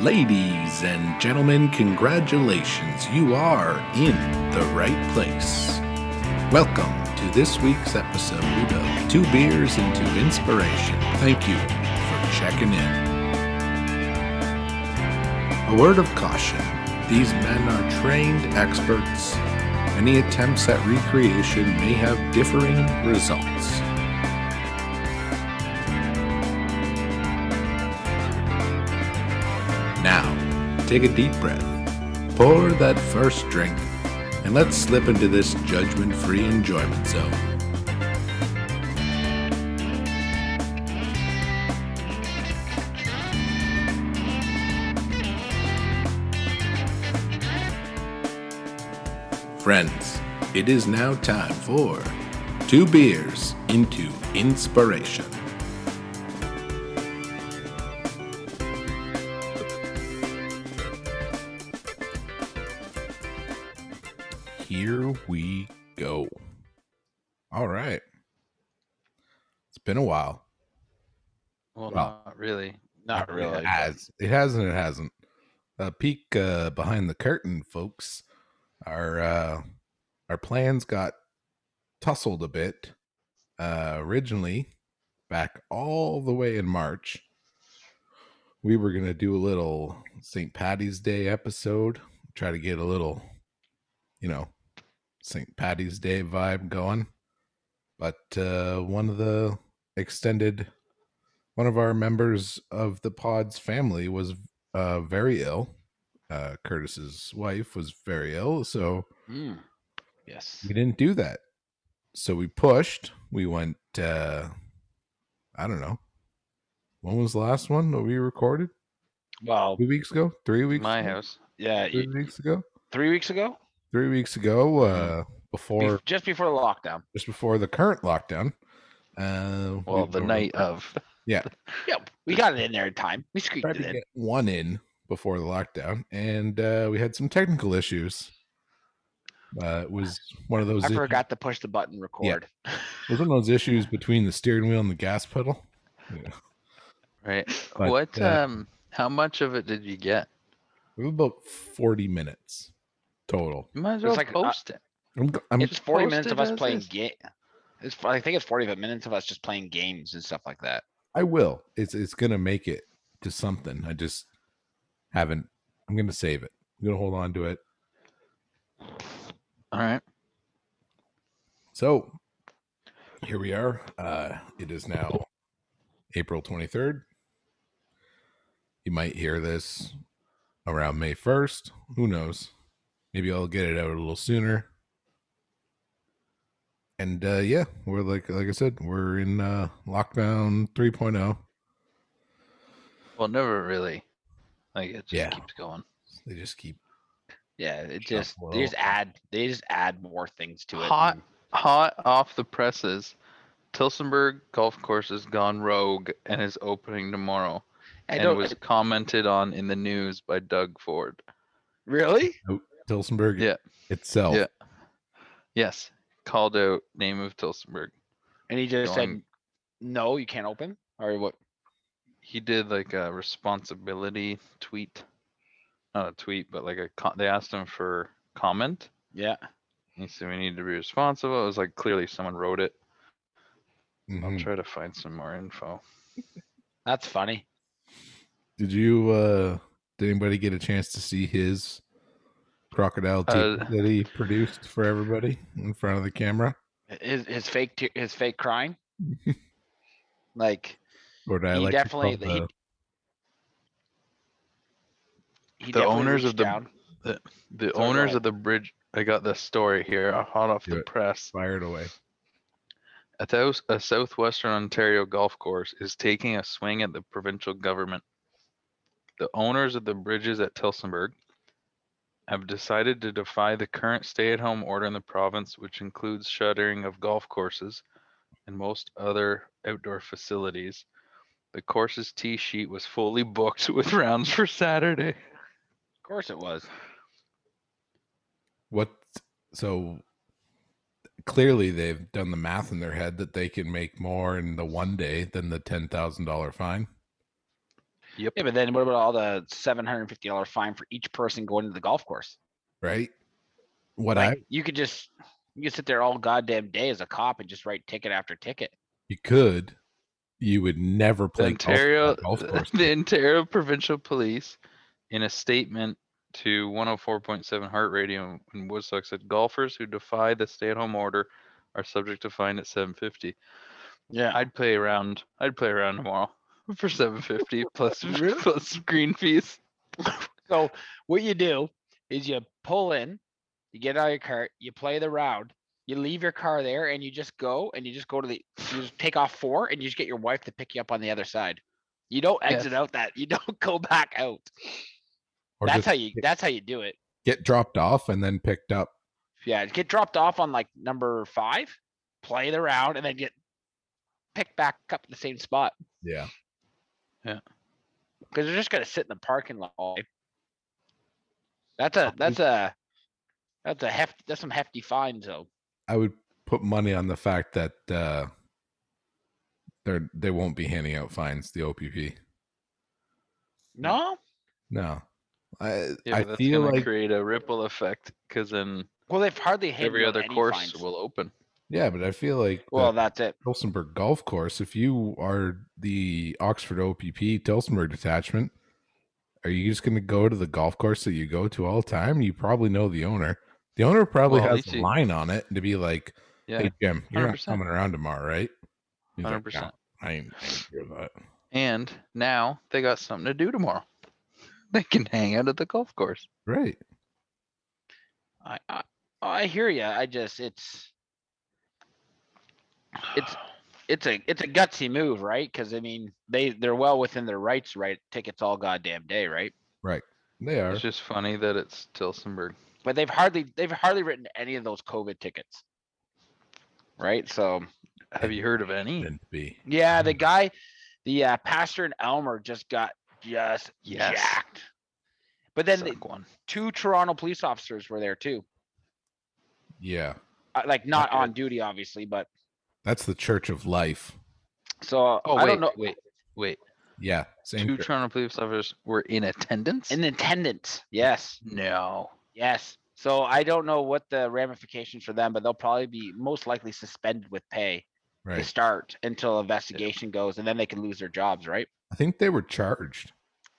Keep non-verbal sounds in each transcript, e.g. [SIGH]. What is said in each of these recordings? Ladies and gentlemen, congratulations. You are in the right place. Welcome to this week's episode of Two Beers into Inspiration. Thank you for checking in. A word of caution these men are trained experts. Any attempts at recreation may have differing results. Now, take a deep breath, pour that first drink, and let's slip into this judgment free enjoyment zone. Friends, it is now time for Two Beers into Inspiration. Here we go. All right. It's been a while. Well, Well, not really. Not Uh, really. It but has. It has and it hasn't. A peek uh, behind the curtain, folks. Our uh, our plans got tussled a bit. Uh, originally, back all the way in March, we were gonna do a little St. Patty's Day episode. Try to get a little, you know, St. Patty's Day vibe going. But uh, one of the extended one of our members of the pod's family was uh, very ill. Uh, Curtis's wife was very ill, so Mm. Yes. we didn't do that. So we pushed. We went. Uh, I don't know. When was the last one that we recorded? Well, Two weeks ago? Three weeks? my ago? house. Yeah. Three y- weeks ago? Three weeks ago? Three weeks ago? Mm. Uh, Bef- before just before the lockdown. just before the current lockdown. Uh, we Well, the were night of. Yeah. Yep. We got it in there in time. We squeaked tried it to in. get one in before the lockdown, and uh, we had some technical issues. Uh, it was one of those. I issues- forgot to push the button record. It was one of those issues between the steering wheel and the gas pedal. Right. [LAUGHS] But, what? uh, um. How much of it did you get? It was about forty minutes total. You might as well like, uh, post it. I'm, g- I'm It's It's 40 post minutes it of us as playing is. game. It's I think it's 40 minutes of us just playing games and stuff like that. I will. It's it's gonna make it to something. I just haven't. I'm gonna save it. I'm gonna hold on to it. All right. So here we are. Uh, it is now April 23rd. You might hear this around May 1st. Who knows? Maybe I'll get it out a little sooner. And uh, yeah, we're like like I said, we're in uh, lockdown oh. 3.0. Well, never really. Like it just Yeah. keeps going. They just keep Yeah, it Sure, just they just Oh, well- add they just add more things to it. Hot and- Hot off the presses, Tilsonburg Golf Course has gone rogue and is opening tomorrow. I and don't was commented on in the news by Doug Ford. really. Tilsonburg Yeah. itself. Yeah. Yes, called out name of Tilsonburg. And he just said, Going- "No, you can't open." Or what? He did like a responsibility tweet, not a tweet, but like a co they asked him for comment. Yeah. He said we need to be responsible. It was like clearly someone wrote it. I'll Mm. Mhm. try to find some more info. That's funny. Did you uh did anybody get a chance to see his crocodile teeth Uh, that he produced for everybody in front of the camera? His his fake te- his [LAUGHS] fake crying. like Or did I he like to call definitely he, the- he The owners reached of the- down. The It's all owners right. of the bridge. I got the story here, uh, hot off Do the it. press. fired away? A, thous a southwestern Ontario golf course is taking a swing at the provincial government. The owners of the bridges at Tilsonburg have decided to defy the current stay-at-home order in the province, which includes shuttering of golf courses and most other outdoor facilities. The course's tee sheet was fully booked [LAUGHS] with rounds for Saturday. Of course it was. What so clearly they've done the math in their head that they can make more in the one day than the ten thousand dollar fine. Yep. Yeah, but then what about all the seven hundred and fifty dollar fine for each person going to the golf course? right? What I Like, you could just, you could sit there all goddamn day as a cop and just write ticket after ticket. you could, you would never play The golf on a Ontario, [LAUGHS] golf [LAUGHS] course. the Ontario Provincial Police, in a statement to 104.7 Heart Radio in Woodstock, said golfers who defy the stay-at-home order are subject to fine at 750. Yeah. I'd play around. I'd play around tomorrow [LAUGHS] [LAUGHS] for 750 plus [LAUGHS] Really? plus green fees. So what you do is you pull in, you get out of your cart, you play the round, you leave your car there, and you just go and you just go to the you just take off four and you just get your wife to pick you up on the other side. You don't exit out that. You [LAUGHS] don't go back out. Or that's just how you. pick- That's how you do it. get dropped off and then picked up. Yeah, get dropped off on like number five, play the round, and then get picked back up in the same spot Yeah. because they're just gonna sit in the parking lot. All day. That's a. That's a. That's a hefty. That's some hefty fines though. I would put money on the fact that uh they're they won't be handing out fines, the OPP. Mm-hmm. No. No. I Yeah, I but that's feel gonna like create a ripple effect because then Well, they've hardly handed every out other any course fines. will open. yeah, but I feel like Well, well, that's it. Tilsonburg Golf Course, if you are the Oxford OPP Tilsonburg detachment, are you just going to go to the golf course that you go to all the time? You probably know the owner. The owner probably Well, at has least a you- line on it to be like, Yeah, "Hey Jim, you're not 100%. coming around tomorrow, right?" He's like, hundred "No, percent. I ain't, I ain't hear that. And now they got something to do tomorrow. [LAUGHS] They can hang out at the golf course. Right. I I, I hear you. I just it's It's- it's a it's a gutsy move, right? Because I mean they they're well within their rights, right? Tickets all goddamn day, right? They are. It's just funny that it's Tilsonburg. But they've hardly they've hardly written any of those COVID tickets, right? So Have you heard of any? meant to be. yeah, Hmm. the Mm. guy, the uh, pastor in Elmer just got just Yes. jacked. But then the Suck one. two Toronto police officers were there too, Yeah. uh, like not Okay. on duty, obviously, but That's the Church of Life. So Oh I wait, don't know. wait, wait. Yeah. Same Two church. Toronto police officers were in attendance. In attendance, yes, no, yes. So I don't know what the ramifications for them, but they'll probably be most likely suspended with pay to right. start until investigation goes, and then they can lose their jobs, right? I think they were charged.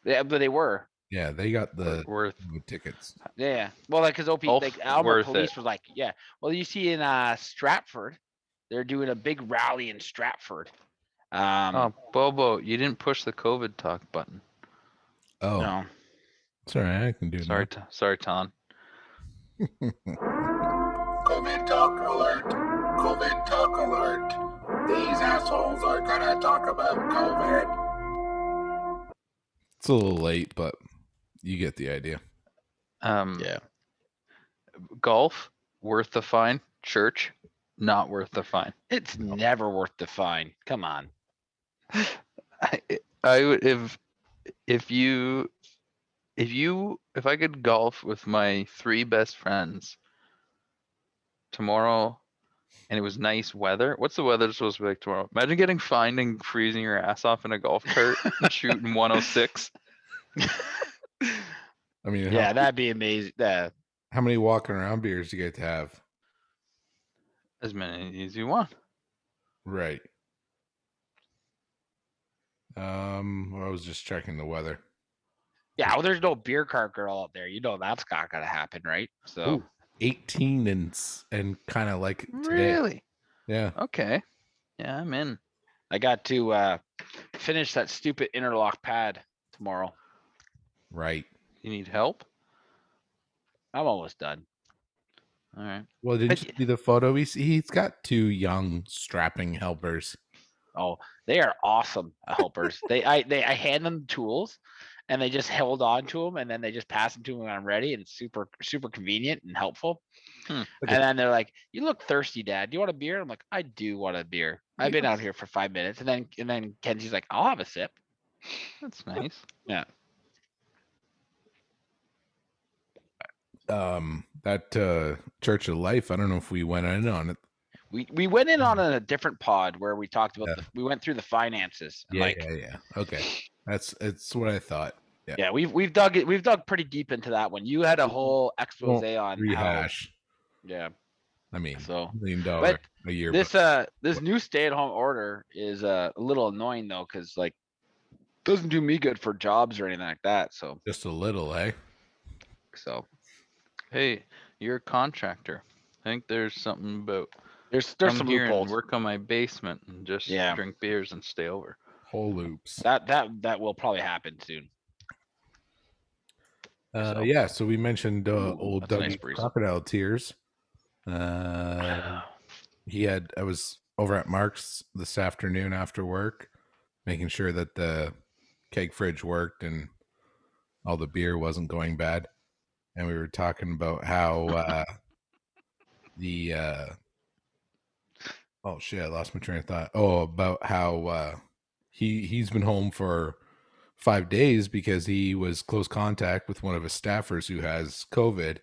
Yeah, but they were. Yeah, they got the worth tickets. Yeah. Well, like because OP, Ulf, like Alberta worth it. police was like, yeah. Well, you see in uh Stratford, they're doing a big rally in Stratford. Um, Oh, Bobo, you didn't push the COVID talk button. Oh, no. sorry, I can do Sorry, t- sorry, Ton. COVID talk alert. COVID talk alert. These assholes are gonna talk about COVID. It's a little late, but you get the idea. Um, Yeah. Golf worth the fine. Church not worth the fine. It's never worth the fine. Come on. I, I would if if you if you if I could golf with my three best friends tomorrow and it was nice weather. What's the weather supposed to be like tomorrow? Imagine getting fined and freezing your ass off in a golf cart and shooting 106. I mean, how- Yeah, that'd be amazing. Uh, how, many walking around beers do you get to have? As many as you want. Right. Um, I was just checking the weather. Yeah, well, there's no beer cart girl out there. You know that's not gonna happen, right? So Ooh, 18 and s- and kind of like today. Really? Yeah. Okay. Yeah, I'm in. I got to uh finish that stupid interlock pad tomorrow. Right. You need help? I'm almost done. All right. Well, didn't But you see the photo? He's he's got two young strapping helpers. Oh, they are awesome helpers. they I they I hand them tools and they just held on to them and then they just pass them to me when I'm ready and it's super super convenient and helpful. Hmm. Look at- And then they're like, You look thirsty, Dad. Do you want a beer? I'm like, I do want a beer. I've been out here for five minutes. And then and then Kenzie's like, I'll have a sip. That's nice. um that uh church of life i don't know if we went in on it We we went in on a different pod where we talked about Yeah. the, we went through the finances. and, like yeah yeah okay That's it's what I thought. Yeah, we've we've dug it. We've dug pretty deep into that one. You had a whole expose on how. Rehash. Yeah. I mean, So million dollar a year. this book. uh this new stay at home order is uh, a little annoying though, because like doesn't do me good for jobs or anything like that. So just a little, eh? so Hey, you're a contractor. I think there's something about there's there's come some here loopholes. and work on my basement and just Yeah. drink beers and stay over. Whole loops. That that that will probably happen soon. Uh, so- Yeah, so we mentioned uh, old that's a nice Doug's breeze. crocodile tears. Uh, he had I was over at Mark's this afternoon after work, making sure that the keg fridge worked and all the beer wasn't going bad. And we were talking about how uh, the uh, oh shit, I lost my train of thought. Oh, about how uh, he he's been home for five days because he was close contact with one of his staffers who has COVID.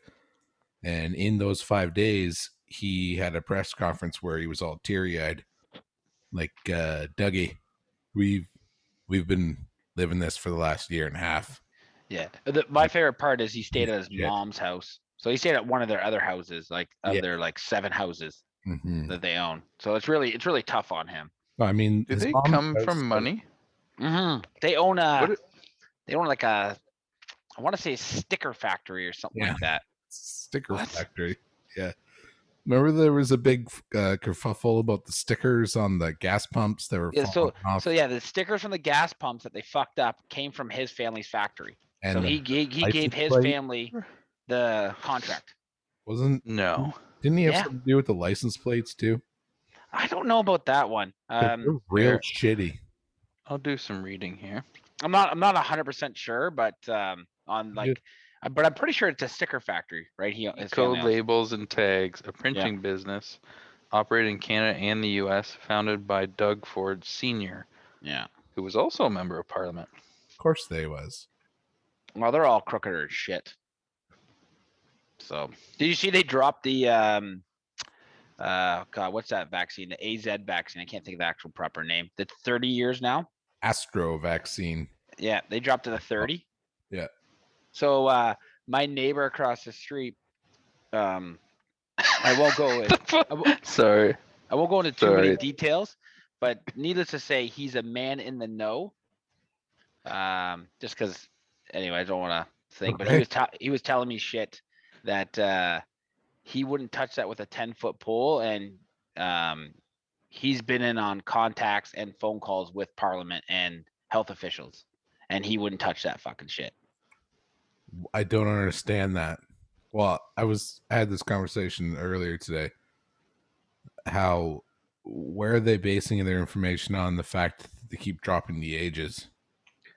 And in those five days, he had a press conference where he was all teary eyed, like uh, Dougie. We've we've been living this for the last year and a half. Yeah. The, my favorite part is he stayed at his Yeah. mom's house. So he stayed at one of their other houses, like of Yeah. their like seven houses Mhm. that they own. So it's really it's really tough on him. I mean, Do his they mom's come house from was- money? hmm They own a What i- they own like a I want to say sticker factory or something Yeah. like that. sticker What? factory. Yeah. Remember there was a big uh, kerfuffle about the stickers on the gas pumps that were Yeah, falling off, So yeah, the stickers from the gas pumps that they fucked up came from his family's factory. and so he gave he gave license his plate? family the contract. wasn't No. didn't he have Yeah. something to do with the license plates too? I don't know about that one. 'Cause Um, they're real there- shitty. I'll do some reading here. I'm not I'm not hundred percent sure, but um on like uh, but I'm pretty sure it's a sticker factory, right? He his family Code owns. labels and tags, a printing business operating in Canada and the US, founded by Doug Ford Sr., Yeah. who was also a member of parliament. [LAUGHS] Of course they was. Well, they're all crooked as shit. So did you see they dropped the um uh god, what's that vaccine? The AZ vaccine. I can't think of the actual proper name. That's 30 years now. Astro vaccine. Yeah, they dropped to the 30. Yeah. So uh my neighbor across the street, um I won't go in. Sorry. I won't go into too many Sorry. details, but needless to say, he's a man in the know. Um, just because, anyway, I don't want to think, but he Okay. was ta- he was telling me shit that uh, he wouldn't touch that with a ten foot pole, and um, he's been in on contacts and phone calls with Parliament and health officials, and he wouldn't touch that fucking shit. I don't understand that. Well, I was I had this conversation earlier today. How where are they basing their information on the fact that they keep dropping the ages?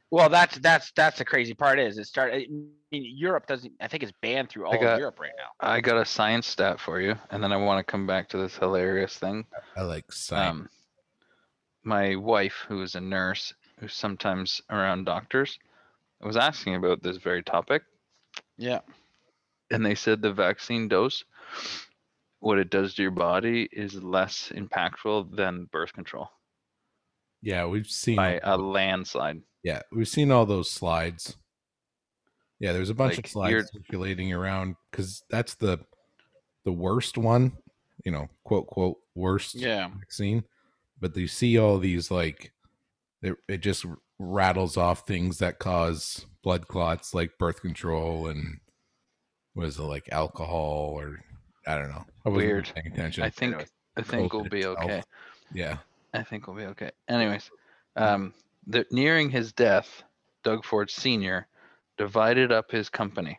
Well, that's that's that's the crazy part is it started. I mean, Europe doesn't. I think it's banned through all got- of Europe right now. I got a science stat for you, and then I want to come back to this hilarious thing. I like science. Um, my wife, who is a nurse, who's sometimes around doctors, was asking about this very topic, Yeah. and they said the vaccine dose, what it does to your body, is less impactful than birth control yeah, we've seen by a landslide. yeah, we've seen all those slides. Yeah, there's a bunch Like, of slides you're- circulating around because that's the the worst one, you know, quote quote worst. Yeah. vaccine, but you see all these like it, it just r- rattles off things that cause blood clots, like birth control and was it like alcohol or I don't know. I wasn't Weird. paying attention. I think Anyways, I think we'll COVID be itself. okay. yeah, I think we'll be okay. Anyways, Hmm. um, the, nearing his death, Doug Ford Sr. divided up his company,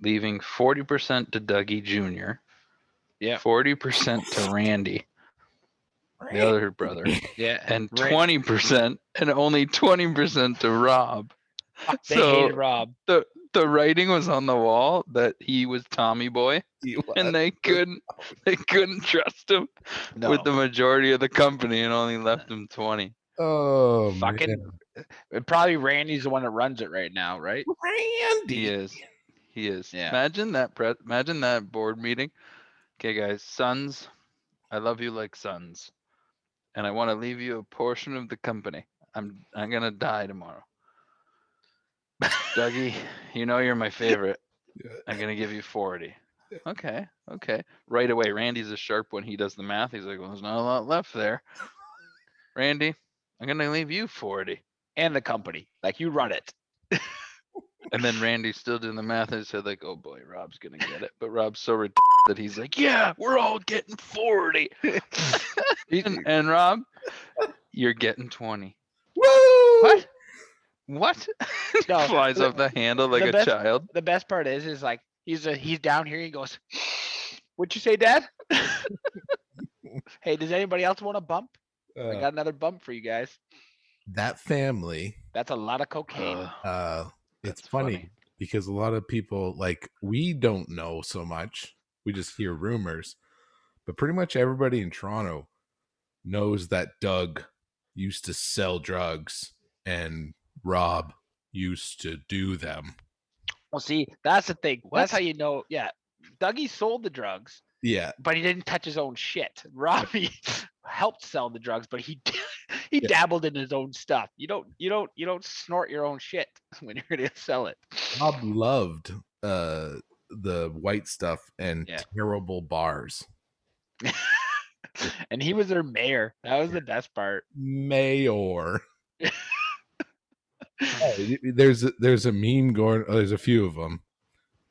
leaving 40% to Dougie Jr., Yeah. 40% [LAUGHS] to Randy, the other brother, Yeah. and Right. 20%, and only 20% to Rob. [LAUGHS] They So- hated Rob. The writing was on the wall that he was Tommy Boy, and they couldn't they couldn't trust him No. with the majority of the company, and only left him 20. oh fucking man. and probably Randy's the one that runs it right now, right? He Randy. is. He is. Yeah. Imagine that pre- imagine that board meeting. Okay guys, sons, I love you like sons. And I want to leave you a portion of the company. I'm I'm gonna die tomorrow. Dougie, you know you're my favorite. Yeah. I'm gonna give you 40. Okay, okay. Right away, Randy's a sharp when he does the math. He's like, well, there's not a lot left there. Randy, I'm gonna leave you 40. and the company. Like you run it. And then Randy still doing the math and said, like, oh boy, Rob's gonna get it. But Rob's so ret- that he's like, yeah, we're all getting 40. and, [LAUGHS] and Rob, you're getting 20. Woo! [LAUGHS] What? What? [LAUGHS] No, Flies the- off the handle like the a best- child. [LAUGHS] The best part is, is like he's a, he's down here. He goes, [LAUGHS] "What'd you say, Dad?" [LAUGHS] hey, does anybody else want a bump? I Uh, got another bump for you guys. that family. That's a lot of cocaine. Ugh, Uh, it's that's funny, because a lot of people like we don't know so much. We just hear rumors, but pretty much everybody in Toronto knows that Doug used to sell drugs and Rob used to do them. well, see, that's the thing. What? That's how you know. Yeah, Dougie sold the drugs, Yeah, but he didn't touch his own shit. [LAUGHS] Robbie helped sell the drugs, but he [LAUGHS] he Yeah. dabbled in his own stuff. You don't you don't you don't snort your own shit [LAUGHS] when you're gonna sell it. Rob loved uh the white stuff and Yeah. terrible bars. [LAUGHS] and he was their mayor. That was the best part. Mayor. Yeah, y- y- there's a- there's a meme going. oh, There's a few of them,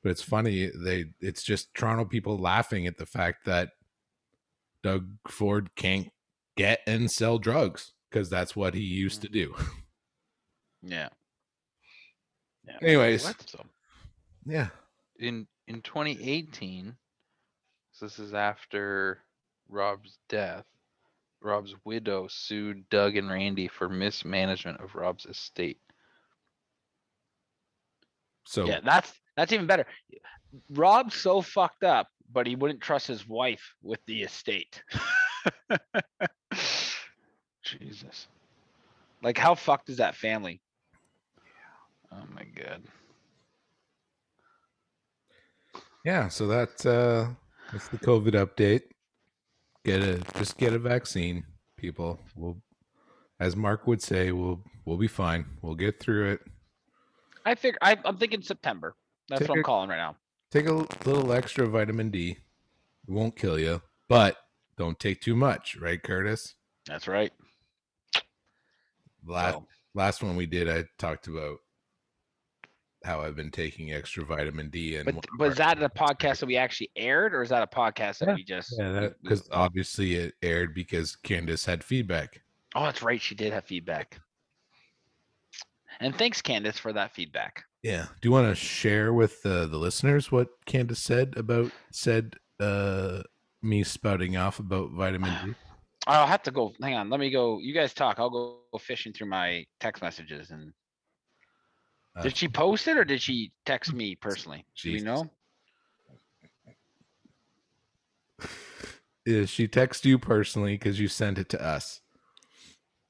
but it's funny. They it's just Toronto people laughing at the fact that Doug Ford can't get and sell drugs because that's what he used to do. Yeah. Anyways, What? So yeah, in in 2018, so this is after Rob's death. Rob's widow sued Doug and Randy for mismanagement of Rob's estate. so Yeah, that's that's even better. Rob's so fucked up, but he wouldn't trust his wife with the estate. Jesus. Like how fucked is that family? Oh my god. yeah, so that uh, that's the COVID update. Get a just get a vaccine, people. We'll, as Mark would say, we'll we'll be fine. We'll get through it. I figure I, I'm thinking September. That's what I'm Figure- calling right now. take a l- little extra vitamin D. It won't kill you, but don't take too much, right, Curtis? That's right. Last So, last one we did, I talked about how I've been taking extra vitamin D, and but th- was that a podcast that we actually aired, or is that a podcast that Yeah, we just? because obviously it aired because Candace had feedback. Oh, that's right. She did have feedback. And thanks, Candace, for that feedback. Yeah. Do you want to share with uh, the listeners what Candace said about said uh, me spouting off about vitamin D? [SIGHS] I'll have to go. Hang on. Let me go. You guys talk. I'll go fishing through my text messages. And Uh, did she post it or did she text me personally? Do you Jesus. know? Is she text you personally because you sent it to us?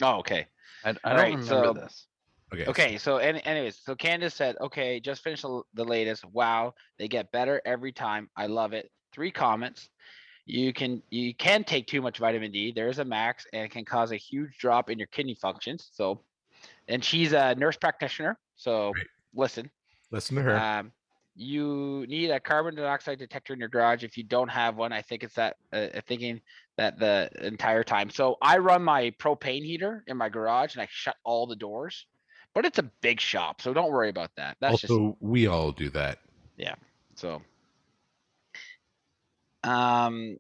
Oh, okay. I, I don't Alright, remember so- this. Okay. Okay. So, any, anyways, so Candace said, okay, just finished the l- the latest. Wow. They get better every time. I love it. Three comments. You can you can take too much vitamin D. There is a max and it can cause a huge drop in your kidney functions. So, and she's a nurse practitioner. So Right. listen. Listen to her. Um, you need a carbon dioxide detector in your garage. If you don't have one, I think it's that uh, uh, thinking that the entire time. So I run my propane heater in my garage and I shut all the doors. But it's a big shop, so don't worry about that. That's also, we all do that. just so. Um.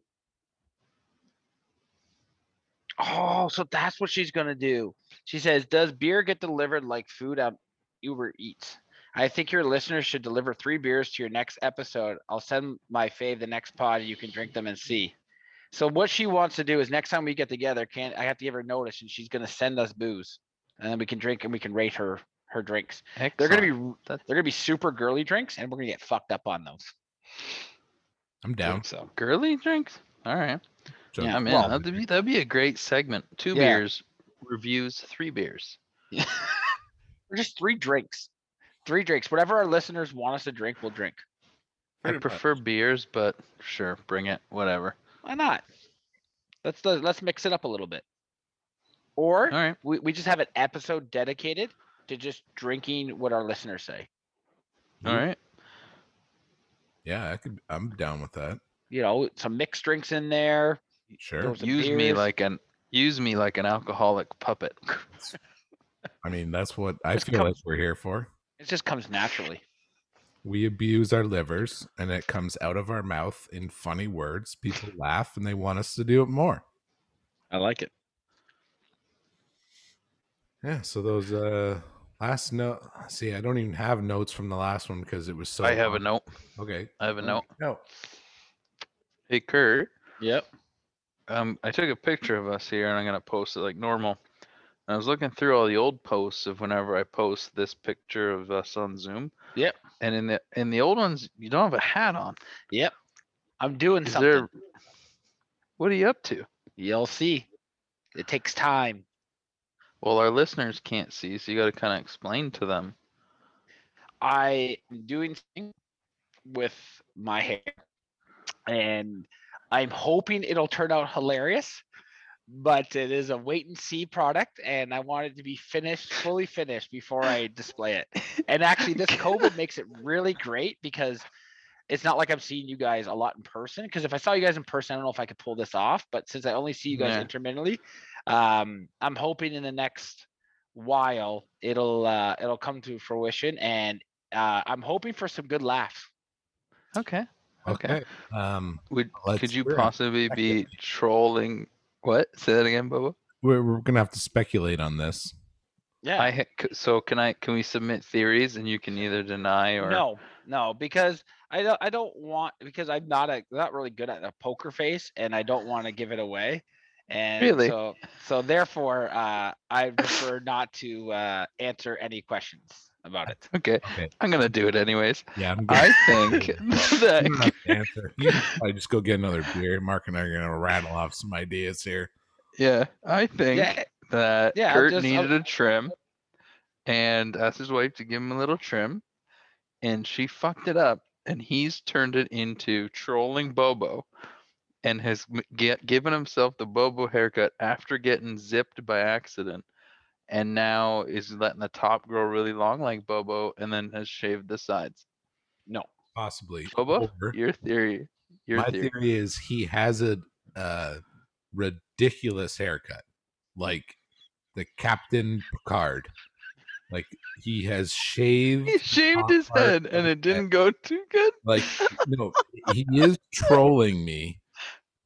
Oh, so that's what she's gonna do. She says, "Does beer get delivered like food on Uber Eats?" I think your listeners should deliver three beers to your next episode. I'll send my fave the next pod. You can drink them and see. So what she wants to do is next time we get together, can I have to give her notice, and she's gonna send us booze, and then we can drink and we can rate her her drinks. They're gonna be Excellent. r- That's- they're gonna be super girly drinks, and we're gonna get fucked up on those. I'm down. So girly drinks. All right. So Yeah, I'm in. well, that'd, be, that'd be a great segment. Two Yeah. beers, reviews, three beers. [LAUGHS] we're just three drinks, three drinks. Whatever our listeners want us to drink, we'll drink. I prefer beers, but sure, bring it. Whatever. Why not? Let's let's mix it up a little bit. Or All right. we, we just have an episode dedicated to just drinking what our listeners say. All right. Yeah, I could. I'm down with that. You know, some mixed drinks in there. Sure. Those- Some Use me beers. like an use me like an alcoholic puppet. I mean, that's what I Just feel come- like we're here for. It just comes naturally. We abuse our livers, and it comes out of our mouth in funny words. People laugh, and they want us to do it more. I like it. Yeah. So those uh last note. See, I don't even have notes from the last one because it was so. I have a long. note. Okay. I have a Oh. note. No. Hey Kurt, Yep. um, I took a picture of us here, and I'm gonna post it like normal. And I was looking through all the old posts of whenever I post this picture of us on Zoom. Yep. And in the in the old ones, you don't have a hat on. I'm doing Is something. there? What are you up to? You'll see. It takes time. Well, our listeners can't see, so you got to kind of explain to them. I am doing something with my hair, and I'm hoping it'll turn out hilarious. But it is a wait and see product, and I want it to be finished, fully finished before I display it. And actually, this COVID makes it really great because it's not like I'm seeing you guys a lot in person. Because if I saw you guys in person, I don't know if I could pull this off. But since I only see you guys Yeah. intermittently, um, I'm hoping in the next while it'll uh, it'll come to fruition, and uh, I'm hoping for some good laughs. Okay. Okay. Okay. Um, Would Let's could you hear it. possibly Check it. be trolling? What? Say that again, Bubba. we're, we're gonna have to speculate on this. Yeah. I ha- c- so can I? Can we submit theories and you can either deny or No, no, because I don't I don't want because I'm not a not really good at a poker face and I don't want to give it away. And Really? so so therefore uh I prefer not to uh answer any questions about it. Okay, Okay. I'm gonna do it anyways. Yeah. I'm good. I [LAUGHS] think [LAUGHS] You don't that have to answer. You can probably just go get another beer. Mark and I are gonna rattle off some ideas here. yeah, I think Yeah, that yeah, I'm Kurt just- I'm- needed a trim, and asked his wife to give him a little trim, and she fucked it up, and he's turned it into trolling Bobo, and has m- get, given himself the Bobo haircut after getting zipped by accident, and now is letting the top grow really long like Bobo, and then has shaved the sides. no. Possibly. Bobo, Or- Oh, your theory, your my theory. theory. is he has a uh, ridiculous haircut, like the Captain Picard. Like he has [LAUGHS] shaved, [LAUGHS] He shaved top his part head, of and the it didn't go too good. like no, he is trolling me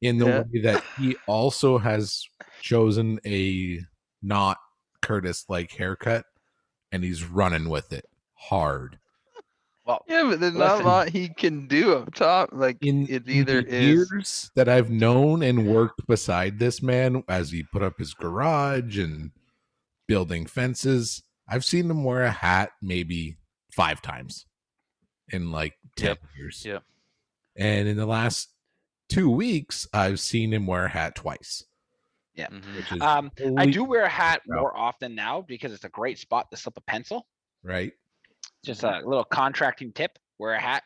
in the Yeah. way that he also has chosen a not Curtis like haircut, and he's running with it hard. Well Yeah, but there's not Listen. a lot he can do up top. Like in it in either the is years that I've known and worked beside this man as he put up his garage and building fences, I've seen him wear a hat maybe five times in like 10 Yep. years. Yep. And in the last two weeks, I've seen him wear a hat twice. Which is Um I totally- do wear a hat Yeah. more often now because it's a great spot to slip a pencil. right. Just Mm-hmm. a little contracting tip, wear a hat.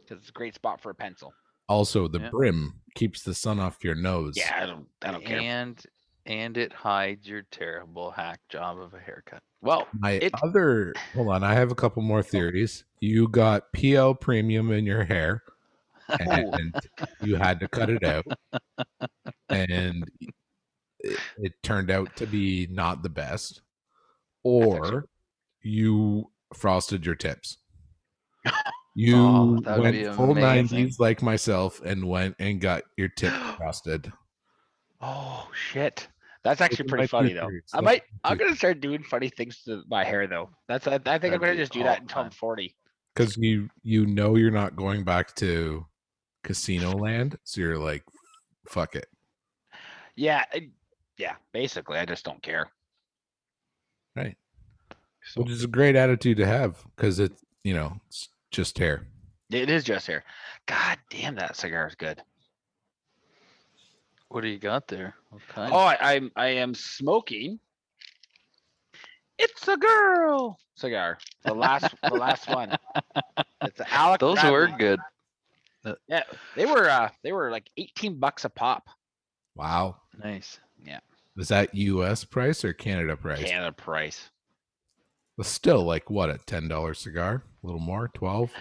Because it's a great spot for a pencil. Also, the Yeah. brim keeps the sun off your nose. Yeah, I don't I don't care. and and it hides your terrible hack job of a haircut. Well, My It- other hold on, I have a couple more theories. You got PL premium in your hair, [LAUGHS] and you had to cut it out, and it, it turned out to be not the best, or you frosted your [LAUGHS] tips. You Oh, that would be went full amazing. nineties like myself and went and got your tip frosted. [GASPS] Oh shit. That's actually are pretty my two funny though. theories. I Those might are my I'm two gonna start doing funny things to my hair though. That's I, I think I'm That'd gonna be just do all that until I'm time. 40. because you you know you're not going back to casino land so you're like fuck it Yeah, I- yeah, basically I just don't care. which is a great attitude to have because it's you know it's just hair It is just hair. God damn that cigar is good. What do you got there? What kind? Oh I, I'm I am smoking. It's a girl cigar. The last the last one. [LAUGHS] It's the Alec Those were Bradley. good. They were uh they were like 18 bucks a pop. wow Nice. Is that U.S. price or Canada price? Canada price. It's still like what a ten dollar cigar, a little more, twelve.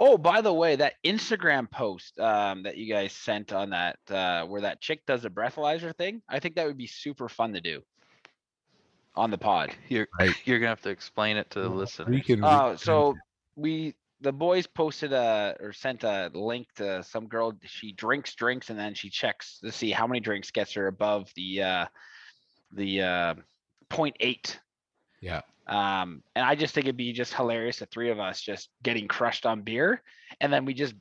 Oh, by the way, that Instagram post um, that you guys sent on that uh, where that chick does a breathalyzer thing, I think that would be super fun to do on the pod. You're Right. you're gonna have to explain it to the Well, listener. We can. we Uh, can- so we the boys posted a or sent a link to some girl. She drinks drinks and then she checks to see how many drinks gets her above the uh, the uh, 0.8. Yeah. Um, and I just think it'd be just hilarious the three of us just getting crushed on beer, and then we just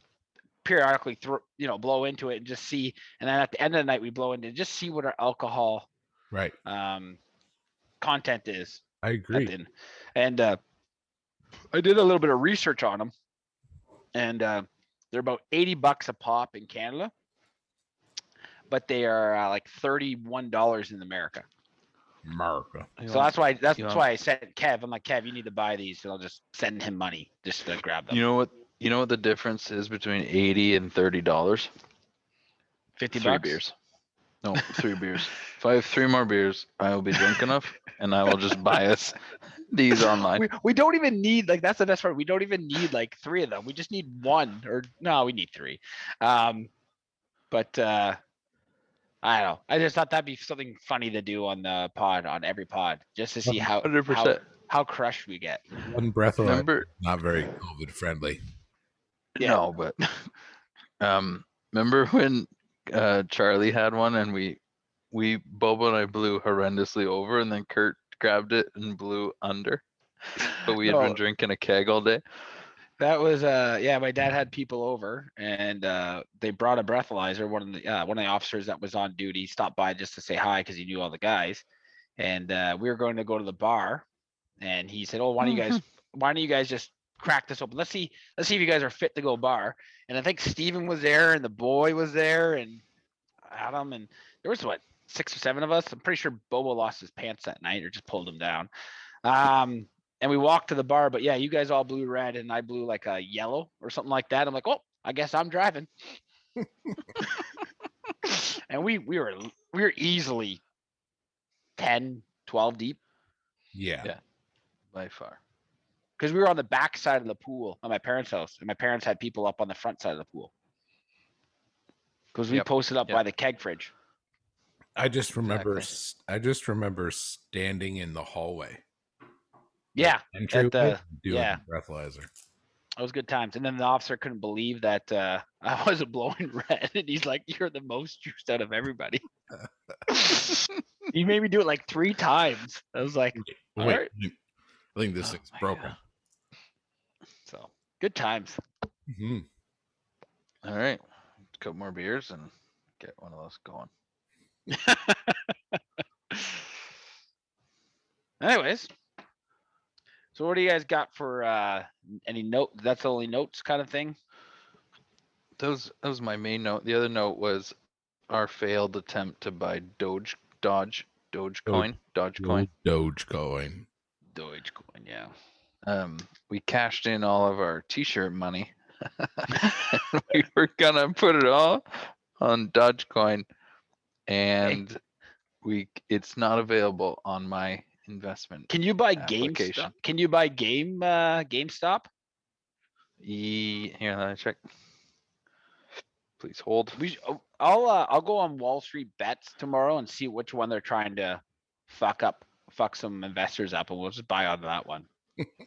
periodically throw you know blow into it and just see, and then at the end of the night we blow into just see what our alcohol right, um, content is I at agree. the end. And uh, I did a little bit of research on them, and uh, they're about eighty bucks a pop in Canada, but they are uh, like thirty-one dollars in America. [LAUGHS] America. You So know- that's why that's you want- why I sent Kev. I'm like Kev, you need to buy these, and I'll just send him money just to grab them. you know what you know what the difference is between eighty and thirty dollars? Fifty Three bucks. beers. No, three [LAUGHS] beers. If I have three more beers, I will be drunk enough and I will [LAUGHS] just buy us these online. We, we don't even need like that's the best part. We don't even need like three of them. We just need one or no, we need three. Um, but uh, I don't know. I just thought that'd be something funny to do on the pod on every pod just to see how Hundred how, percent. how crushed we get. One breath of Remember not very COVID friendly. Yeah. No, but [LAUGHS] um, remember when uh, Charlie had one and we we Bobo and I blew horrendously over, and then Kurt grabbed it and blew under. But we had No. been drinking a keg all day. That was uh yeah, my dad had people over and uh they brought a breathalyzer. One of the uh, one of the officers that was on duty stopped by just to say hi because he knew all the guys. And uh we were going to go to the bar and he said, Oh, why don't you guys why don't you guys just crack this open? Let's see, let's see if you guys are fit to go bar. And I think Steven was there and the boy was there and Adam and there was what six or seven of us. I'm pretty sure Bobo lost his pants that night or just pulled him down. Um and we walked to the bar. But yeah, you guys all blew red, and I blew like a yellow or something like that. I'm like, oh, I guess [LAUGHS] I'm driving. and we we were l- we were easily 10, 12 deep Yeah. Yeah. By far. because we were on the back side of the pool at my parents' house, and my parents had people up on the front side of the pool because we Yep, posted up yep. by the keg fridge. I just remember. Exactly. s I I just remember standing in the hallway. Yeah, entryway the- and doing yeah. the breathalyzer. it was good times. And then the officer couldn't believe that uh, [LAUGHS] I wasn't blowing [LAUGHS] red, and he's like, "You're the most juiced out of everybody." he made me do it like three times. I was like, All Wait, right. I think- I think this Oh thing's my broken. God. so good times. Mhm. All right, a couple more beers and get one of those going. Anyways, so what do you guys got for uh n- any note? That's the only notes kind of thing. That was that was my main note. The other note was our failed attempt to buy Doge Dodge Dogecoin Dogecoin. Dogecoin. Dogecoin, yeah. um, we cashed in all of our t-shirt money. [LAUGHS] we were gonna put it all on Dogecoin, and we it's not available on my investment. Can you buy Application. GameStop? Can you buy game uh GameStop? E- here, let me check. Please hold. We sh- oh, I'll uh, I'll go on Wall Street Bets tomorrow and see which one they're trying to fuck up, fuck some investors up, and we'll just buy on that one.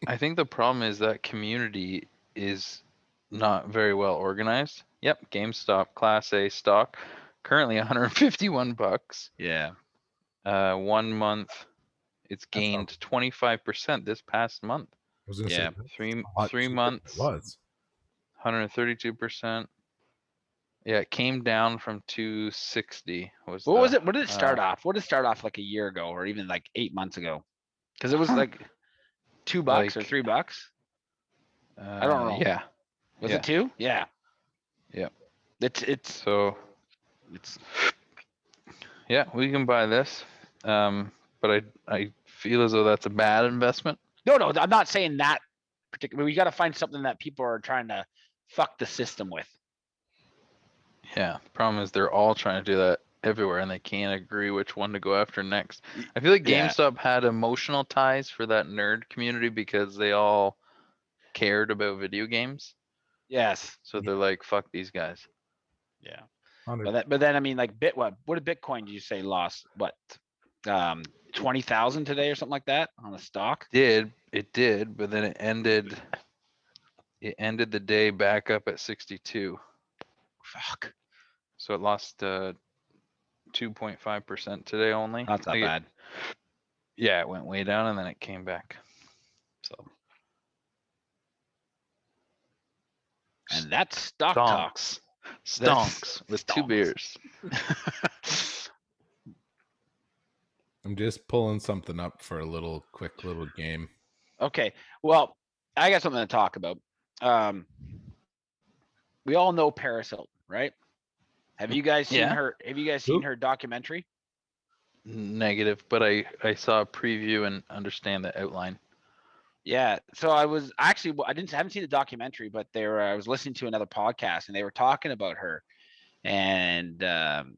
I think the problem is that community is not very well organized. Yep, GameStop Class A stock, currently 151 bucks. Yeah. uh, one month, That's it's not- gained twenty five percent this past month. I was gonna Yeah. say that's Three a lot three cheaper than it months, one was hundred thirty two percent. Yeah, it came down from two sixty. Was What was the- it? What did it start off? What did it start off like a year ago, or even like eight months ago? Because it was Huh. like two bucks or Like- three bucks. Uh, don't know. Yeah, Was Yeah. it two? Yeah. Yep. It's it's so it's yeah, we can buy this, um, but I I feel as though that's a bad investment. no no. I'm not saying that particular. We got to find something that people are trying to fuck the system with. Yeah, problem is they're all trying to do that everywhere and they can't agree which one to go after next. I feel like yeah. GameStop had emotional ties for that nerd community because they all cared about video games. Yes. So they're like, fuck these guys. Yeah. Hundred- But that, but then I mean like bit what what did Bitcoin did you say lost what um twenty thousand today or something like that on the stock? Did it did, but then it ended it ended the day back up at sixty two. Fuck. So it lost uh two point five percent today only. Not that Like, it- bad. Yeah, it went way down and then it came back. So And that's stock talk. stonks. Stonks That's- with two stonks. beers. I'm just pulling something up for a little quick little game. Okay. Well, I got something to talk about. Um we all know Paris Hilton, right? Have you guys seen Yeah. her have you guys seen Who? her documentary? Negative, but I I saw a preview and understand the outline. Yeah, so I was actually well, I didn't I haven't seen the documentary, but they were I was listening to another podcast and they were talking about her, and um,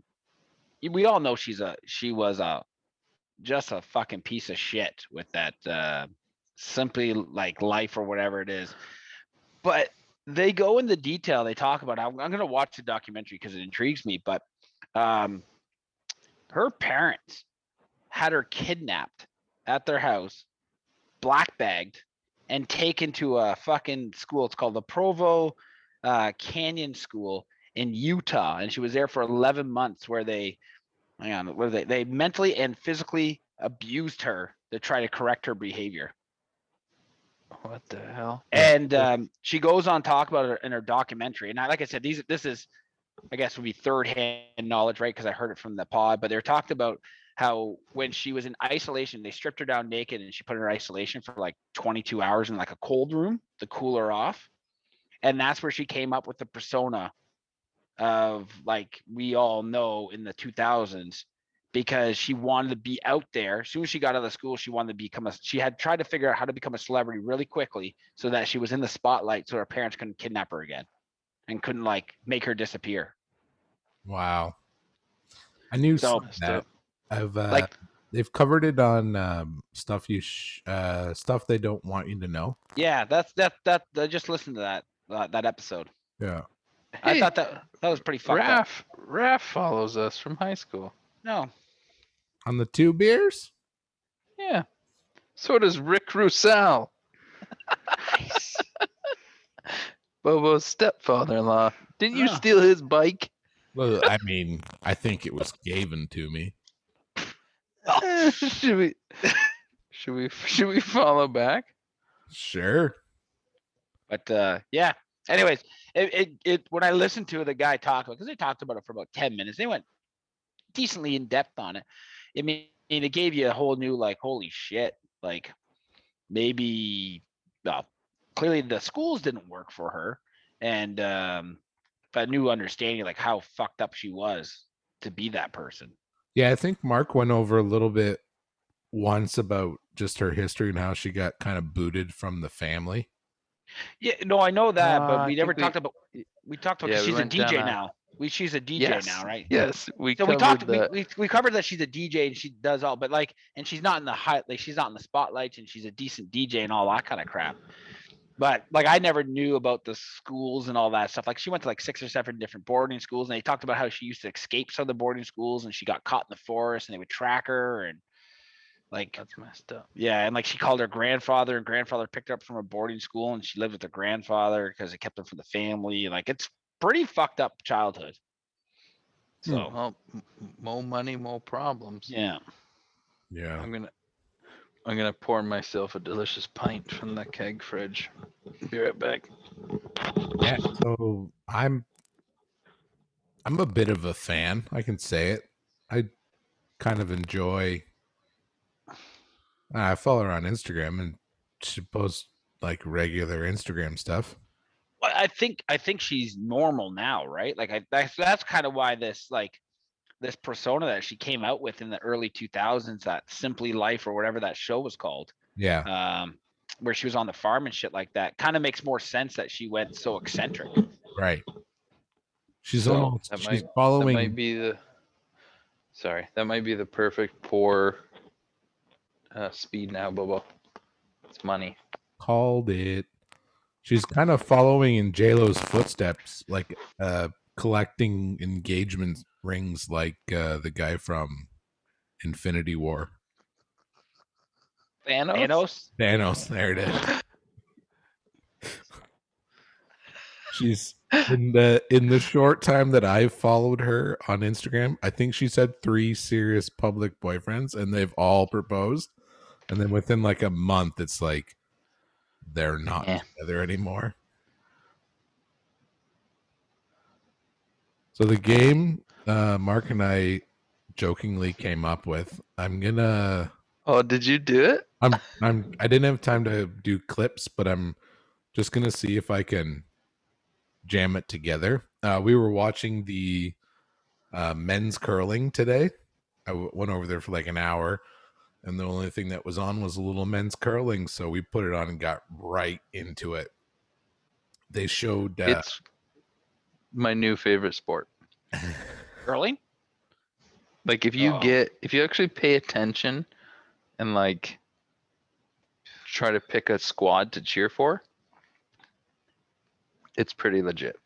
y- we all know she's a she was a just a fucking piece of shit with that uh, simply like life or whatever it is, but they go into detail. They talk about I'm, I'm gonna watch the documentary because it intrigues me, but um, her parents had her kidnapped at their house black bagged and taken to a fucking school. It's called the Provo uh, Canyon School in Utah, and she was there for eleven months, where they, hang on, where they they mentally and physically abused her to try to correct her behavior. What the hell? And um, she goes on talk about it in her documentary. And I, like I said, these this is, I guess, would be third hand knowledge, right? Because I heard it from the pod. But they're talked about how when she was in isolation, they stripped her down naked and she put her in isolation for like 22 hours in like a cold room to cool her off. And that's where she came up with the persona of like we all know in the 2000s because she wanted to be out there. As soon as she got out of school, she wanted to become a. She had tried to figure out how to become a celebrity really quickly, so that she was in the spotlight, so her parents couldn't kidnap her again, and couldn't like make her disappear. Wow. I knew So- some of that. I've uh, Like- they've covered it on um, stuff you sh- uh, stuff they don't want you to know. Yeah, that's that that. that just listen to that uh, that episode. Yeah. I Hey, thought that that was pretty fucked up. Raph Raph follows us from high school. No, On the two beers? Yeah. So does Rick Roussel, nice. [LAUGHS] Bobo's stepfather-in-law. Didn't you Ah. steal his bike? [LAUGHS] [LAUGHS] Well, I mean, I think it was given to me. Eh, should we should we should we follow back? Sure. but uh, yeah. Anyways, it, it it when I listened to the guy talk because they talked about it for about ten minutes, they went decently in depth on it. I mean, it gave you a whole new like, holy shit, like maybe well, clearly the schools didn't work for her, and um, a new understanding like how fucked up she was to be that person. Yeah, I think Mark went over a little bit once about just her history and how she got kind of booted from the family. Yeah, no, I know that, Uh, but I we never think we- talked about. y- We talked about yeah, 'cause we she's a went down DJ a- now. We she's a DJ yes. now, right? Yes, we so we covered talked we, that. we, we covered that she's a dj and she does all but like and she's not in the high like she's not in the spotlights and she's a decent dj and all that kind of crap but like i never knew about the schools and all that stuff like she went to like six or seven different boarding schools and they talked about how she used to escape some of the boarding schools and she got caught in the forest and they would track her and like That's messed up. yeah, and like she called her grandfather, and grandfather picked her up from a boarding school, and she lived with her grandfather because it kept her from the family. Like it's pretty fucked up childhood. Hmm. So Well, m- m- more money, more problems. yeah, Yeah. I'm gonna I'm gonna pour myself a delicious pint from the keg fridge. Be right back. Yeah. So I'm I'm a bit of a fan. I can say it. I kind of enjoy. I follow her on Instagram and she posts like regular Instagram stuff. Well, I think I think she's normal now, right? Like I that's that's kind of why this like this persona that she came out with in the early 2000s that Simply Life or whatever that show was called Yeah. um where she was on the farm and shit like that kind of makes more sense that she went so eccentric. Right. She's So, almost that she's might- That following might be the Sorry, that might be the perfect pour uh, speed now, Bobo. It's money. Called it. She's kind of following in JLo's footsteps, like uh collecting engagement rings like uh the guy from Infinity War. Thanos. Thanos. Thanos, there it is. She's in the in the short time that I've followed her on Instagram, I think she's had three serious public boyfriends and they've all proposed. And then within like a month, it's like they're not Yeah. together anymore. So the game uh, Mark and I jokingly came up with, I'm gonna Oh, did you do it? I'm I'm I didn't have time to do clips, but I'm just gonna see if I can jam it together. Uh, we were watching the uh, men's curling today. I w- went over there for like an hour, and the only thing that was on was a little men's curling, so we put it on and got right into it. They showed uh, It's my new favorite sport. Curling? Like if you Oh. get if you actually pay attention and like try to pick a squad to cheer for, it's pretty legit.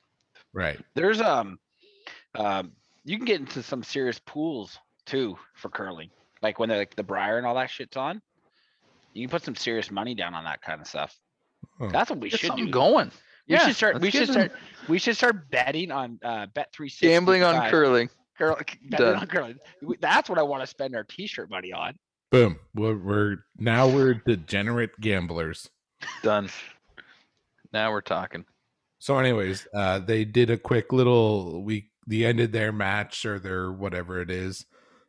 right. There's um, um, you can get into some serious pools too for curling. Like when they're like the briar and all that shit's on, you can put some serious money down on that kind of stuff. Oh. That's what we Get should something do. going. We should start. let's We get should some start. We should start betting on uh, bet three sixty. gambling on curling. Curl, betting Done. on curling. We- That's what I want to spend our T-shirt money on. Boom. We're, we're now we're degenerate gamblers. Done. Now we're talking. So, anyways, uh, they did a quick little we the ended their match or their whatever it is,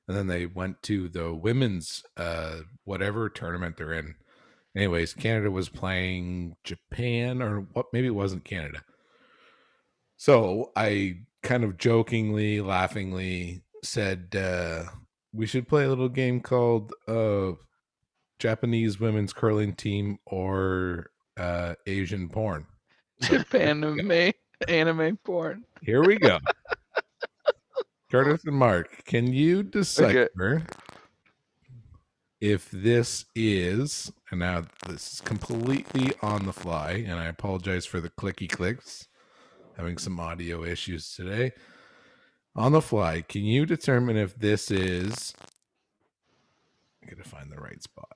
and then they went to the women's uh whatever tournament they're in. Anyways, Canada was playing Japan or what? Maybe it wasn't Canada. So I kind of jokingly, laughingly said, uh, "We should play a little game called uh, Japanese women's curling team or uh, Asian porn." [LAUGHS] Anime anime porn. Here we go. Curtis and Mark, can you decipher if this is, and now this is completely on the fly, and I apologize for the clicky clicks, having some audio issues today. On the fly, can you determine if this is? I gotta find the right spot.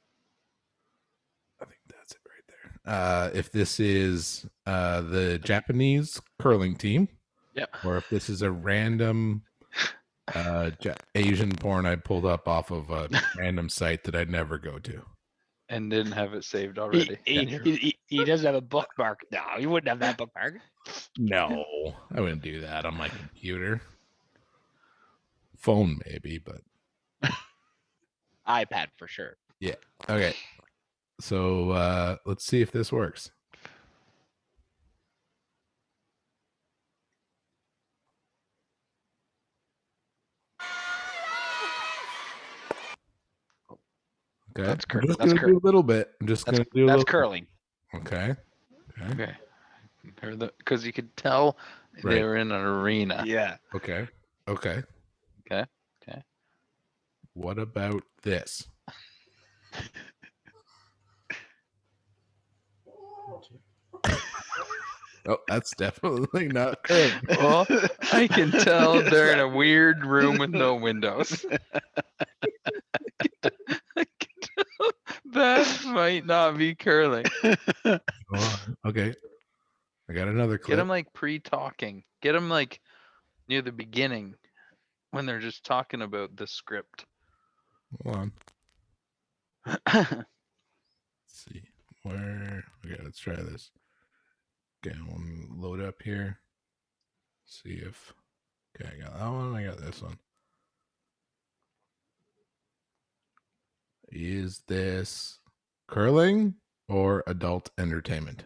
I think that's it right there. Uh, if this is uh, the Japanese curling team, Yep. or if this is a random uh, Ja- Asian porn I pulled up off of a random site that I never go to. And didn't have it saved He, already. he, he, he- he doesn't have a bookmark. No, he wouldn't have that bookmark. No, I wouldn't do that on my computer. Phone maybe, but iPad for sure. okay. So uh, let's see if this works. Okay. That's cur- I'm just that's gonna cur- do a little bit. I'm just That's, gonna do a that's little. curling. Okay. Okay. Okay. Because you could tell Right. they were in an arena. [LAUGHS] Yeah. Okay. Okay. Okay, okay. What about this? oh, that's definitely not good. Well, I can [LAUGHS] tell they're in a weird room with no windows. [LAUGHS] I can tell that might not be curling. Hold on. Okay. I got another Get clip. them like pre-talking. Get them like near the beginning when they're just talking about the script. Hold on. Let's see. Where? Okay, let's try this. Okay, let me load up here. See if. Okay, I got that one. I got this one. Is this curling or adult entertainment?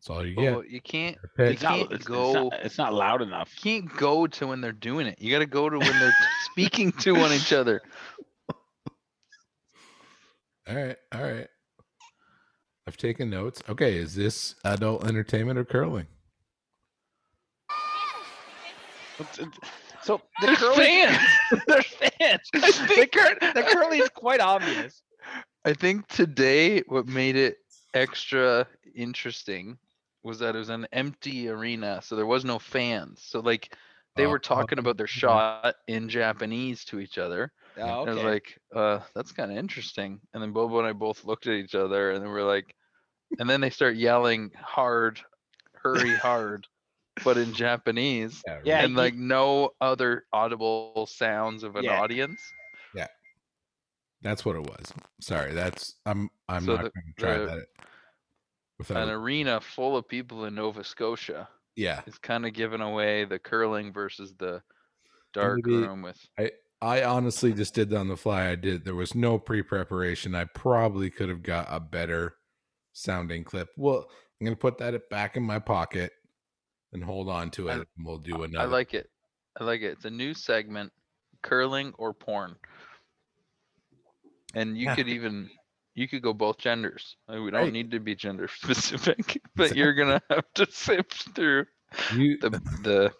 That's all you get. Well, Oh, you can't Pick. It's not, can't it's, it's go- not, it's not loud enough. you can't go to when they're doing it. You got to go to when [LAUGHS] they're speaking to one each other. All right, all right. I've taken notes. Okay, is this adult entertainment or curling? It's- it's- So the There's curly, fans. [LAUGHS] [LAUGHS] [LAUGHS] there's fans. The, cur- the curly is quite obvious. I think today what made it extra interesting was that it was an empty arena, so there was no fans. So like they Oh, were talking about their shot in Japanese to each other. Yeah. Oh, I was okay. like, uh, that's kind of interesting. And then Bobo and I both looked at each other and then we're like, and then they start yelling hard, hurry hard, but in Japanese. Yeah, and you- like no other audible sounds of an Yeah. audience. That's what it was. Sorry, that's I'm I'm So not the- going to try the- that. An Without arena full of people in Nova Scotia. yeah, It's kind of giving away the curling versus the dark maybe- room with I honestly just did that on the fly. I did. There was no pre-preparation. I probably could have got a better sounding clip. Well, I'm going to put that back in my pocket and hold on to I- it. and we'll do I another. like it. I like it. It's a new segment, curling or porn. And you Yeah. could even you could go both genders. Like, we don't Right. need to be gender [LAUGHS] specific, but you're gonna have to sift through You- [LAUGHS] the the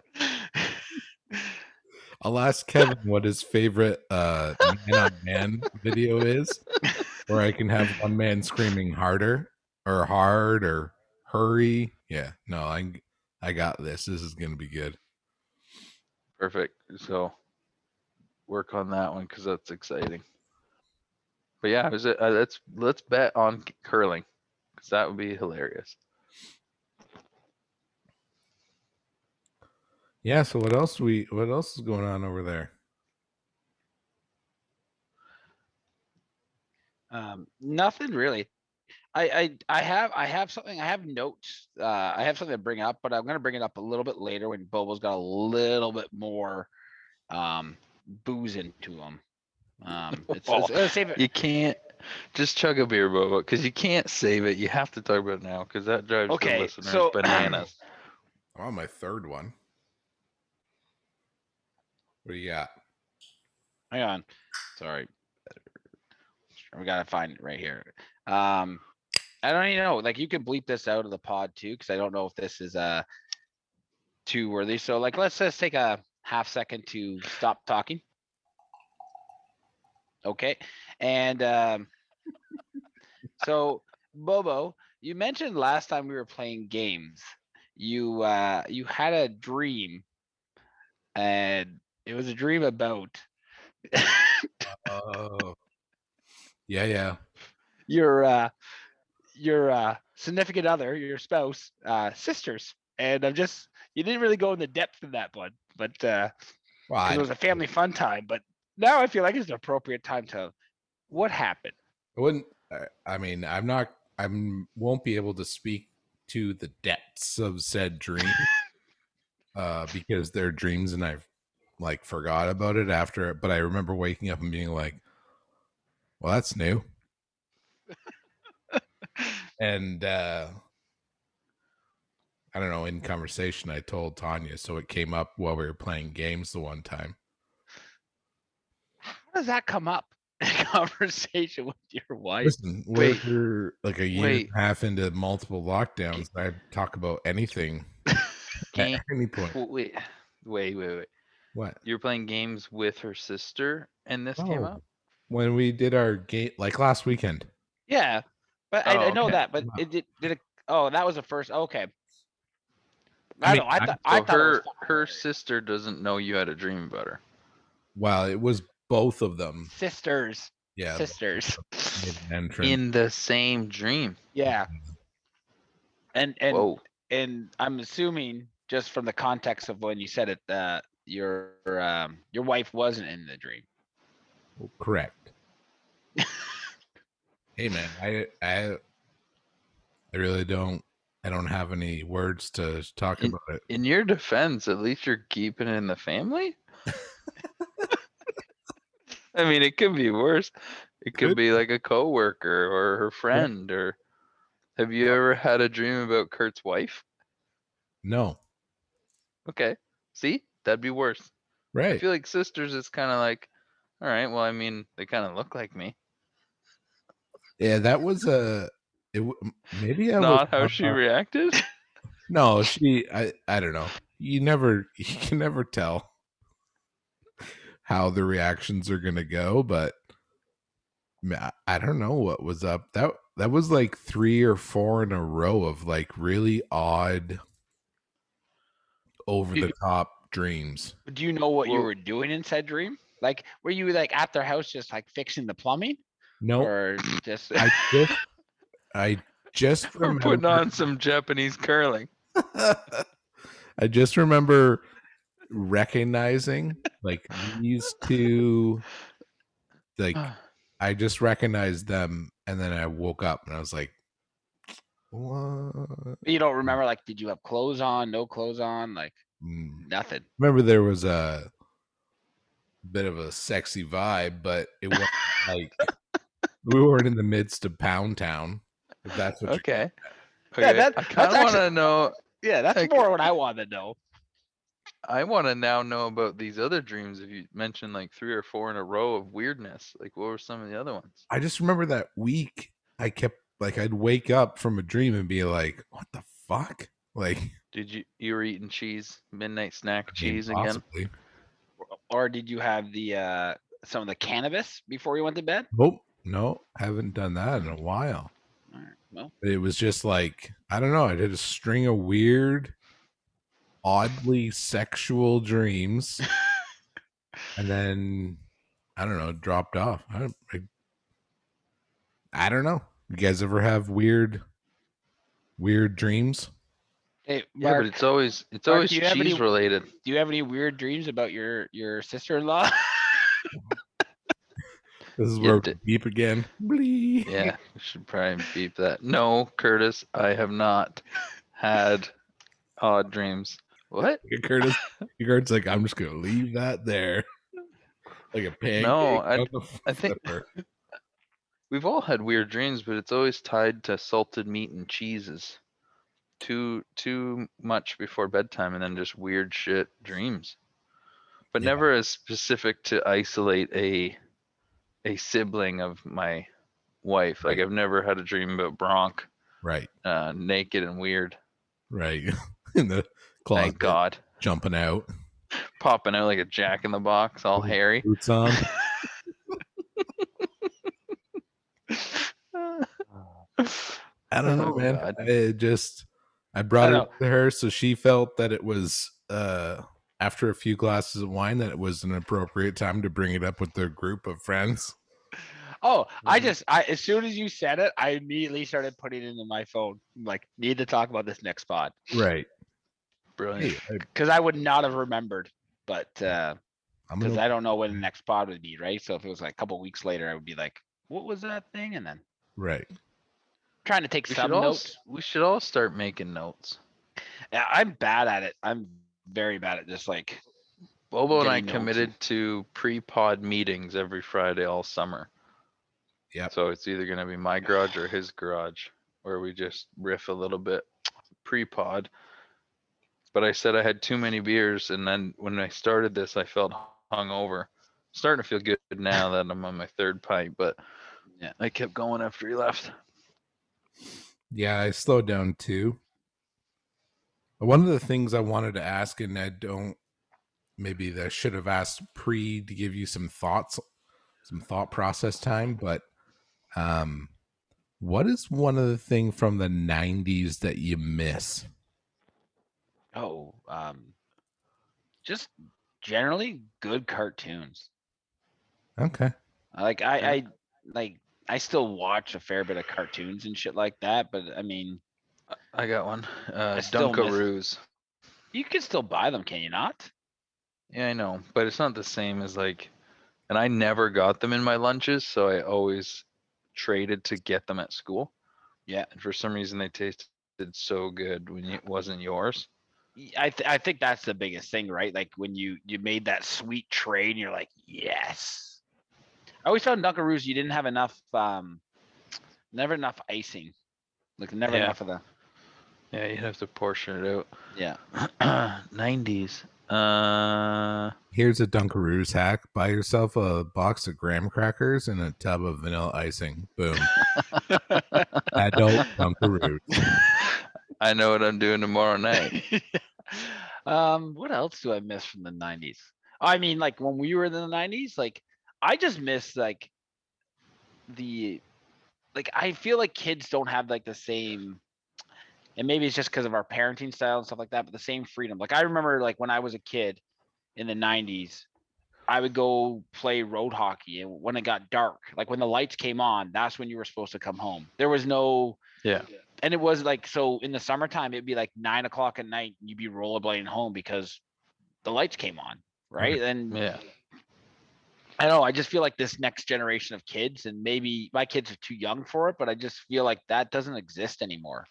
I'll ask Kevin what his favorite uh, man on [LAUGHS] man video is, or I can have one man screaming harder or hard or hurry. Yeah, no, I I got this. This is going to be good. perfect. So work on that one because that's exciting. But yeah, is it, uh, let's let's bet on c- curling because that would be hilarious. Yeah. So what else we what else is going on over there? Um, nothing really. I, I I have I have something I have notes. Uh, I have something to bring up, but I'm gonna bring it up a little bit later when Bobo's got a little bit more um booze into him. Um, it's, it's, Well, uh, save it. You can't just chug a beer, Bobo, because you can't save it. You have to talk about it now because that drives the Okay, listeners so- [CLEARS THROAT] bananas. I'm on my third one. What do you got? Hang on. Sorry. We gotta find it right here. Um, I don't even know. Like you can bleep this out of the pod too, because I don't know if this is uh too worthy. So like let's just take a half second to stop talking. Okay. And um so Bobo, you mentioned last time we were playing games. You uh you had a dream and it was a dream about Oh, yeah, yeah. your uh your uh significant other your spouse uh sisters and i'm just you didn't really go in the depth of that one but uh 'cause Well, I- it was a family fun time but now i feel like it's an appropriate time to what happened I wouldn't. I- I mean, I'm not. I won't be able to speak to the depths of said dream, uh, because they're dreams, and I've like forgot about it after. it, But I remember waking up and being like, "Well, that's new," and uh, I don't know. In conversation, I told Tanya, so it came up while we were playing games the one time. how does that come up [LAUGHS] in conversation with your wife Listen, Wait. we're like a year Wait. and a half into multiple lockdowns. I talk about anything Game, at any point. wait, wait, wait, wait. What? You're playing games with her sister, and this came No. up. When we did our gate, like last weekend. yeah but I, I Oh, know okay. that but Wow. it did, did it oh that was the first okay I i, mean, know i I- thought i So thought it was her fucking her hilarious. sister doesn't know you had a dream about her. Well, it was both of them. sisters Yeah. they sisters made an entrance. In the same dream. yeah and and Whoa. and I'm assuming just from the context of when you said it that your um, your wife wasn't in the dream. Correct. hey man, I I I really don't I don't have any words to talk In- about it. In your defense, at least you're keeping it in the family. I mean, it could be worse. It could Could be like a coworker or her friend or have you ever had a dream about Kurt's wife? No. Okay. See? That'd be worse. I Right. feel like sisters is kind of like all right, well, I mean, they kind of look like me. Yeah, that was a It w- m- maybe I was Not how on she a- reacted. No, she. I. I don't know. You never. [LAUGHS] You can never tell how the reactions are gonna go, but m- I- I don't know what was up. That that was like three or four in a row of like really odd, over the top dreams. Do you know what you Well- were doing inside Dream? Like, were you like at their house just like fixing the plumbing, No, or just? I [LAUGHS] just. I just [LAUGHS] We're remember. putting on some Japanese curling. I just remember recognizing like these two like I just recognized them and then I woke up and I was like what? [LAUGHS] you don't remember? Like, did you have clothes on? No clothes on? Like Mm. nothing. Remember there was a bit of a sexy vibe, but it [LAUGHS] was like we weren't in the midst of Pound Town. If that's what you're Okay. Yeah, Okay, that- I that's kind of want actually- to know. Yeah, that's Like- more what I want to know. I want to now know about these other dreams. If you mentioned like three or four in a row of weirdness, like what were some of the other ones? I just remember that week I kept like I'd wake up from a dream and be like, "What the fuck?" Like Did you you were eating cheese, midnight snack I mean, cheese again? possibly. Or did you have the uh some of the cannabis before you went to bed? Nope, no, haven't done that in a while. All right. Well, But it was just like I don't know. I did a string of weird, oddly sexual dreams, and then I don't know, dropped off. I, don't- I, I don't know. You guys ever have weird, weird dreams? hey, Yeah, Mark, but it's always it's Mark, always do you cheese have any- related. do you have any weird dreams about your your sister-in-law? [LAUGHS] This is Yeah, where d- deep again. Blee. Yeah, we should probably beep that. No, Curtis, I have not had odd dreams. What? [LAUGHS] Curtis, Kurt's like, I'm just gonna leave that there, like a pancake. I- on the I think floor. We've all had weird dreams, but it's always tied to salted meat and cheeses. Too too much before bedtime, and then just weird shit dreams, but Yeah. never as specific to isolate a a sibling of my wife. Like Right. I've never had a dream about Bronk right, uh, naked and weird. right, [LAUGHS] in the closet, Thank God, jumping out, popping out like a jack in the box, all Mhm. [LAUGHS] hairy. [LAUGHS] boots on. I don't know, Oh, man. God. It just I brought I it know. up to her, so she felt that it was uh after a few glasses of wine that it was an appropriate time to bring it up with the group of friends. Oh, I Mhm. just I as soon as you said it, I immediately started putting it into my phone. I'm like, need to talk about this next pod Right. Brilliant. because I would not have remembered. But because I'm gonna I don't know when the next pod would be, right? So if it was like a couple weeks later, I would be like, what was that thing? And then right. trying to take We some should all notes. s- we should all start making notes. Yeah, I'm bad at it. I'm very bad at just like Bobo and I Getting notes. committed to pre-pod meetings every Friday all summer. Yep. So it's either gonna be my garage or his garage, where we just riff a little bit pre-pod. But I said I had too many beers, and then when I started this, I felt hungover. Starting to feel good now that I'm on my third pint, but Yeah. I kept going after he left. Yeah, I slowed down too. One of the things I wanted to ask, and I don't maybe that I should have asked pre to give you some thoughts, some thought process time, but um what is one of the thing from the 90s that you miss? oh, um, just generally good cartoons. Okay. I Like I, Yeah. I like I still watch a fair bit of cartoons and shit like that, but I mean, I got one. Uh, still miss- Dunkaroos. you can still buy them, can you not? Yeah, I know, but it's not the same as like, and I never got them in my lunches, so I always traded to get them at school. Yeah. and for some reason they tasted so good when it wasn't yours. Y- I th- I think that's the biggest thing, right? Like when you you made that sweet trade, and you're like, yes. I always found Dunkaroos you didn't have enough, um, never enough icing, like never Yeah. enough of the Yeah, you'd have to portion it yeah. out. [CLEARS THROAT] Nineties. Uh, Here's a Dunkaroos hack: buy yourself a box of graham crackers and a tub of vanilla icing. Boom, adult Dunkaroos. I know what I'm doing tomorrow night. [LAUGHS] um, what else do I miss from the nineties? I mean, like when we were in the nineties, like I just miss like the like I feel like kids don't have like the same and maybe it's just because of our parenting style and stuff like that, but the same freedom. Like I remember like when I was a kid in the nineties, I would go play road hockey and when it got dark, like when the lights came on, that's when you were supposed to come home. There was no Yeah. and it was like so in the summertime it'd be like nine o'clock at night and you'd be rollerblading home because the lights came on right [LAUGHS] and Mm-hmm. Yeah. i don't know i just feel like this next generation of kids and maybe my kids are too young for it but i just feel like that doesn't exist anymore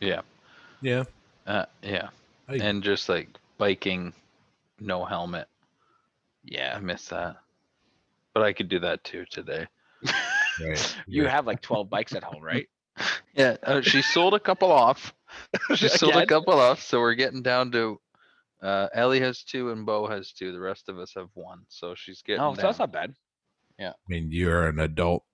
Yeah. Yeah, Uh, yeah. I- And just like biking, no helmet. I yeah miss that. But I could do that too today. right. you have [LAUGHS] like 12 bikes at home right Yeah. Uh, she sold a couple off. [LAUGHS] She sold a Again? couple off. So we're getting down to uh, Ellie has two and Bo has two. The rest of us have one. So she's getting. no Oh, so down. that's not bad I mean, you're an adult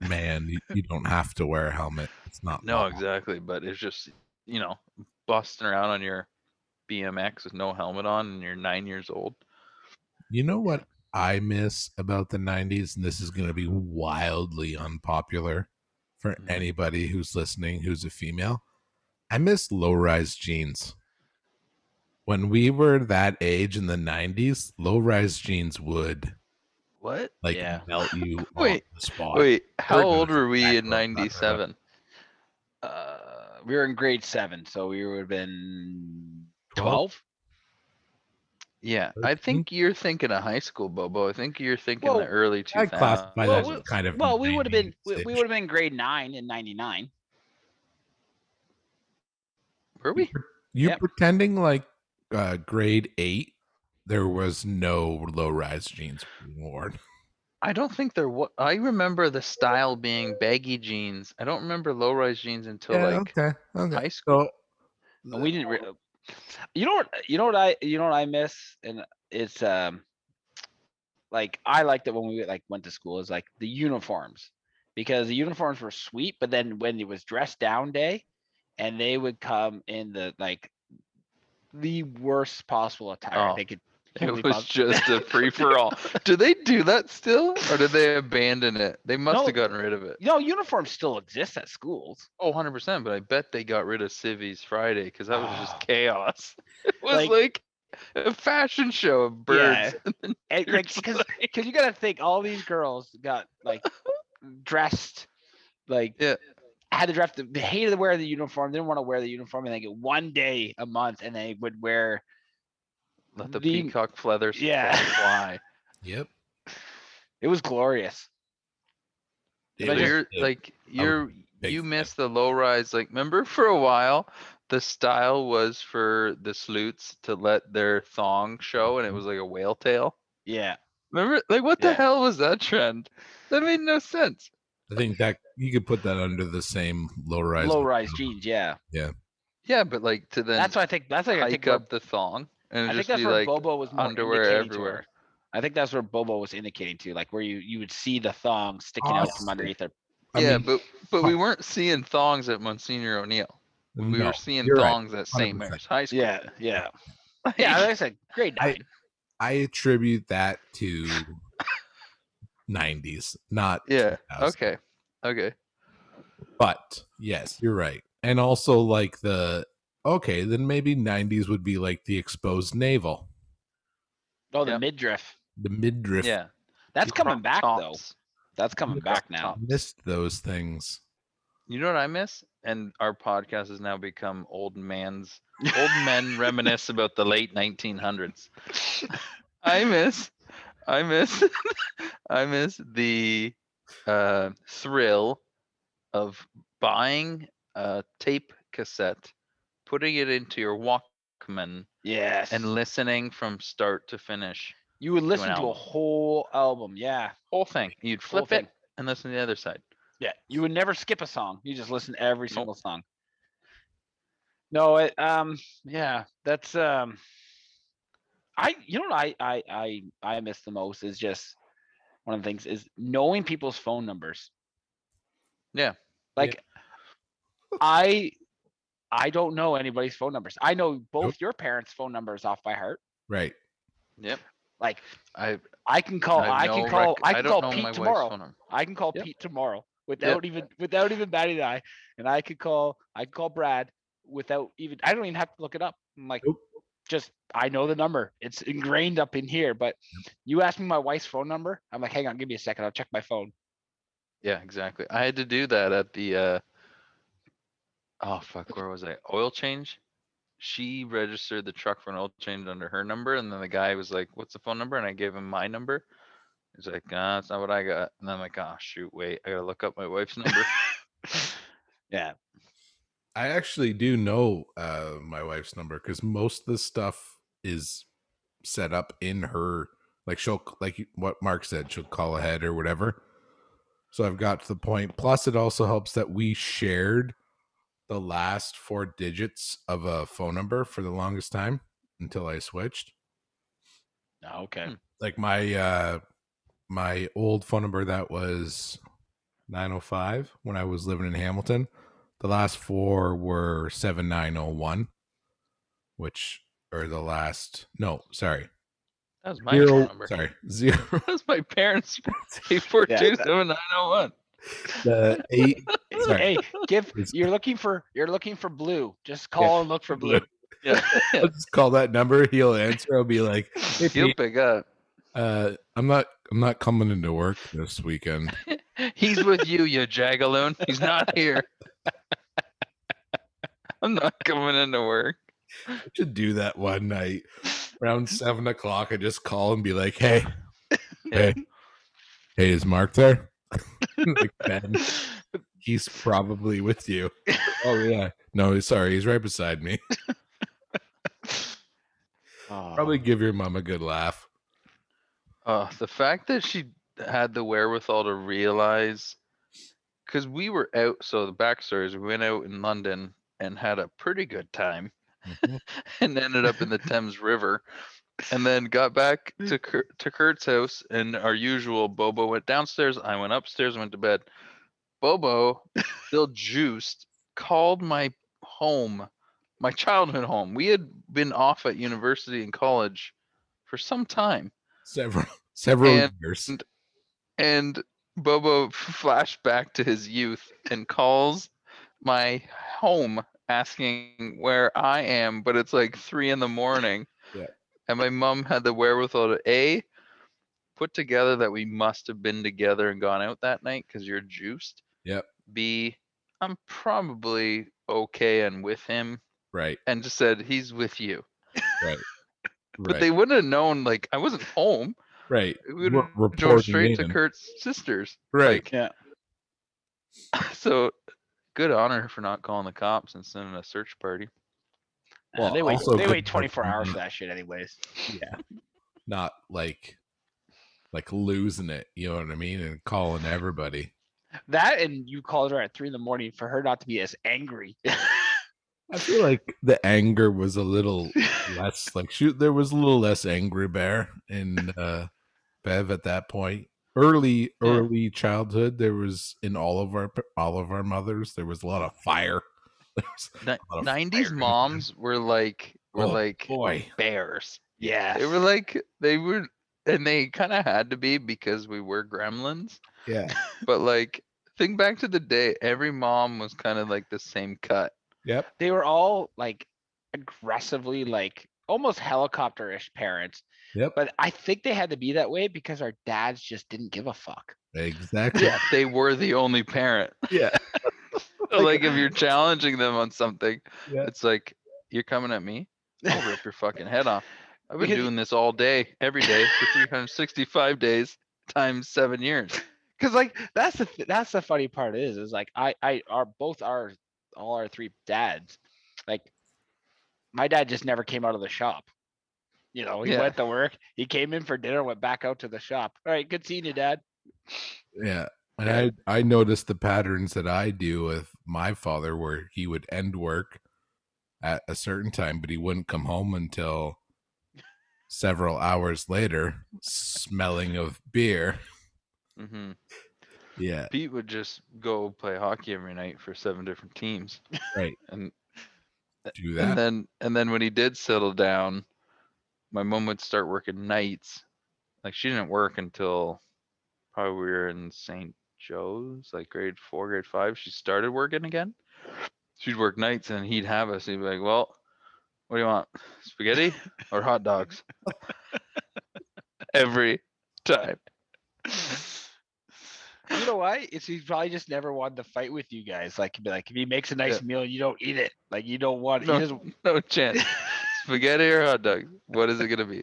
man. You, you don't have to wear a helmet. It's not No, law. exactly. But it's just, you know, busting around on your BMX with no helmet on and you're nine years old. You know what I miss about the 90s, and this is going to be wildly unpopular for Mhm. anybody who's listening who's a female. I miss low rise jeans. When we were that age in the 90s, low rise jeans would What? like Yeah. melt [LAUGHS] you Wait, on the spot. Wait, how Heard old those were we back in roads, not right up. '97? uh we were in grade seven so we would have been 12? 12 Yeah, I Thirteen? think you're thinking of high school, Bobo. I think you're thinking Well, the early 2000s. I classify Well, that we- as kind of well we would have been we, 90s we -ish. would have been grade nine in 99 Were we? You Yep. pretending like uh, grade eight, there was no low rise jeans being worn. I don't think there was. I remember the style being baggy jeans. I don't remember low-rise jeans until like okay, okay. high school. So But we didn't. Re- you know what? You know what I? You know what I miss? And it's um, like I liked it when we like went to school. Is like the uniforms because the uniforms were sweet. But then when it was dress down day, and they would come in the like the worst possible attire Oh, they could. [LAUGHS] It humanly was pos- just a free-for-all. do they do that still, or did they abandon it? They must No. have gotten rid of it. [LAUGHS] no uniforms still exist at schools. Oh, 100 percent. But I bet they got rid of Civies Friday because that was Oh. just chaos. [LAUGHS] It was Like- like, a fashion show of birds. And, You're like just because because you gotta think all these girls got like dressed like Yeah. had to dress the, they hated to wear the uniform didn't want to wear the uniform and they get one day a month and they would wear Let the, The- peacock feathers yeah. [LAUGHS] fly. yep. it was glorious it But was you're the- like you're big you fan. miss the low rise. Like remember for a while, the style was for the sleuts to let their thong show, and it was like a whale tail. yeah Remember, like what Mm-hmm. the Yeah. hell was that trend? That made no sense. I think that you could put that under the same low rise. low rise jeans yeah Yeah, but like to then that's why i think that's like i think hike where, up the thong and I just think that's be where like bobo was more underwear indicating to everywhere. her. i think that's where bobo was indicating to like where you you would see the thong sticking out from Awesome. underneath her yeah, but but we weren't seeing thongs at Monsignor O'Neill. We were seeing you're right, thongs at St. 100%. Mary's High School. [LAUGHS] yeah yeah yeah like i said grade I- nine I attribute that to 90s, not [LAUGHS] yeah. 2000s. Okay. Okay. But yes, you're right. And also like the okay, then maybe 90s would be like the exposed navel, oh the yeah. midriff the midriff. Yeah. that's Crop coming back though tops. that's coming back now missed those things. You know what I miss? And our podcast has now become old man's old [LAUGHS] men reminisce about the late 1900s. [LAUGHS] I miss, I miss, [LAUGHS] I miss the uh, thrill of buying a tape cassette, putting it into your Walkman, yes and listening from start to finish. You would listen to a album. whole album, yeah. Whole thing. You'd whole flip thing. it and listen to the other side. Yeah. You would never skip a song. You just listen to every Nope. single song. No, it um yeah, that's um I you know what I I I I miss the most is just one of the things is knowing people's phone numbers. Yeah. Like I I don't know anybody's phone numbers. I know both your parents' phone numbers off by heart. Right. Yep. Like I I can call have I, no can call rec- I can don't know call my wife's Pete phone tomorrow. number. I can call Yep. Pete tomorrow without even without even batting an eye. And I could call I could call Brad without even I don't even have to look it up. I'm like Nope. just I know the number. It's ingrained up in here. But you ask me my wife's phone number, I'm like, hang on, give me a second, I'll check my phone. Yeah, exactly. I had to do that at the uh oh fuck, where was I? Oil change. She registered the truck for an oil change under her number, and then the guy was like, "What's the phone number?" And I gave him my number. He's like, "Nah, that's not what I got." And I'm like, "Ah, shoot, wait, I gotta look up my [LAUGHS] wife's [LAUGHS] number." I actually do know uh, my wife's number because most of the stuff is set up in her. Like she'll like you- what Mark said, she'll call ahead or whatever. So I've got to the point. Plus, it also helps that we shared the last four digits of a phone number for the longest time until I switched Oh, okay. Hmm. like my uh my old phone number that was 905 when I was living in Hamilton. The last four were 7901 which or the last no, sorry. that was my phone Zero, number. sorry. Zero [LAUGHS] That was my parents' [LAUGHS] [LAUGHS] eight four two seven nine zero one. the eight Sorry. Hey, give It's- you're looking for you're looking for blue. Just call and look for blue. [LAUGHS] Yeah, I'll just call that number, he'll answer. I'll be like, "Hey, he'll Pete, pick up. uh I'm not I'm not coming into work this weekend. He's with you, you jagaloon. He's [LAUGHS] not here. [LAUGHS] I'm not coming into work. I should do that one night [LAUGHS] around seven o'clock. I just call and be like, Hey, hey, hey, is Mark there? [LAUGHS] like [LAUGHS] Ben. he's probably with you. oh yeah. No, sorry, he's right beside [LAUGHS] me. Probably Oh. give your mom a good laugh. Uh, the fact that she had the wherewithal to realize, because we were out. So the backstory is we went out in London and had a pretty good time, [LAUGHS] and ended up in the Thames River, and then got back to Kur- to Kurt's house. And our usual, Bobo went downstairs. I went upstairs. Went to bed. Bobo, still juiced, called my home, my childhood home. We had been off at university and college for some time. Several several And- years. and Bobo flashed back to his youth and calls my home asking where I am, but it's like three in the morning. Yeah. And my mom had the wherewithal to A, put together that we must have been together and gone out that night because you're juiced. Yep. B, I'm probably okay and with him, Right. and just said, he's with you. But Right. they wouldn't have known, like, I wasn't home. right. We would We're have drove reporting straight to in. Kurt's sisters. Right. Like, so good on her for not calling the cops and sending a search party. Well, Well, they wait also they good Mm-hmm. wait for 24 hours them. for that shit anyways. Not like like losing it, you know what I mean? And calling everybody. That and you called her at three in the morning for her not to be as angry. [LAUGHS] I feel like the anger was a little less like shoot there was a little less angry bear in uh bev at that point early Yeah. early childhood there was in all of our all of our mothers there was a lot of fire [LAUGHS] There was a Ni- lot of 90s [LAUGHS] fire. moms were like were Oh, like boy bears. yeah. They were like they were and they kind of had to be because we were gremlins. yeah [LAUGHS] But like think back to the day every mom was kind of like the same cut. yep they were all like aggressively like almost helicopter-ish parents. Yep. But I think they had to be that way because our dads just didn't give a fuck. exactly Yeah, they were the only parent. yeah So, [LAUGHS] [LAUGHS] like if you're challenging them on something, Yeah. it's like you're coming at me. I'll rip your fucking head off. I've been Because- doing this all day, every day for 365 days times seven years. Cause like that's the th- that's the funny part is is like I I are both our all our three dads like my dad just never came out of the shop. You know, he Yeah. went to work, he came in for dinner, went back out to the shop. All right, good seeing you, Dad. yeah and i i noticed the patterns that i do with my father where he would end work at a certain time but he wouldn't come home until several hours later, smelling of beer. hmm Yeah. Pete would just go play hockey every night for seven different teams. Right. And [LAUGHS] Do and that. then and then when he did settle down, my mom would start working nights. Like she didn't work until probably we were in St. Joe's, like grade four, grade five. She started working again. She'd work nights and he'd have us. He'd be like, Well, what do you want? Spaghetti or hot dogs? Every time. You know why? It's he's probably just never wanted to fight with you guys. Like, he'd be like if he makes a nice meal, you don't eat it. Like, you don't want. No. He doesn't, No chance. Spaghetti or hot dogs? What is it gonna be?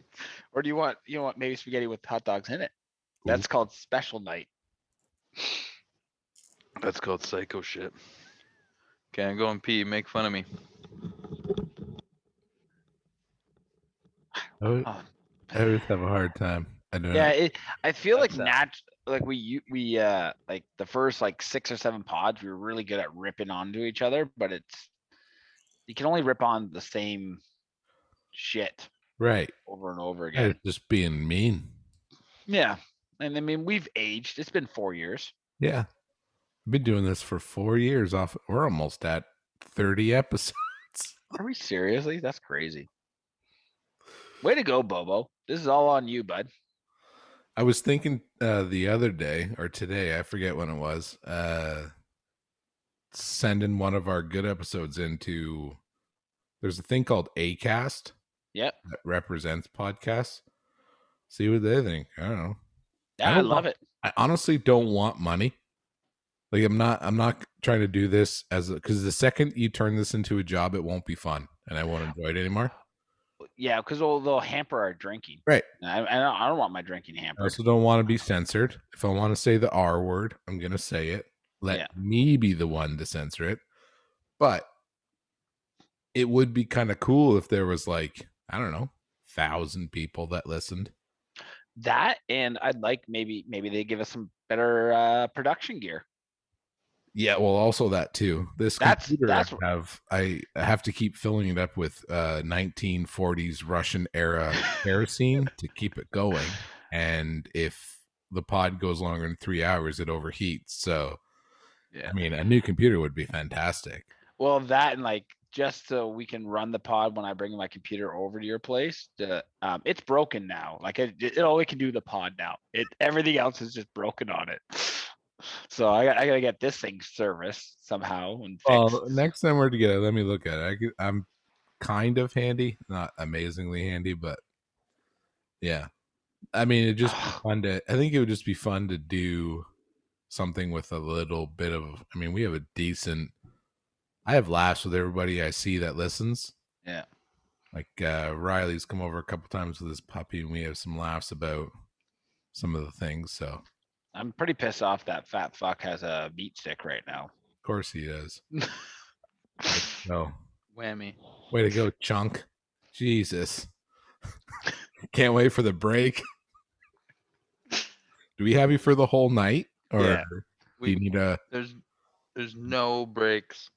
or do you want? You want maybe spaghetti with hot dogs in it? Ooh. That's called special night. That's called psycho shit. Okay, I'm going pee. Make fun of me. I always, Oh. I always have a hard time. I don't Yeah, know. it, I feel like Upset. nat like we u- we uh like the first like six or seven pods we were really good at ripping onto each other, but it's you can only rip on the same shit Right. over and over again. Yeah, Just being mean. Yeah. And I mean we've aged. It's been four years. Yeah. I've been doing this for four years off. We're almost at 30 episodes. Are we seriously? That's crazy. Way to go, Bobo. This is all on you, bud. I was thinking uh, the other day or today, I forget when it was, uh, sending one of our good episodes into. There's a thing called ACAST Yep. that represents podcasts. See what they think. I don't know. Yeah, I, don't love know. it. I honestly don't want money. Like I'm not. I'm not trying to do this as because the second you turn this into a job, it won't be fun, and I won't enjoy it anymore. Yeah, because they'll, they'll hamper our drinking. Right. And I, I, don't, I don't want my drinking I hampered. also don't want to be censored. If I want to say the R word, I'm going to say it. Let Yeah. me be the one to censor it. But it would be kind of cool if there was like, I don't know, thousand people that listened. that and i'd like maybe maybe they give us some better uh production gear Yeah, well, also that too. This That's- computer that's- I have I have to keep filling it up with uh 1940s Russian era [LAUGHS] kerosene to keep it going. And if the pod goes longer than three hours, it overheats. So Yeah. I mean, a new computer would be fantastic. well that and like just so we can run the pod when i bring my computer over to your place the um it's broken now like it, it only can do the pod now it everything else is just broken on it [LAUGHS] so i, got- I gotta get this thing serviced somehow and fixed. Well, next time we're together, let me look at it. I could, I'm kind of handy, not amazingly handy, but yeah. I mean, it'd just be fun to. I think it would just be fun to do something with a little bit of. I mean, we have a decent. I have laughs with everybody I see that listens. Yeah. Like uh, Riley's come over a couple times with his puppy, and we have some laughs about some of the things. So, of [SIGHS] i'm pretty pissed off that fat fuck has a meat stick right now course, he does. No. Whammy. Way to go, Chunk. Jesus. [LAUGHS] Can't wait for the [LAUGHS] break. Do we have you for the whole night? Or Yeah. do you need a There's there's no breaks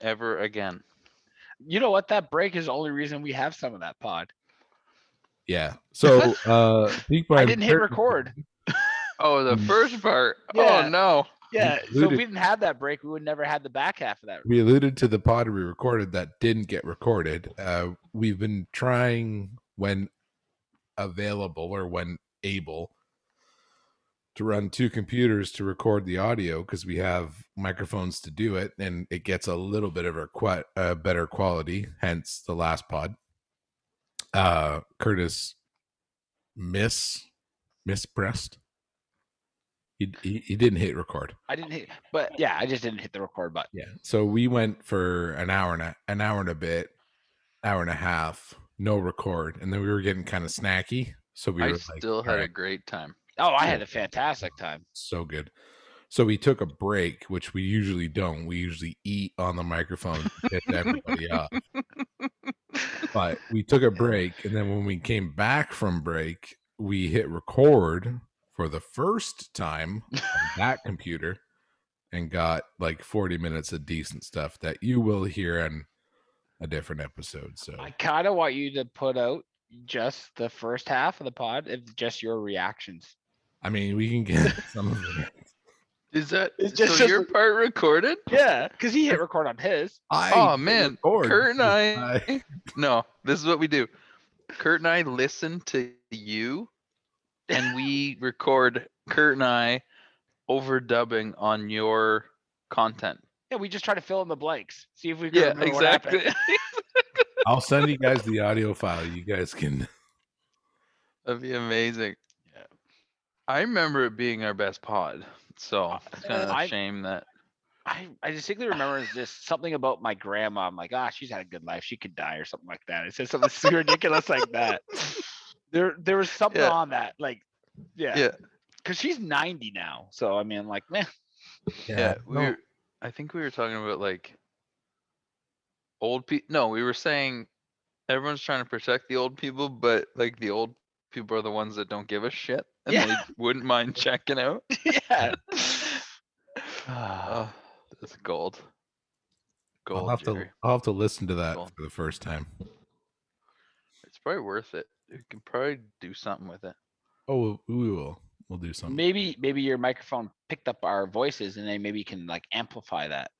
ever again. [LAUGHS] you know what that break is the only reason we have some of that pod [LAUGHS] yeah. So uh Peak by i didn't hit Uncertainty- record Oh, the Mm. first part. Yeah. Oh no. Yeah, so if included- we didn't have that break, we would never had the back half of that. We alluded to the pod we recorded that didn't get recorded. Uh we've been trying when available or when able to run two computers to record the audio because we have microphones to do it and it gets a little bit of a que- uh, better quality hence the last pod uh curtis miss mispressed he, he, he didn't hit record I didn't hit, but yeah, I just didn't hit the record button. yeah. So we went for an hour and a, an hour and a bit, hour and a half, no record, and then we were getting kind of snacky. So we I were still like, had a "Alright, great time. Oh, I had a fantastic time. so good. So we took a break, which we usually don't. We usually eat on the microphone to piss everybody off. But we took a break, and then when we came back from break, we hit record for the first time on that computer, and got like forty minutes of decent stuff that you will hear on a different episode. So I kind of want you to put out just the first half of the pod of just your reactions. I mean, we can get [LAUGHS] some of it. Is that It's so just- your part recorded? Yeah, because he [LAUGHS] hit record on his. I oh man, record Kurt and this I. guy. No, this is what we do. Kurt and I listen to you, and [LAUGHS] we record Kurt and I overdubbing on your content. Yeah, we just try to fill in the blanks. See if we can Yeah, remember what happened. exactly. I'll send you guys the audio file. You guys can. That'd be amazing. Yeah. I remember it being our best pod, so it's kind of I- a shame that I, I distinctly remember is this something about my grandma. I'm like, ah, she's had a good life. She could die or something like that. It said something so ridiculous like [LAUGHS] that. There there was something Yeah. on that. Like, yeah. Yeah. Cause she's 90 now. So I mean, like, [LAUGHS] meh. yeah, we were, I think we were talking about like old people. No, we were saying everyone's trying to protect the old people, but like the old people are the ones that don't give a shit [LAUGHS] and Yeah. they wouldn't mind checking out. [LAUGHS] yeah. Oh, that's gold. Ah. I'll Gold, have to. Jerry. I'll have to listen to that Gold. for the first time. It's probably worth it. You can probably do something with it. Oh, we will. We'll do something. maybe maybe your microphone picked up our voices and then maybe you can like amplify that.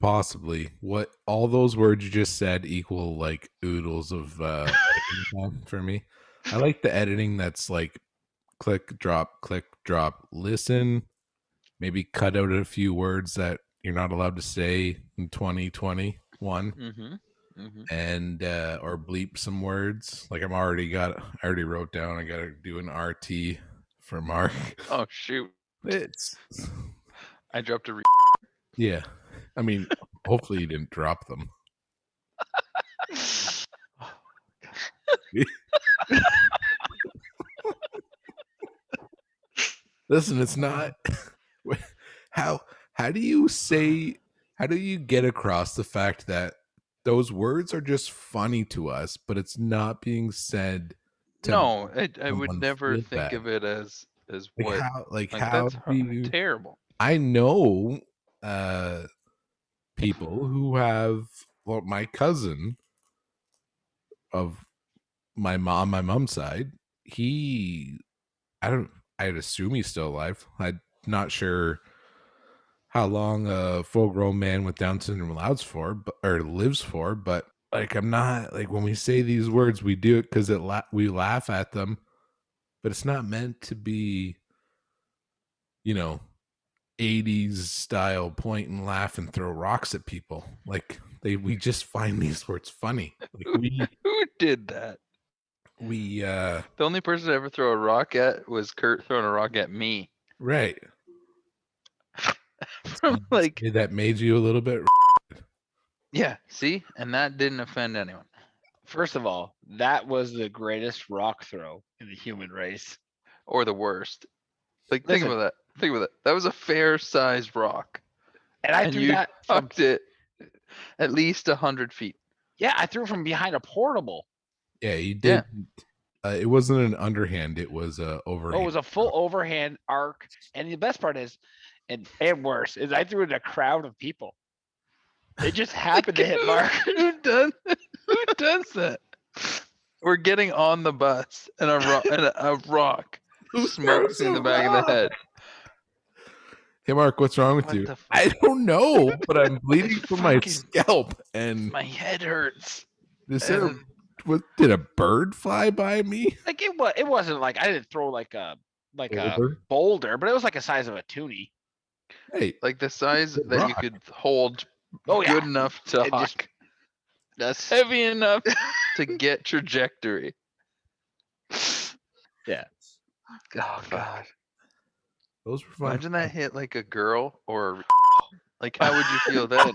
Possibly. What all those words you just said equal like oodles of uh editing time for me. I like the editing that's like click, drop, click, drop, listen. Maybe cut out a few words that you're not allowed to say in 2021 Mm-hmm. Mm-hmm. and uh or bleep some words. Like I'm already got I already wrote down I gotta do an RT for Mark. Oh shoot! It's I dropped a. Re- yeah. I mean, hopefully you didn't drop them. [LAUGHS] Listen, it's not [LAUGHS] wh- how how do you say how do you get across the fact that those words are just funny to us, but it's not being said to no, I, I would someone never feel think bad. of it as as like what. how like, Like how that's do hor- you, terrible. I know uh people who have well my cousin of my mom my mom's side he i don't i'd assume he's still alive i'm not sure how long a full grown man with down syndrome allows for but, or lives for but like i'm not like when we say these words we do it because it la- we laugh at them but it's not meant to be you know 80s style point and laugh and throw rocks at people like they we just find these words funny like [LAUGHS] we Who did that? we uh The only person to ever throw a rock at was Kurt throwing a rock at me. [LAUGHS] right From like, Did that made you a little bit yeah, see, and that didn't offend anyone. First of all, that was the greatest rock throw in the human race. or the worst. Like think Listen. about that. Think about that. That was a fair sized rock. And I And threw you that from Fucked it at least a hundred feet. [LAUGHS] Yeah, I threw from behind a portable. yeah you Yeah. did uh, it wasn't an underhand it was a overhand Oh, it was a full overhand arc. And the best part is, and, and worse, is I threw it in a crowd of people. It just happened to hit Who- Mark. [LAUGHS] Who does who does that? We're getting on the bus and a ro- and a, a [LAUGHS] rock smokes in the back of the head. hey mark what's wrong with What you the fuck? i don't know but i'm bleeding I from my fucking- scalp and [LAUGHS] My head hurts. is there, and- what, did a bird fly by me Like it was it wasn't like I didn't throw like a like a uh, Over. boulder, but it was like a size of a toonie. hey Like the size Good that you rock. could hold Oh, yeah. good enough to It just- hock. That's heavy enough [LAUGHS] to get trajectory. Yeah. Oh god. those were fun Imagine that hit like a girl or a re- like how would you feel then?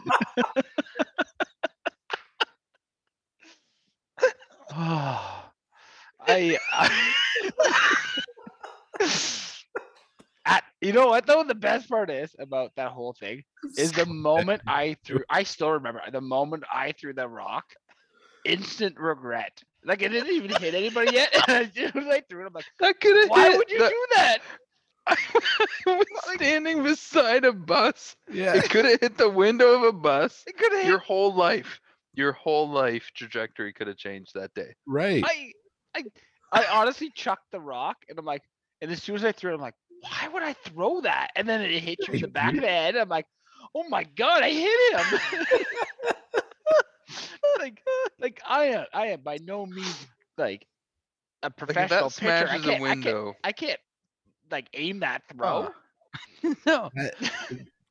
[SIGHS] I, At- you know what though the best part is about that whole thing is the moment I threw I still remember the moment I threw the rock instant regret like it didn't even hit anybody yet [LAUGHS] and I, just, I threw it I'm like [LAUGHS] That could have [LAUGHS] why would you that, do that I [LAUGHS] was standing beside a bus. [LAUGHS] yeah [LAUGHS] It could have hit the window of a bus it could have your whole life. Your whole life trajectory could have changed that day. [LAUGHS] Right. I, I, I honestly chucked the rock, and I'm like, and as soon as I threw it, I'm like, why would I throw that? And then it hit you in the back of the head. I'm like, oh my god, I hit him. [LAUGHS] [LAUGHS] like, like I am, I am by no means like a Like if professional that pitcher. I smashes can't, a I can't, window. Oh, I can't like aim that throw. [LAUGHS] No.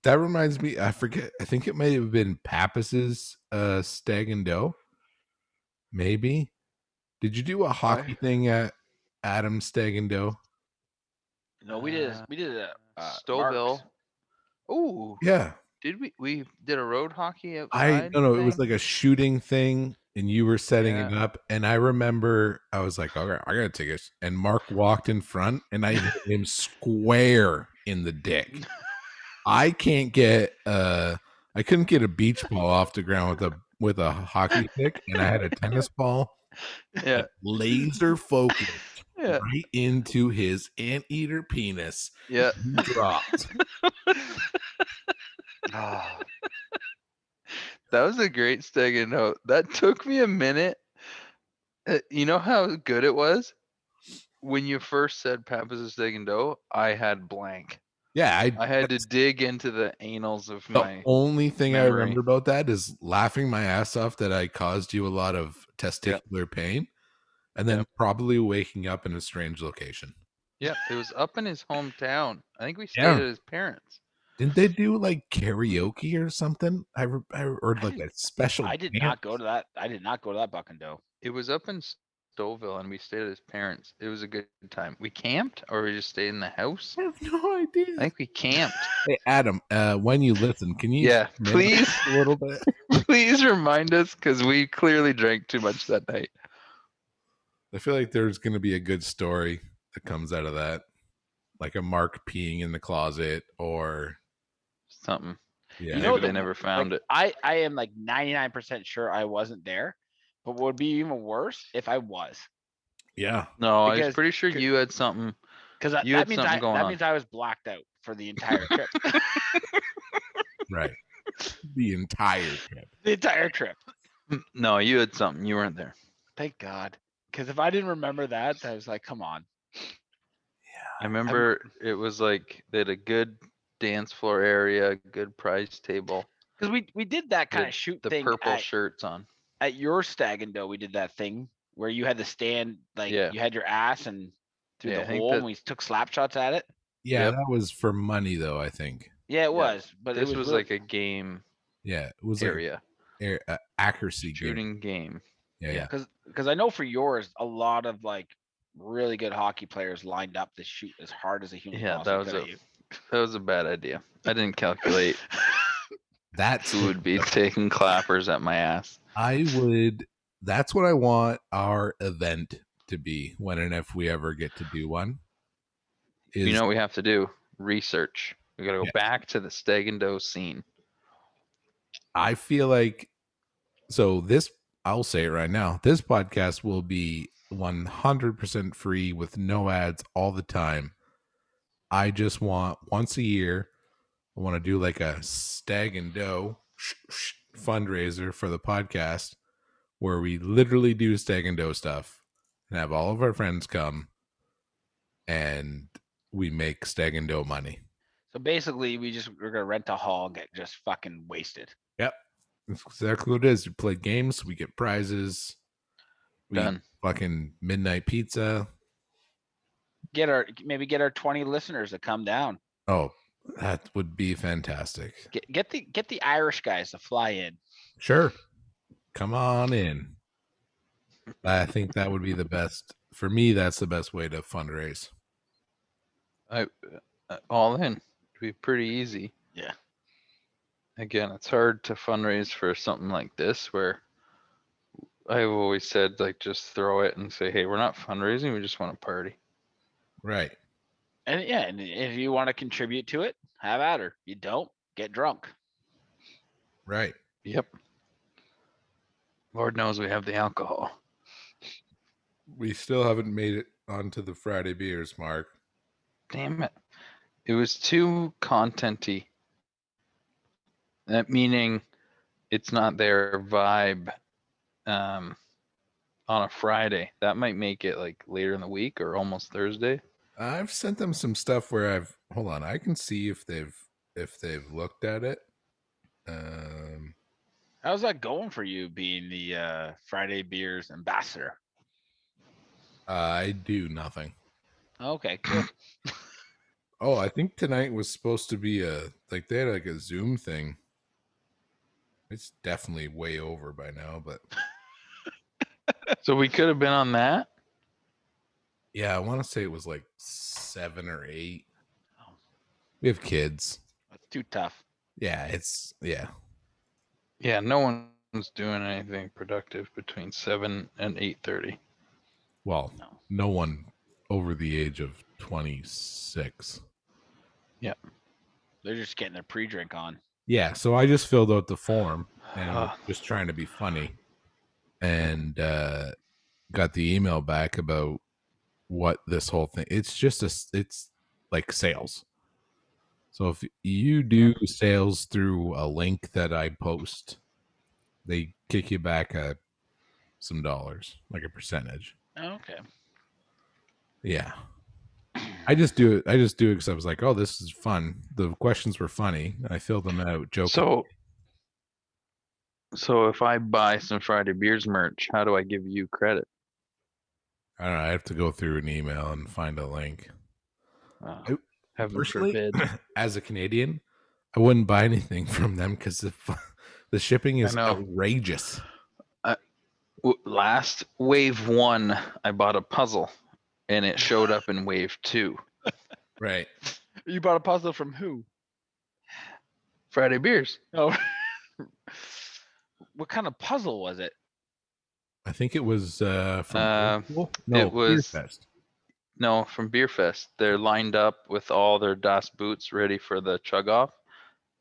That reminds me, I forget. I think it may have been Pappas's uh, stag and doe. Maybe. Did you do a hockey thing at Adam Stag and Doe? No, we did, Uh, a- we did a uh, Stouffville. Marks. Oh, Yeah, did we? We did a road hockey outside. I no no. It was thing? like a shooting thing, and you were setting it up. And I remember I was like, "All right, I gotta take it." And Mark walked in front, and I hit him square in the dick. I can't get uh, I couldn't get a beach ball off the ground with a with a hockey stick, and I had a tennis ball yeah, laser focused [LAUGHS] yeah, right into his anteater penis. yeah. [LAUGHS] Dropped. [LAUGHS] Ah. [SIGHS] that was a great stag and note. That took me a minute. Uh, You know how good it was? When you first said Pappas Stag and Doe, I had blank. Yeah, I I had to dig into the anals of The my. only thing I memory. remember about that is laughing my ass off that I caused you a lot of testicular pain and then probably waking up in a strange location. Yeah, it was up in his hometown. I think we stayed Yeah. at his parents. Didn't they do like karaoke or something? I, re- I heard I like a special. I did not go to that. I did not go to that buck and doe. It was up in Stouffville, and we stayed at his parents. It was a good time. We camped, or we just stayed in the house. I have no I idea. think we [LAUGHS] camped. Hey, Adam, uh, when you listen, can you yeah, minimize please, [LAUGHS] a little bit? please remind us because we clearly drank too much that night. I feel like there's going to be a good story that comes out of that, like a Mark peeing in the closet or Something. yeah, You know know, they the- never found like, it. I I am like 99% sure I wasn't there, but what would be even worse if I was, yeah. No, I because- was pretty sure c- you had something. because You that had means something I, going that on. means I was blacked out for the entire [LAUGHS] trip, Right. the [LAUGHS] entire trip. the entire trip. Mm, No, you had something. You weren't there. Thank God, because if I didn't remember that, I was like, come on, I remember it was like they had a good dance floor area, good prize table, because we we did that kind The- of shoot the thing purple at, shirts on. at your stag and doe. We did that thing where you had to stand like Yeah. you had your ass and through Yeah, I the think hole, and that- we took slap shots at it. Yeah, Yep. that was for money though. I think. Yeah, it Yeah, was, but this it was, was like a game Yeah, it was like area, air, uh, accuracy shooting. shooting game. Yeah, yeah, because because I know for yours, a lot of like really good hockey players lined up to shoot as hard as a human. Yeah, that possibly was could a at you. that was a bad idea. I [LAUGHS] didn't calculate that's who would be taking clappers at my ass. I would. That's what I want our event to be when and if we ever get to do one. Is you know what we have to do? Research. We gotta go Yeah. back to the stag and doe scene. I feel like so this I'll say it right now. This podcast will be 100% free with no ads all the time. I just want once a year I want to do like a stag and doe fundraiser for the podcast where we literally do stag and doe stuff and have all of our friends come and we make stag and doe money. So basically, we just we're gonna rent a hall and get just fucking wasted. That's exactly what it is. We play games, we get prizes. We eat Done. fucking midnight pizza. Get our maybe get our twenty listeners to come down. Oh, that would be fantastic. Get get the get the Irish guys to fly in. Sure. Come on in. I think that would be the best. For me, that's the best way to fundraise. I uh, all in. It'd be pretty easy. Yeah. Again, it's hard to fundraise for something like this where I've always said like just throw it and say, hey, we're not fundraising, we just want to party. Right. And yeah, and if you want to contribute to it, have at her. You don't get drunk. Right. Yep. Lord knows we have the alcohol. We still haven't made it onto the Friday beers, Mark. Damn it. It was too contenty. That meaning it's not their vibe um, on a Friday. That might make it like later in the week or almost Thursday. I've sent them some stuff where I've hold on, I can see if they've if they've looked at it. Um How's that going for you being the uh, Friday Beers ambassador? I do nothing. Okay, [CLEARS THROAT] cool. Oh, I think tonight was supposed to be a like they had like a Zoom thing. It's definitely way over by now, but So we could have been on that. yeah, I want to say it was like seven or eight. Oh. We have kids. That's too tough. Yeah, it's yeah. Yeah, no one's doing anything productive between seven and eight thirty. Well, No. no one over the age of twenty six. They're just getting their pre-drink on. Yeah, so I just filled out the form and I was just trying to be funny and uh got the email back about what this whole thing it's just a s- it's like sales. So if you do sales through a link that I post, they kick you back a some dollars, like a percentage. Okay. Yeah. I just do it. I just do it because I was like, "Oh, this is fun." The questions were funny. and I filled them out, joking. So, so if I buy some Friday beers merch, how do I give you credit? I don't know. I have to go through an email and find a link. Uh, I- heaven personally- [CLEARS THROAT] forbid. As a Canadian, I wouldn't buy anything [LAUGHS] from them because the fu- the shipping I is know. outrageous. W- Last wave one, I bought a puzzle, and it showed up in wave two. Right. You bought a puzzle from who? Friday beers. Oh. what kind of puzzle was it? I think it was uh, from Uh, Whirlpool? it was- Beerfest. No, from Beer Fest. They're lined up with all their Das boots ready for the chug off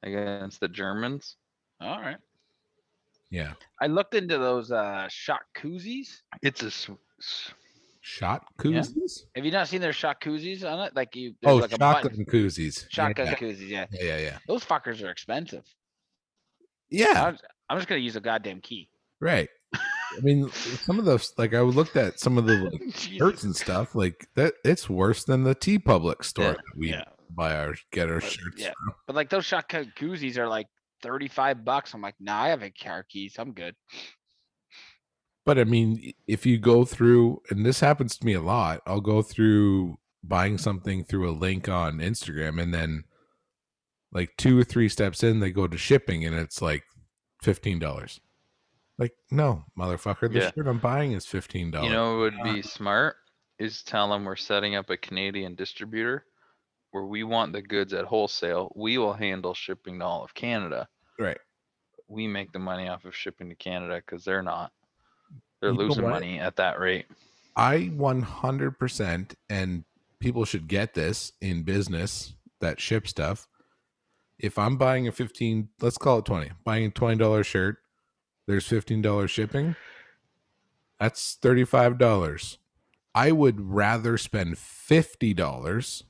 against the Germans. All right. Yeah. I looked into those uh shot koozies. It's a s- s- Shot Yeah. koozies. Have you not seen their shot koozies on it? Like you there's Oh, like a button. shotgun koozies. Shotgun Yeah. koozies, yeah. yeah, yeah, yeah. Those fuckers are expensive. Yeah. I'm, I'm just gonna use a goddamn key. [LAUGHS] Right. I mean, some of those. Like I looked at some of the [LAUGHS] like, shirts Jesus. and stuff. Like that. It's worse than the T Public store Yeah, that we Yeah, buy our get our but- shirts. yeah. But like those shotgun koozies are like 35 bucks. I'm like, nah, I have a car keys. I'm good. But I mean, i- if you go through, and this happens to me a lot, I'll go through buying something through a link on Instagram, and then like two or three steps in, they go to shipping, and it's like fifteen dollars. Like, no, motherfucker, the Yeah. shirt I'm buying is fifteen dollars. You know, what would be smart is tell them we're setting up a Canadian distributor where we want the goods at wholesale. We will handle shipping to all of Canada. right? We make the money off of shipping to Canada because they're not. They're You know losing what? money at that rate. I one hundred percent, and people should get this in business that ship stuff. If I'm buying a fifteen, let's call it twenty, buying a twenty dollar shirt, there's fifteen dollar shipping. That's thirty five dollars. I would rather spend fifty dollars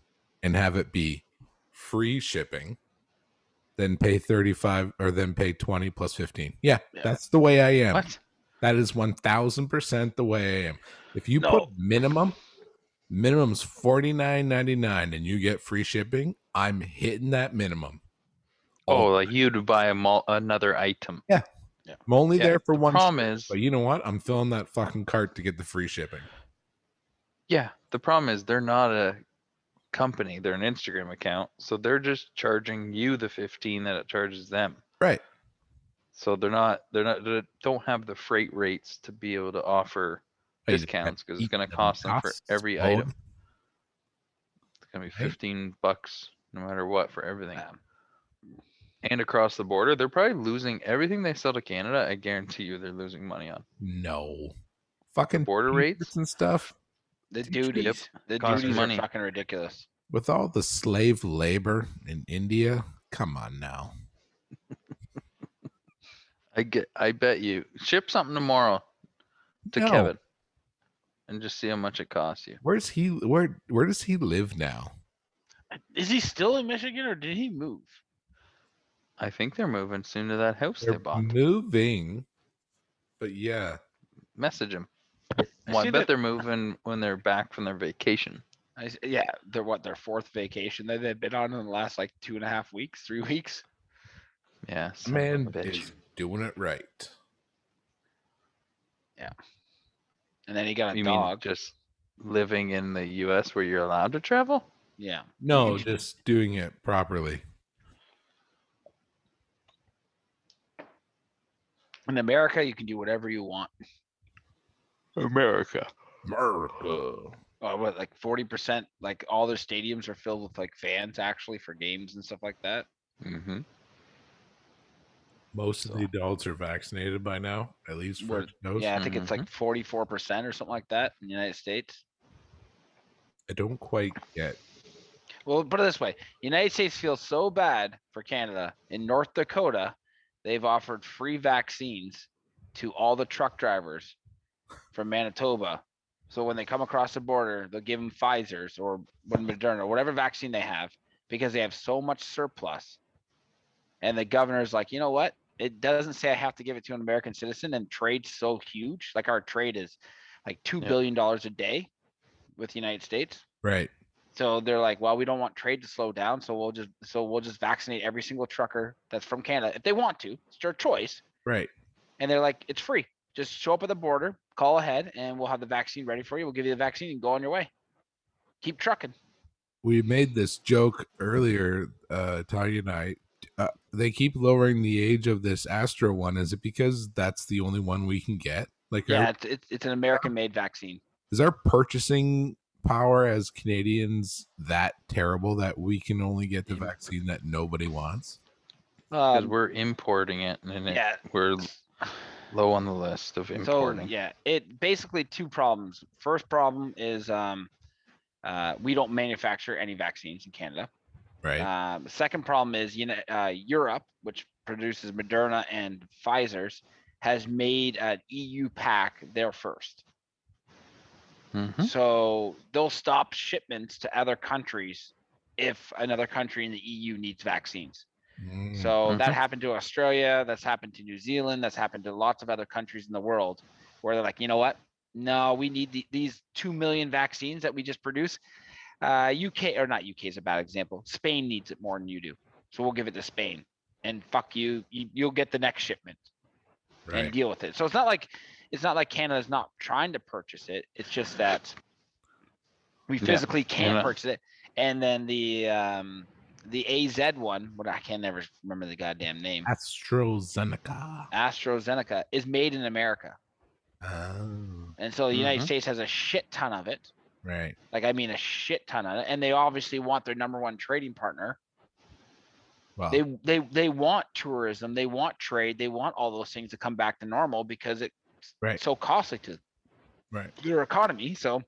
and have it be free shipping than pay thirty five or then pay twenty plus fifteen. Yeah, Yeah. that's the way I am. What? That is one thousand percent the way I am. If you put No. minimum, minimum's forty nine ninety nine, and you get free shipping, I'm hitting that minimum. Oh, like you'd buy a mul- another item. I'm only yeah, there for one. Problem shirt, is, but you know what? I'm filling that fucking cart to get the free shipping. Yeah, the problem is they're not a company, they're an Instagram account. So they're just charging you the 15 that it charges them. Right. So they're not they're not they don't have the freight rates to be able to offer I just can't discounts because it's eat going to them cost them for costs, every Paul. item. It's going to be Right. 15 bucks no matter what for everything. Um, And across the border, they're probably losing everything they sell to Canada. I guarantee you they're losing money on. No, fucking Border t-shirts rates? and stuff the T-shirts. Yep. duties, the Costs duties money. are fucking ridiculous. with all the slave labor in India. Come on now. I get I bet you ship something tomorrow to No. Kevin and just see how much it costs you. Where's he? Where Where does he live now? Is he still in Michigan or did he move? I think they're moving soon to that house they They're bought. moving, but yeah, Message them. I Well, I see bet that- they're moving when they're back from their vacation. I s yeah, they're what their fourth vacation that they've been on in the last like two and a half weeks, three [LAUGHS] weeks. Yeah. son of a man bitch. is doing it right. And then he got a You mean dog. just living in the U.S. where you're allowed to travel? yeah. No, just doing it properly. In America, you can do whatever you want. America. America. Oh, what like forty percent? Like all their stadiums are filled with like fans actually for games and stuff like that. Mm-hmm. Um, Most of the adults are vaccinated by now, at least Well, first dose. Yeah, I think it's like Mm-hmm. forty-four percent or something like that in the United States. I don't quite get. Well, put it this way: United States feels so bad for Canada. In North Dakota, they've offered free vaccines to all the truck drivers from Manitoba. So when they come across the border, they'll give them Pfizer's or what- Moderna, whatever vaccine they have, because they have so much surplus. And the governor's like, you know what? It doesn't say I have to give it to an American citizen. And trade's so huge. Like our trade is like two Yep. billion dollars a day with the United States. Right. So they're like, well, we don't want trade to slow down, so we'll just so we'll just vaccinate every single trucker that's from Canada if they want to. It's their choice. Right. And they're like, it's free. Just show up at the border, call ahead, and we'll have the vaccine ready for you. We'll give you the vaccine and go on your way. Keep trucking. We made this joke earlier, uh, Tanya and I. Uh, they keep lowering the age of this Astro one. Is it because that's the only one we can get? Like, are- Yeah, it's it's, it's an American-made vaccine. is our purchasing power as Canadians that terrible that we can only get the Yeah. vaccine that nobody wants? Because Um, we're importing it, and it, yeah. we're low on the list of So importing. yeah, it basically two problems. First problem is um, uh, we don't manufacture any vaccines in Canada. Right. Um, second problem is you know uh, Europe, which produces Moderna and Pfizer's, has made an EU pack their first. Mhm. So they'll stop shipments to other countries if another country in the EU needs vaccines. Mm. So that Mhm. happened to Australia. That's happened to New Zealand. That's happened to lots of other countries in the world where they're like, you know what? No, we need the, these 2 million vaccines that we just produce. Uh, UK, or not UK is a bad example. Spain needs it more than you do. So we'll give it to Spain. And fuck you, you you'll get the next shipment and right. deal with it. So it's not like it's not like Canada's not trying to purchase it. It's just that we Yeah, physically can't not- purchase it. And then the um the AZ one, what I can never remember the goddamn name. AstraZeneca. AstraZeneca is made in America. Oh, And so the United Mhm. States has a shit ton of it. right. Like I mean a shit ton of it. And they obviously want their number one trading partner. Well, They they they want tourism, they want trade, they want all those things to come back to normal because it's Right. so costly to right. their economy. So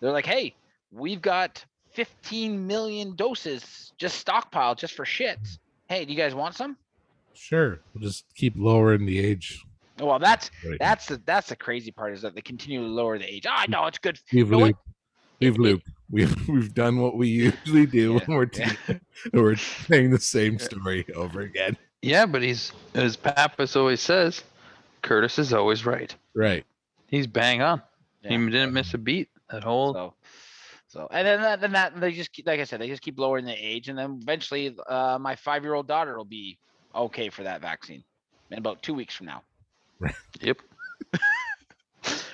they're like, hey, we've got 15 million doses just stockpiled just for shit. Hey, do you guys want some? Sure. We'll just keep lowering the age. Well, that's Right. that's the that's the crazy part is that they continually lower the age. I know it's good. We've No, it- looped. We've looped. We've we've done what we usually do Yeah, when we're yeah. te- [LAUGHS] when we're saying the same story over again. Yeah, but he's as Pappas always says, Curtis is always right. Right. He's bang on. Yeah. He didn't miss a beat. That whole So, so and then that, then that they just keep, like I said, they just keep lowering the age, and then eventually, uh, my five year old daughter will be okay for that vaccine in about two weeks from now. [LAUGHS] yep.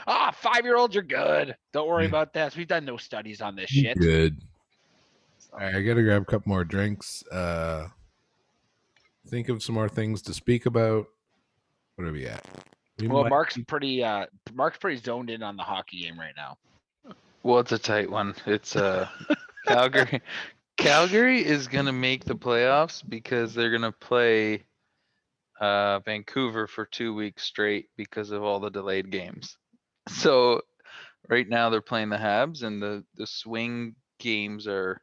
Ah, five year olds are good. Don't worry Yeah. about this. We've done no studies on this You shit. Good. So- All right, I gotta grab a couple more drinks. Uh think of some more things to speak about. What are we at? We Well, might- Mark's pretty uh Mark's pretty zoned in on the hockey game right now. Well, it's a tight one. It's uh Calgary. Calgary is gonna make the playoffs because they're gonna play uh Vancouver for two weeks straight because of all the delayed games. So right now they're playing the Habs and the the swing games are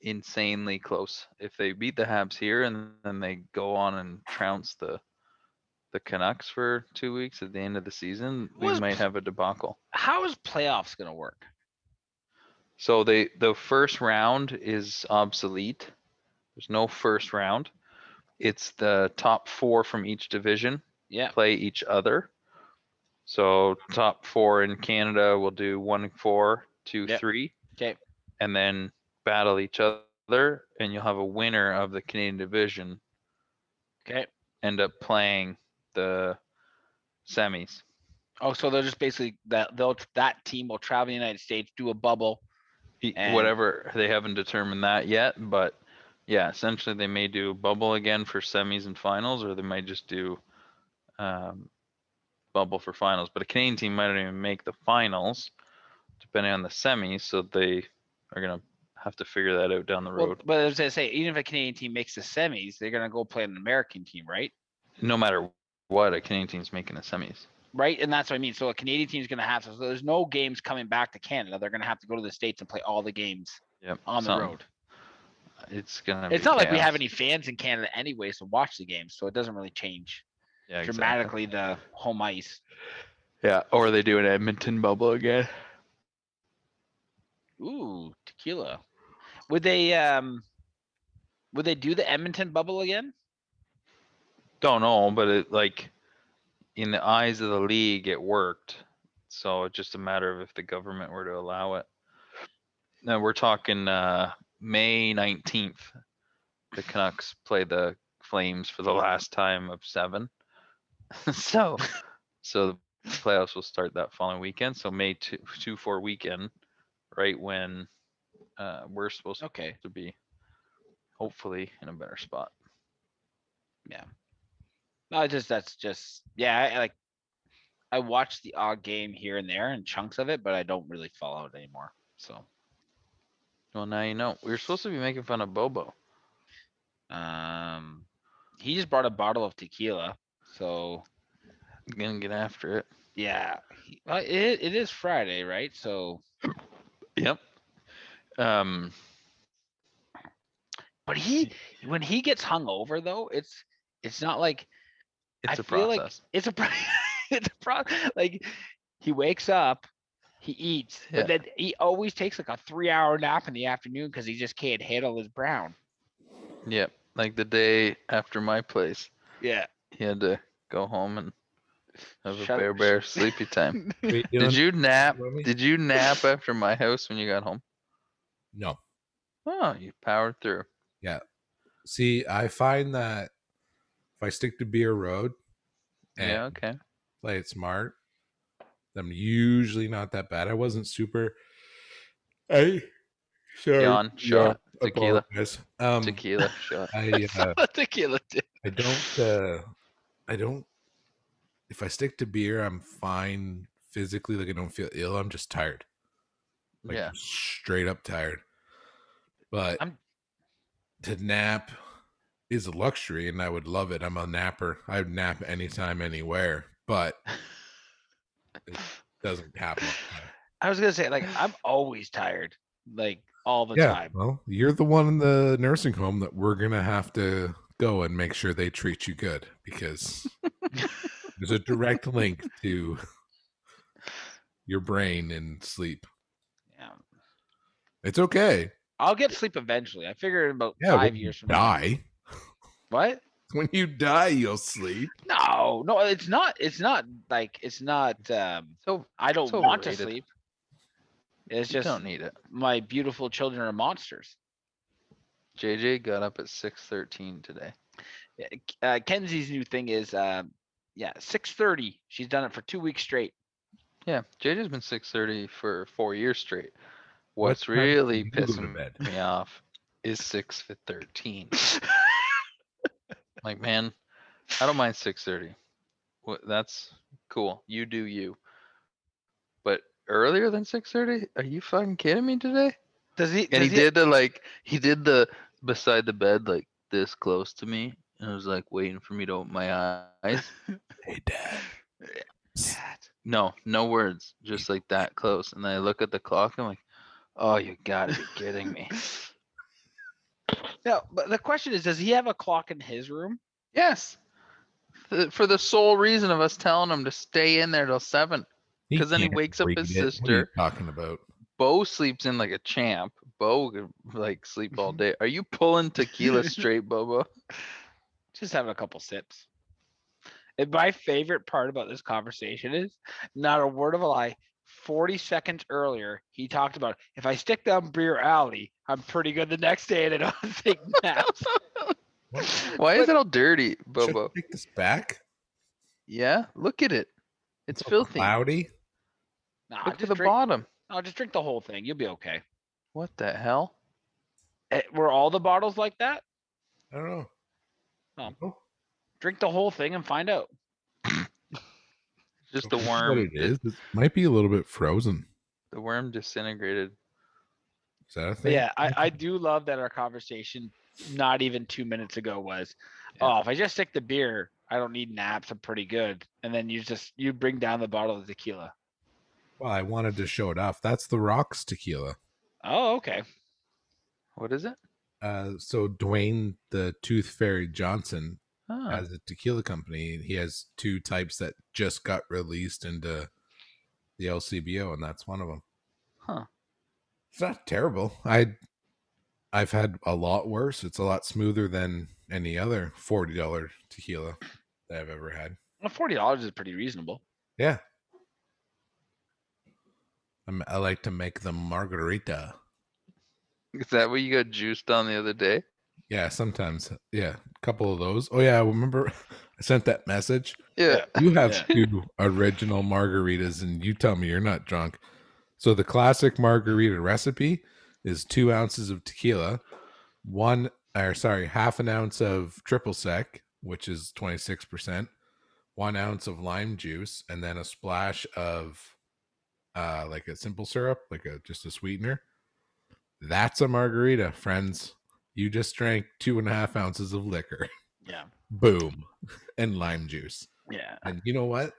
insanely close. If they beat the Habs here and then they go on and trounce the the Canucks for two weeks at the end of the season, we Was- might have a debacle. How is playoffs gonna work? So they the first round is obsolete. There's no first round. It's the top four from each division Yeah. play each other. So top four in Canada will do one, four, two, Yep. three, Okay. and then battle each other, and you'll have a winner of the Canadian division Okay. end up playing the semis. Oh, so they'll just basically that they'll that team will travel to the United States, do a bubble. E- And- Whatever they haven't determined that yet, but yeah, essentially they may do bubble again for semis and finals, or they might just do um, bubble for finals. But a Canadian team might not even make the finals, depending on the semis. So they are gonna have to figure that out down the Well, road. but as I say, even if a Canadian team makes the semis, they're gonna go play an American team, right? no matter what, a Canadian team's making the semis. Right, and that's what I mean. So a Canadian team's gonna have to. So there's no games coming back to Canada. They're gonna have to go to the states and play all the games Yep. on the something. road. It's gonna. It's be not like we have chaos. any fans in Canada anyways to watch the games, so it doesn't really change Yeah, exactly. dramatically the home ice. Yeah, or they do an Edmonton bubble again. Ooh, tequila. Would they um? Would they do the Edmonton bubble again? Don't know, but it like in the eyes of the league, it worked. So it's just a matter of if the government were to allow it. Now we're talking uh, May nineteenth. The Canucks play the Flames for the last time of seven. [LAUGHS] so, so the playoffs will start that following weekend. So May two two four weekend, right when uh, we're supposed Okay. to be, hopefully in a better spot. No, it's just that's just yeah. I, like I watch the odd game here and there and chunks of it, but I don't really follow it anymore. So Well, now you know. We were supposed to be making fun of Bobo. um, he just brought a bottle of tequila. So Gonna get after it. yeah, he, well, it, it is Friday, right? So Yep. Um, but he when he gets hung over though, it's it's not like it's a feel like- process. it's a pro- [LAUGHS] it's a pro- like he wakes up he eats but then he always takes like a three hour nap in the afternoon because he just can't handle his brown Yep. Like the day after my place, yeah he had to go home and have a Shut- bear bear sleepy time. Wait, Did [LAUGHS] you nap? Remy? Did you nap after my house when you got home? No. Oh, you powered through. See, I find that if I stick to beer road and Yeah. Okay. play it smart, I'm usually not that bad. I wasn't super. I sorry, Yawn, shot, tequila. apologize. Um, [LAUGHS] Tequila shot. I uh, tequila did. I don't. Uh, I don't. If I stick to beer, I'm fine physically. Like I don't feel ill. I'm just tired. Like Yeah. straight up tired. But I'm- to nap is a luxury, and I would love it. I'm a napper. I would nap anytime, anywhere. But it doesn't happen. all the time. i was gonna say like [SIGHS] i'm always tired like all the time Well, you're the one in the nursing home that we're gonna have to go and make sure they treat you good because there's a [LAUGHS] direct link to your brain and sleep. yeah. It's okay. i'll get sleep eventually i figure in about Yeah, five when years you from now die. what When you die, you'll sleep. no no it's not it's not like it's not um So i don't It's want to overrated. sleep it's you just don't need it. my beautiful children are monsters JJ got up at six thirteen today. Yeah, K- uh, Kenzie's new thing is, um, yeah, six thirty. She's done it for two weeks straight. Yeah, JJ's been six thirty for four years straight. What What's time do really you go to pissing bed? me off is six thirteen. like, man, I don't mind six thirty. What that's cool. You do you. But earlier than six thirty? Are you fucking kidding me today? Does he? And does he did the like he did the beside the bed like this close to me and it was like waiting for me to open my eyes. Hey, Dad. that? No, no words, just like that close. And I look at the clock. I'm like, oh, you gotta be kidding me. No, but the question is, does he have a clock in his room? yes, Th- for the sole reason of us telling him to stay in there till seven. 'Cause then he can't wakes up read his it. What are you sister. talking about Bo sleeps in like a champ. Bo could like sleep all day. Are you pulling tequila straight, Bobo? just have a couple sips. And my favorite part about this conversation is not a word of a lie. 40 seconds earlier, he talked about if I stick down Breer Alley, I'm pretty good the next day and I [LAUGHS] don't [LAUGHS] take naps. Why is it all dirty, Should I Bobo? take this back? Yeah, look at it. It's all filthy. Cloudy. Nah, Look just to the drink, bottom. no, just drink the whole thing. You'll be okay. What the hell? Eh, Were all the bottles like that? I don't know. Oh. No, Drink the whole thing and find out. Just the that's worm. What it just- is? It might be a little bit frozen. The worm disintegrated. Is that a But thing? yeah, [LAUGHS] I, I do love that our conversation not even two minutes ago was, Yeah. oh, if I just stick the beer, I don't need naps. I'm pretty good. And then you just you bring down the bottle of tequila. Well, I wanted to show it off. That's the Rocks tequila. Oh, okay. What is it? Uh, so Dwayne the Tooth Fairy Johnson Oh, has a tequila company. He has two types that just got released into the LCBO, and that's one of them. Huh. It's not terrible. I I've had a lot worse. It's a lot smoother than any other forty dollar tequila that I've ever had. Well, forty dollars is pretty reasonable. Yeah. I'm, I like to make the margarita. is that what you got juiced on the other day? Yeah, sometimes. Yeah, a couple of those. Oh yeah, I remember [LAUGHS] I sent that message. Yeah. You have Yeah. two original margaritas, and you tell me you're not drunk. So the classic margarita recipe is two ounces of tequila, one or sorry, half an ounce of triple sec, which is twenty six percent, one ounce of lime juice, and then a splash of uh like a simple syrup, like a just a sweetener. That's a margarita, friends. You just drank two and a half ounces of liquor. [LAUGHS] Yeah. Boom. And lime juice. Yeah. And you know what?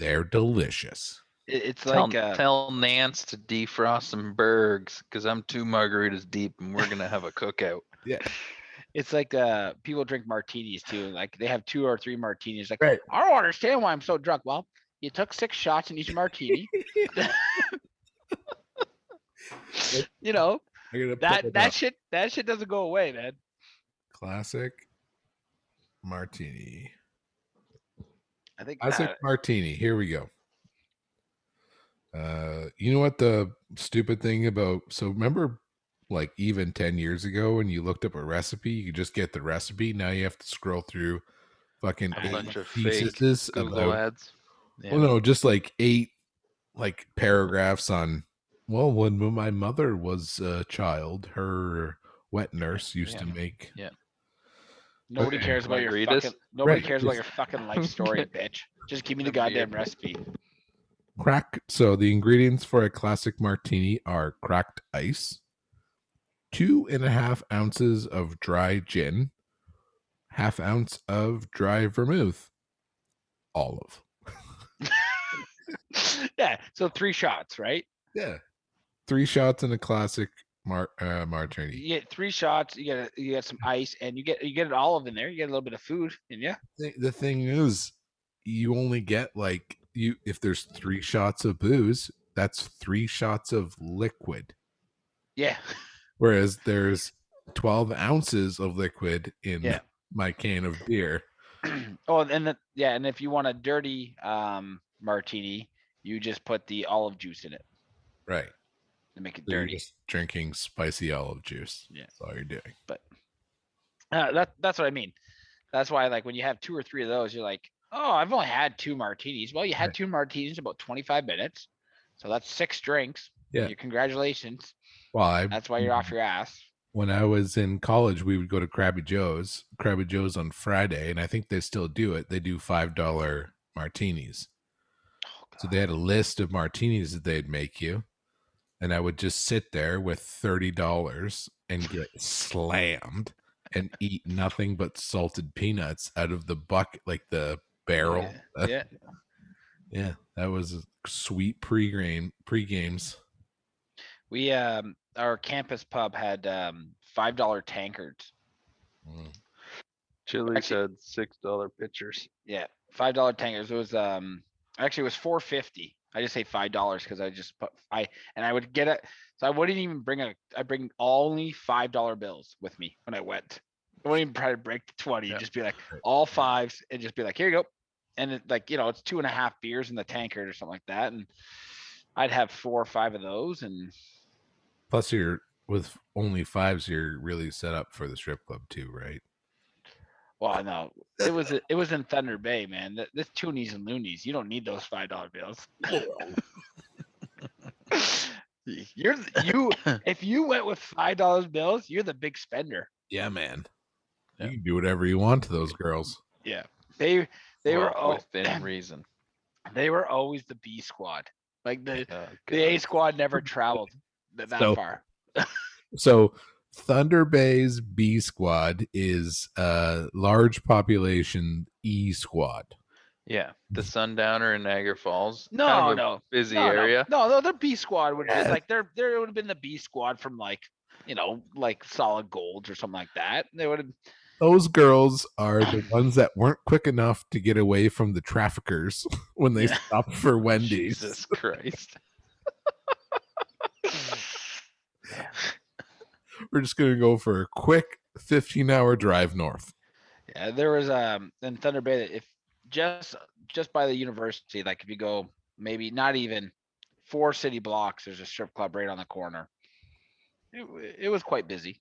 They're delicious. It, it's Tell, like uh, tell Nance to defrost some bergs because I'm two margaritas deep and we're gonna have a cookout. it's like uh people drink martinis too. Like they have two or three martinis. Like Right. I don't understand why I'm so drunk. Well, you took six shots in [LAUGHS] each martini. [LAUGHS] you know, I gotta pull that it that up. shit that shit doesn't go away, man. classic martini. [LAUGHS] I think Classic [LAUGHS] uh, martini. Here we go. Uh, you know what the stupid thing about so remember like even 10 years ago when you looked up a recipe, you could just get the recipe. Now you have to scroll through fucking A eight bunch of fake pieces Google about ads. Yeah. Well, no, just like eight like paragraphs on. Well, when, when my mother was a child, her wet nurse used to yeah. make. [LAUGHS] nobody okay. cares about your Margaritas? fucking nobody Right, cares [LAUGHS] about your just- fucking life story, bitch. Just give me the The beer. goddamn recipe. [LAUGHS] Crack. So the ingredients for a classic martini are cracked ice, two and a half ounces of dry gin, half ounce of dry vermouth, olive. yeah, so three shots, right? Yeah. Three shots in a classic mar- uh, martini. You get three shots. You get a, you get some ice, and you get you get an olive in there. You get a little bit of food, and yeah, thi- the thing is you only get like you if there's three shots of booze that's three shots of liquid yeah, whereas there's 12 ounces of liquid in Yeah. my can of beer [CLEARS THROAT] oh, and then yeah, and if you want a dirty um martini, you just put the olive juice in it right to make it so you're dirty. just drinking spicy olive juice Yeah. that's all you're doing Uh, that that's what I mean. That's why like when you have two or three of those, you're like, oh, I've only had two martinis. Well, you had Right. two martinis in about 25 minutes, so that's six drinks. Yeah. Mm-hmm. You- Congratulations. well I, That's why you're off your ass. when i was in college we would go to krabby joe's krabby joe's on friday and i think they still do it they do five dollar martinis Oh, So God. they had a list of martinis that they'd make you. And I would just sit there with $30 and get slammed and eat nothing but salted peanuts out of the bucket, like the barrel. Yeah, yeah. Yeah, that was sweet pre-game pre-games. We um our campus pub had um five dollar tankards. Mm. Chili's Actually- had six dollar pitchers. Yeah, five dollar tankards. It was um actually it was four fifty. I just say five dollars because I just put I and I would get it. So I wouldn't even bring a. I bring only five dollar bills with me when I went. I wouldn't even try to break the 20. Yeah. Just be like all fives and just be like, here you go. And it, like, you know, it's two and a half beers in the tankard or something like that. And I'd have four or five of those. And Plus, you're with only fives. You're really set up for the strip club too, right? well, no, it was it was in Thunder Bay, man. Th- This toonies and loonies, you don't need those five dollar bills. [LAUGHS] You're th- you if you went with five dollars bills, you're the big spender. Yeah, man. Yeah. You can do whatever you want to those girls. They they were Well, all, [CLEARS THROAT] within reason. they were always the B squad. Like the Oh, the A God. squad never traveled th- that So- far. So, Thunder Bay's B squad is a large population E squad. yeah, the Sundowner in Niagara Falls. kind No, of a no, busy no, no, area. No, no, the B squad would have Yeah. been like there. There would have been the B squad from like you know like solid gold or something like that. They would have. Those girls are [LAUGHS] the ones that weren't quick enough to get away from the traffickers [LAUGHS] when they Yeah. stopped [LAUGHS] for Wendy's. Jesus [LAUGHS] [LAUGHS] Christ. We're just going to go for a quick 15 hour drive north. Yeah, there was um in Thunder Bay that if just just by the university, like if you go maybe not even four city blocks, there's a strip club right on the corner. It, w- it was quite busy.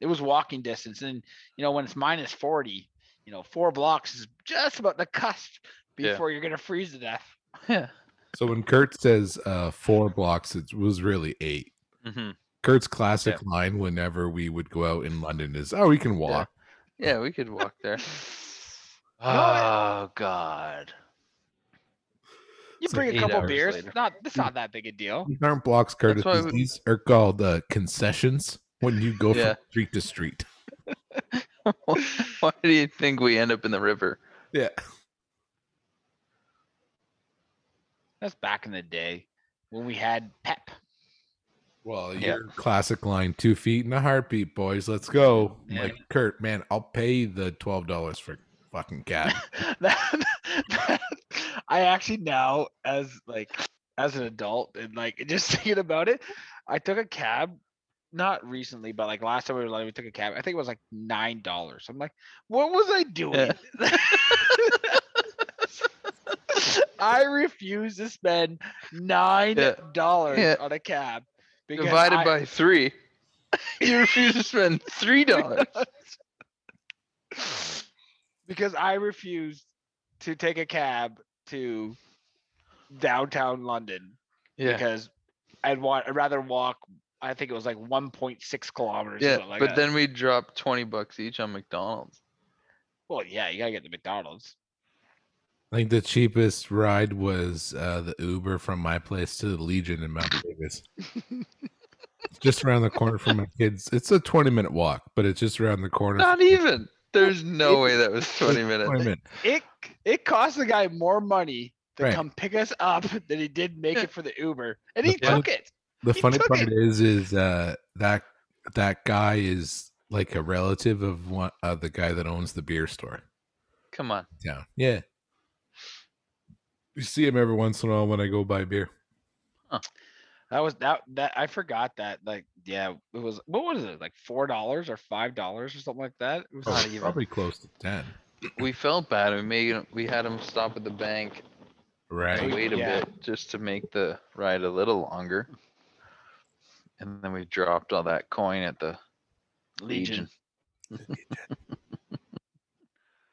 It was walking distance, and you know when it's minus forty, you know four blocks is just about the cusp Yeah. before you're gonna freeze to death. [SIGHS] yeah. So, when Kurt says uh, four blocks, it was really eight. hmm Kurt's classic line whenever we would go out in London is, "Oh, we can walk." Yeah, we could walk there. [LAUGHS] I- Oh God. You So bring a eight couple hours beers. later. Hmm. It's not it's not that big a deal. These aren't blocks, Curtis. That's why we- These are called uh, concessions when you go Yeah. from street to street. Why do you think we end up in the river? Yeah, That's back in the day when we had Pep. Well, Yeah. your classic line: two feet in a heartbeat, boys. Let's go. I'm Yeah. Like Kurt, man, I'll pay the twelve dollars for fucking cat. [LAUGHS] that, that- I actually now as like as an adult and like [LAUGHS] just thinking about it, I took a cab not recently, but like last time we were like we took a cab. I think it was like nine dollars. I'm like, what was I doing? [LAUGHS] I refuse to spend nine dollars Yeah. on a cab. because Divided I- by three. [LAUGHS] you refuse to spend three dollars. [SIGHS] because I refused to take a cab to downtown London Yeah. [LAUGHS] because I'd want I'd rather walk. I think it was like 1.6 kilometers. or Yeah. something like but that. then we dropped twenty bucks each on McDonald's. well, yeah, you gotta get to McDonald's. I think the cheapest ride was uh, the Uber from my place to the Legion in Mount [LAUGHS] Davis. It's just around the corner from my kids. It's a twenty-minute walk, but it's just around the corner. Not even. There's no way that was twenty minutes. 20 minutes. It it cost the guy more money to Right. come pick us up [LAUGHS] than he did make it for the Uber, and The he funny- took it. the He funny took part it. is is uh that that guy is like a relative of one uh, the guy that owns the beer store Come on. in town yeah you see him every once in a while when i go buy beer That was that that I forgot that. Like, yeah, it was what was it like four dollars or five dollars or something like that. It was Oh, not it's even. probably close to 10 We felt bad. We made him- we had him stop at the bank and right we- wait a yeah. bit just to make the ride a little longer. And then we dropped all that coin at the Legion. Legion.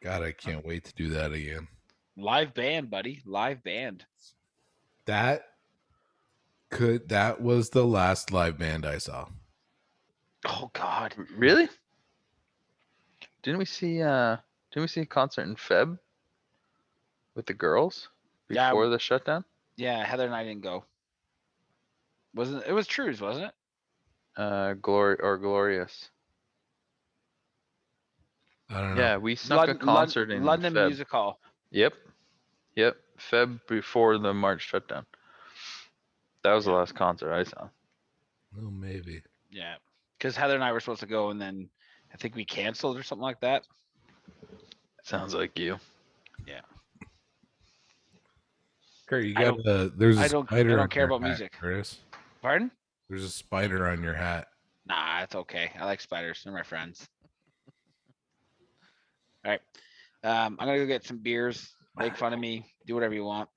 god i can't wait to do that again Live band, buddy. Live band. that could that was the last live band i saw Oh God. R- Really? Didn't we see uh didn't we see a concert in Feb with the girls Yeah, before the shutdown? Yeah, Heather and I didn't go. Wasn't it was Trues, wasn't it? Uh Glory or Glorious. i don't know Yeah, we snuck a Lon- Lon- concert in London Feb. Music Hall. Yep. Yep. Feb before the March shutdown. That was the last concert I saw. well, maybe Yeah, because Heather and I were supposed to go, and then I think we canceled or something like that. Sounds like you. Kurt, you I got a there's a I don't- I spider don't on care your about hat, music. Curtis. Pardon? there's a spider on your hat Nah, it's okay. I like spiders. They're my friends. Um, I'm gonna go get some beers. Make fun of me. Do whatever you want.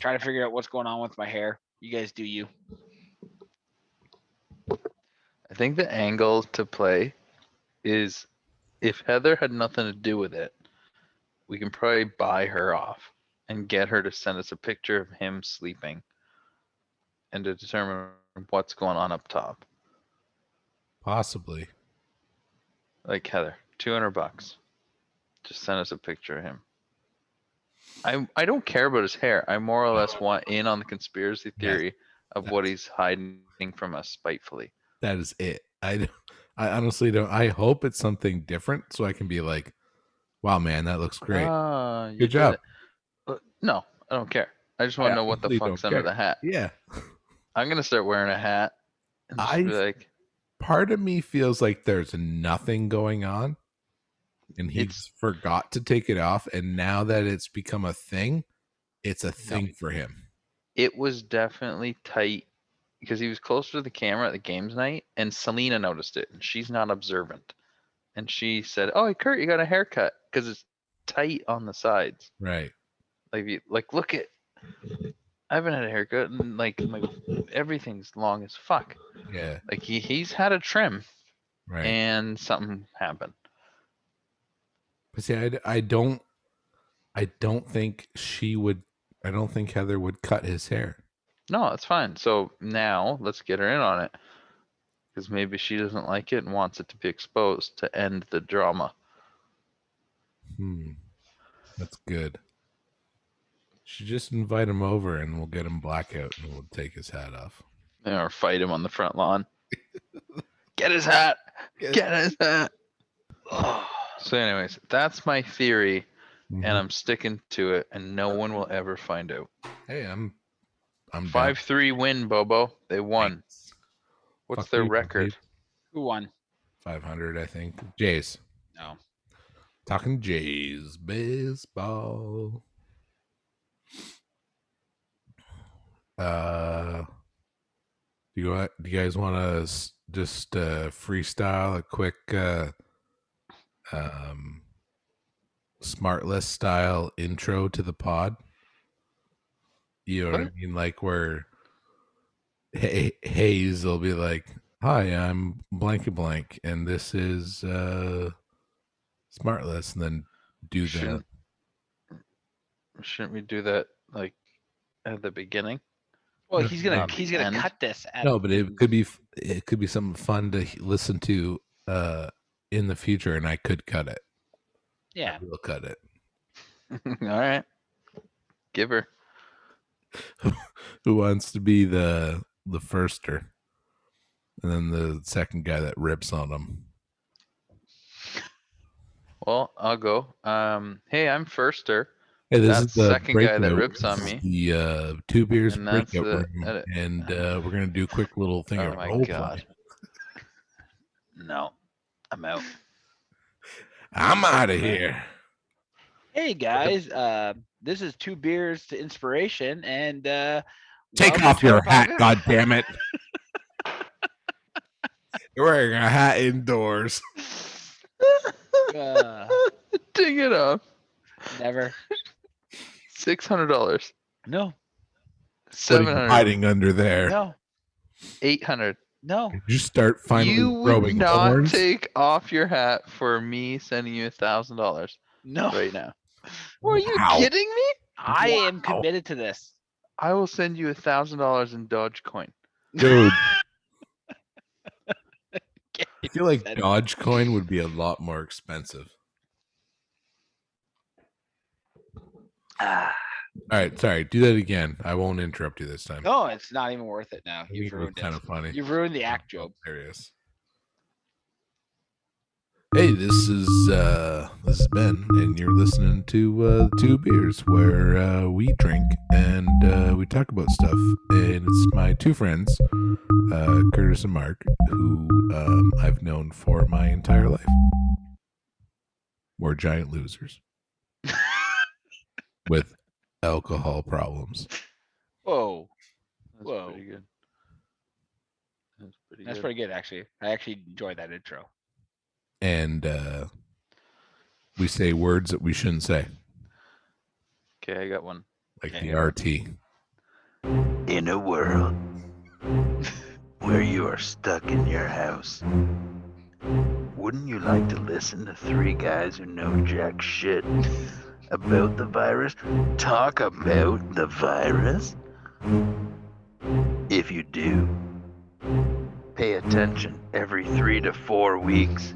Try to figure out what's going on with my hair. You guys do you. I think the angle to play is if Heather had nothing to do with it, we can probably buy her off and get her to send us a picture of him sleeping and to determine what's going on up top. Possibly. Like Heather, 200 bucks. Just send us a picture of him. I I don't care about his hair. I more or less want in on the conspiracy Yeah, theory of what he's hiding from us spitefully. That is it. I don't- [LAUGHS] I honestly don't. I hope it's something different so I can be like, wow, man, that looks great. Ah, you Good did job. it. Uh, No, I don't care. I just want Yeah, to know what the completely fuck's don't under care. the hat. yeah. I'm gonna start wearing a hat. And just be I've- like, Part of me feels like there's nothing going on and he It's- just forgot to take it off. And now that it's become a thing, it's a thing for him. it was definitely tight because he was closer to the camera at the games night, and Selena noticed it, and she's not observant, and she said, "Oh, hey, Kurt, you got a haircut because it's tight on the sides. Right. Like, you, like look at." I haven't had a haircut, and like my everything's long as fuck. Yeah. Like he, he's had a trim, Right. and something happened. But see, I, d- I don't, I don't think she would. I don't think Heather would cut his hair. No, that's fine. So now let's get her in on it. Because maybe she doesn't like it and wants it to be exposed to end the drama. Hmm. That's good. Should just invite him over, and we'll get him blackout, and we'll take his hat off. Or fight him on the front lawn. get his hat! Get- Get his hat! so, anyways, that's my theory, Mm-hmm. and I'm sticking to it, and no one will ever find out. hey, I'm, I'm down. 5 3 win, Bobo. They won. Thanks. What's Fuck their you, Bob record? Dave. Who won? 500, I think. Jays. No. Talking Jays baseball. Uh, do you want, do you guys want to just uh, freestyle a quick uh, um, smart list style intro to the pod? You know what I Sure. mean? Like where Hey Hayes will be like, "Hi, I'm blank a blank, and this is uh, smart list," and then do that. Shouldn't, shouldn't we do that like at the beginning? Well, No, he's gonna um, he's gonna and- cut this. At, No, but it could be f- it could be something fun to h- listen to uh in the future, and I could cut it. [LAUGHS] yeah. We'll cut it. All right. Give her. Who wants to be the the firster, and then the second guy that rips on him? Well, I'll go. Um, hey, I'm Firster. Hey, this That's is the second guy that breakout. rips on This is me. The uh, two beers And breakout that's the room, edit. Ah. and uh, we're gonna do a quick little thing. Oh of my role god. play. No, I'm out. I'm out of here. Hey guys, uh, this is two beers to inspiration, and uh, Take welcome off to your our hat, podcast. god damn [LAUGHS] it! You're wearing a hat indoors. [LAUGHS] Uh, Ding it up. never. Six hundred dollars. No, What are you Seven hundred. hiding under there. no, Eight hundred. no. You start finally You would growing not horns. take off your hat for me sending you a thousand dollars No, right now. Were you Wow. kidding me? I am Wow. committed to this. I will send you a thousand dollars in Dogecoin. [LAUGHS] Dude. I feel like That- Dogecoin would be a lot more expensive. Ah, All right, sorry. Do that again. I won't interrupt you this Oh, time. no, it's not even worth it now. I think You've it was ruined kind it. of funny. You've ruined the act, Job. Hilarious. Hey, this is uh this is Ben and you're listening to uh Two Beers where uh we drink and uh we talk about stuff and it's my two friends, uh Curtis and Mark, who um I've known for my entire life. We're giant losers with alcohol problems. Whoa, That's Whoa. pretty good. That's pretty that's good. pretty good actually. I actually enjoyed that intro. And uh we say words that we shouldn't say, Okay, I got one. like Yeah. the RT. In a world where you are stuck in your house, wouldn't you like to listen to three guys who know jack shit about the virus talk about the virus? If you do, pay attention every three to four weeks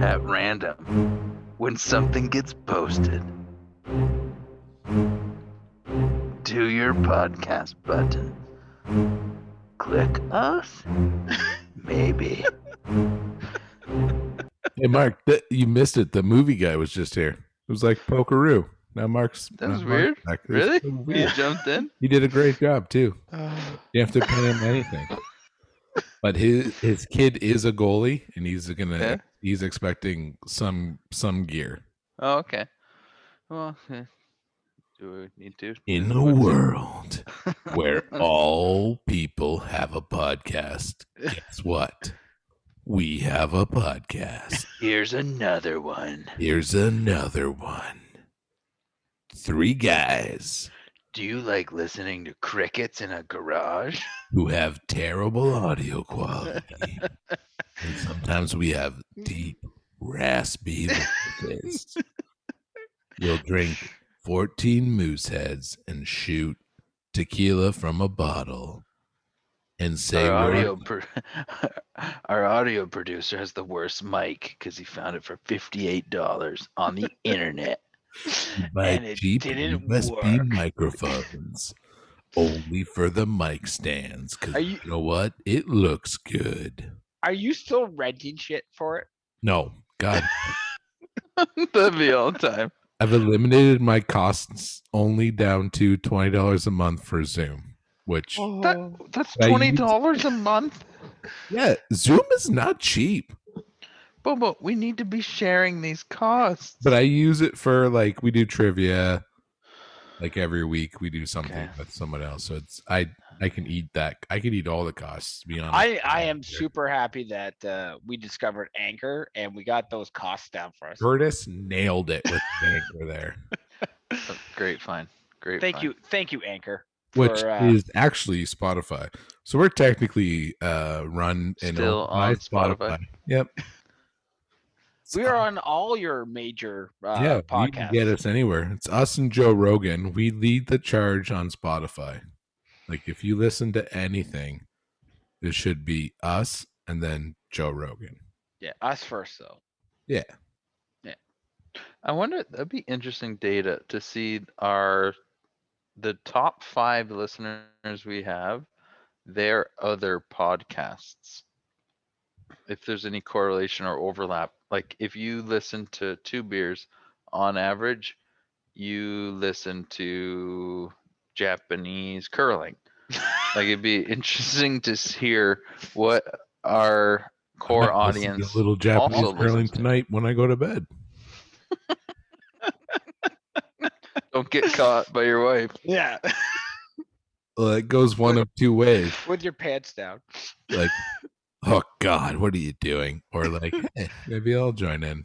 at random when something gets posted to your podcast button. Click us? [LAUGHS] Maybe. Hey, Mark, th- you missed it. The movie guy was just here. It was like Pokeroo. Now Mark's That was now Mark's weird. back. It was Really? so weird. You jumped in? He did a great job too. Uh, You have to pay him [LAUGHS] anything. But his his kid is a goalie, and he's gonna Yeah. he's expecting some some gear Oh, okay. Well, eh, do we need to? in Is a what- world [LAUGHS] where all people have a podcast. Guess what? We have a podcast. Here's another one. Here's another one. Three guys Do you like listening to crickets in a garage? who have terrible audio quality. and sometimes we have deep, raspy voices. We'll drink 14 moose heads and shoot tequila from a bottle and say, Our we're- audio, pro- [LAUGHS] our audio producer has the worst mic because he found it for $58 [LAUGHS] on the internet. you buy and it cheap didn't USB work. microphones only for the mic stands. Because Are you-, you- know what? It looks good. Are you still renting shit for it? No, God, That'd be all time. I've eliminated my costs only down to twenty dollars a month for Zoom. Which Oh. Oh. That, that's I twenty used- dollars a month. yeah, Zoom is not cheap, Bobo, we need to be sharing these costs. but I use it for like we do trivia. Like every week, we do something Okay. with someone else, so it's I I can eat that. I can eat all the costs. To be honest, I, I am Yeah. super happy that uh, we discovered Anchor and we got those costs down for us. Curtis nailed it with the anchor there, Oh, great find. Great. Thank find. you, thank you, Anchor. which [LAUGHS] For, uh, is actually Spotify. So we're technically uh run and Still owned by on Spotify. Yep, We are on all your major uh, yeah, you can podcasts. get us anywhere. It's us and Joe Rogan. We lead the charge on Spotify. Like if you listen to anything, it should be us and then Joe Rogan. Yeah, us first though. I wonder. That'd be interesting data to see our the top five listeners we have, their other podcasts. If there's any correlation or overlap, like if you listen to two beers, on average, you listen to Japanese curling. like it'd [LAUGHS] be interesting to s- hear what our core I might listen to audience. a little Japanese also curling listens to. tonight when I go to bed. Don't get caught by your wife. Yeah, Well, it goes one of two ways. [LAUGHS] with your pants down. Like, oh God, what are you doing? Or like, [LAUGHS] "Eh, maybe I'll join in.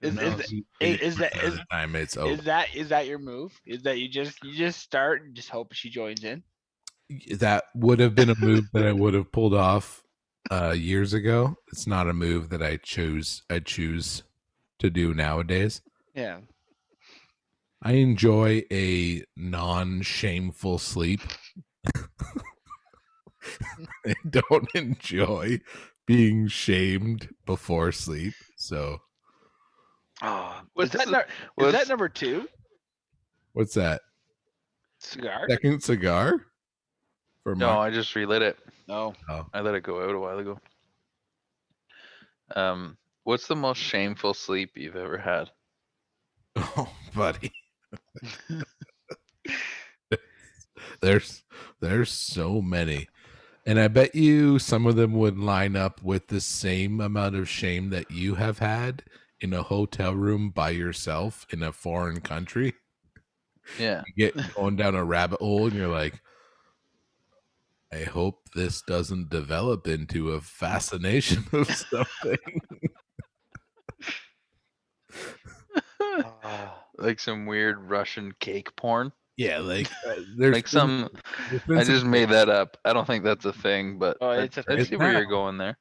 Is, No, is, it's th- is, is that 80% of is, the time it's over. is that is that your move? Is that you just you just start and just hope she joins in? that would have been a move that I would have pulled off uh, years ago. It's not a move that I chose. I choose to do nowadays. Yeah. I enjoy a non-shameful sleep. [LAUGHS] I don't enjoy being shamed before sleep. So Oh, What's is that, the- nu- is what's- that number two? what's that? Cigar? Second cigar? For No, Mark? I just relit it. [LAUGHS] No. I let it go out a while ago. Um, what's the most shameful sleep you've ever had? Oh, buddy. [LAUGHS] there's there's so many. And I bet you some of them would line up with the same amount of shame that you have had in a hotel room by yourself in a foreign country. Yeah. You get going down a rabbit hole and you're like, I hope this doesn't develop into a fascination of something. [SIGHS] Oh. like some weird Russian cake porn. Yeah, like uh, there's like been- some there's been I some- just made that up. I don't think that's a thing, but Oh, I- it's a I thing see where you're now. going [LAUGHS] there.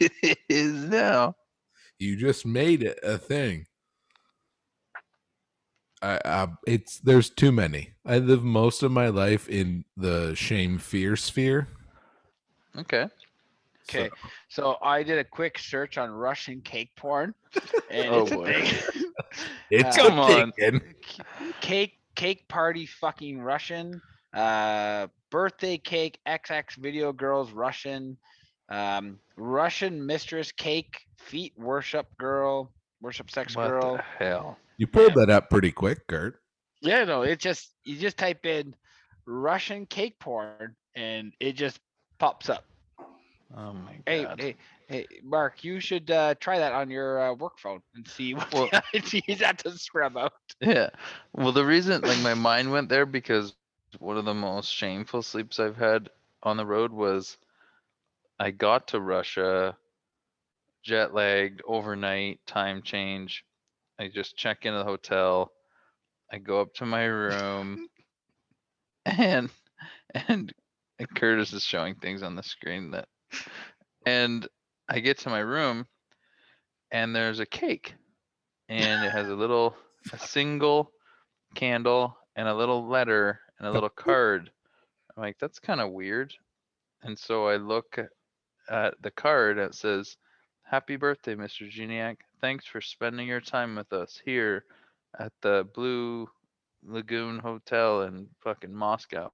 it is now. you just made it a thing. I, I it's there's too many. I live most of my life in the shame fear sphere. Okay. so- Okay, so I did a quick search on Russian cake [LAUGHS] porn, and Oh, it's a boy. thing. It's Uh, a Come on. thing. [LAUGHS] cake cake party fucking Russian, uh, birthday cake XX video girls Russian, um, Russian mistress cake feet worship girl worship sex What girl. the hell? You pulled that up pretty quick, Kurt. Yeah, no, it just you just type in Russian cake porn and it just pops up. Oh my Hey, god. hey, hey, Mark, you should uh, try that on your uh, work phone and see what Well- [LAUGHS] the IDs have to scrub out. [LAUGHS] Yeah. Well, the reason like my mind went there because one of the most shameful sleeps I've had on the road was I got to Russia, jet lagged, overnight, time change. I just check into the hotel. I go up to my room and [LAUGHS] and Curtis is showing things on the screen that and I get to my room and there's a cake and it has a little a single candle and a little letter and a little card. I'm like, that's kind of weird. And so I look at the card and it says, Happy birthday, Mr. Geniac. Thanks for spending your time with us here at the Blue Lagoon Hotel in fucking Moscow.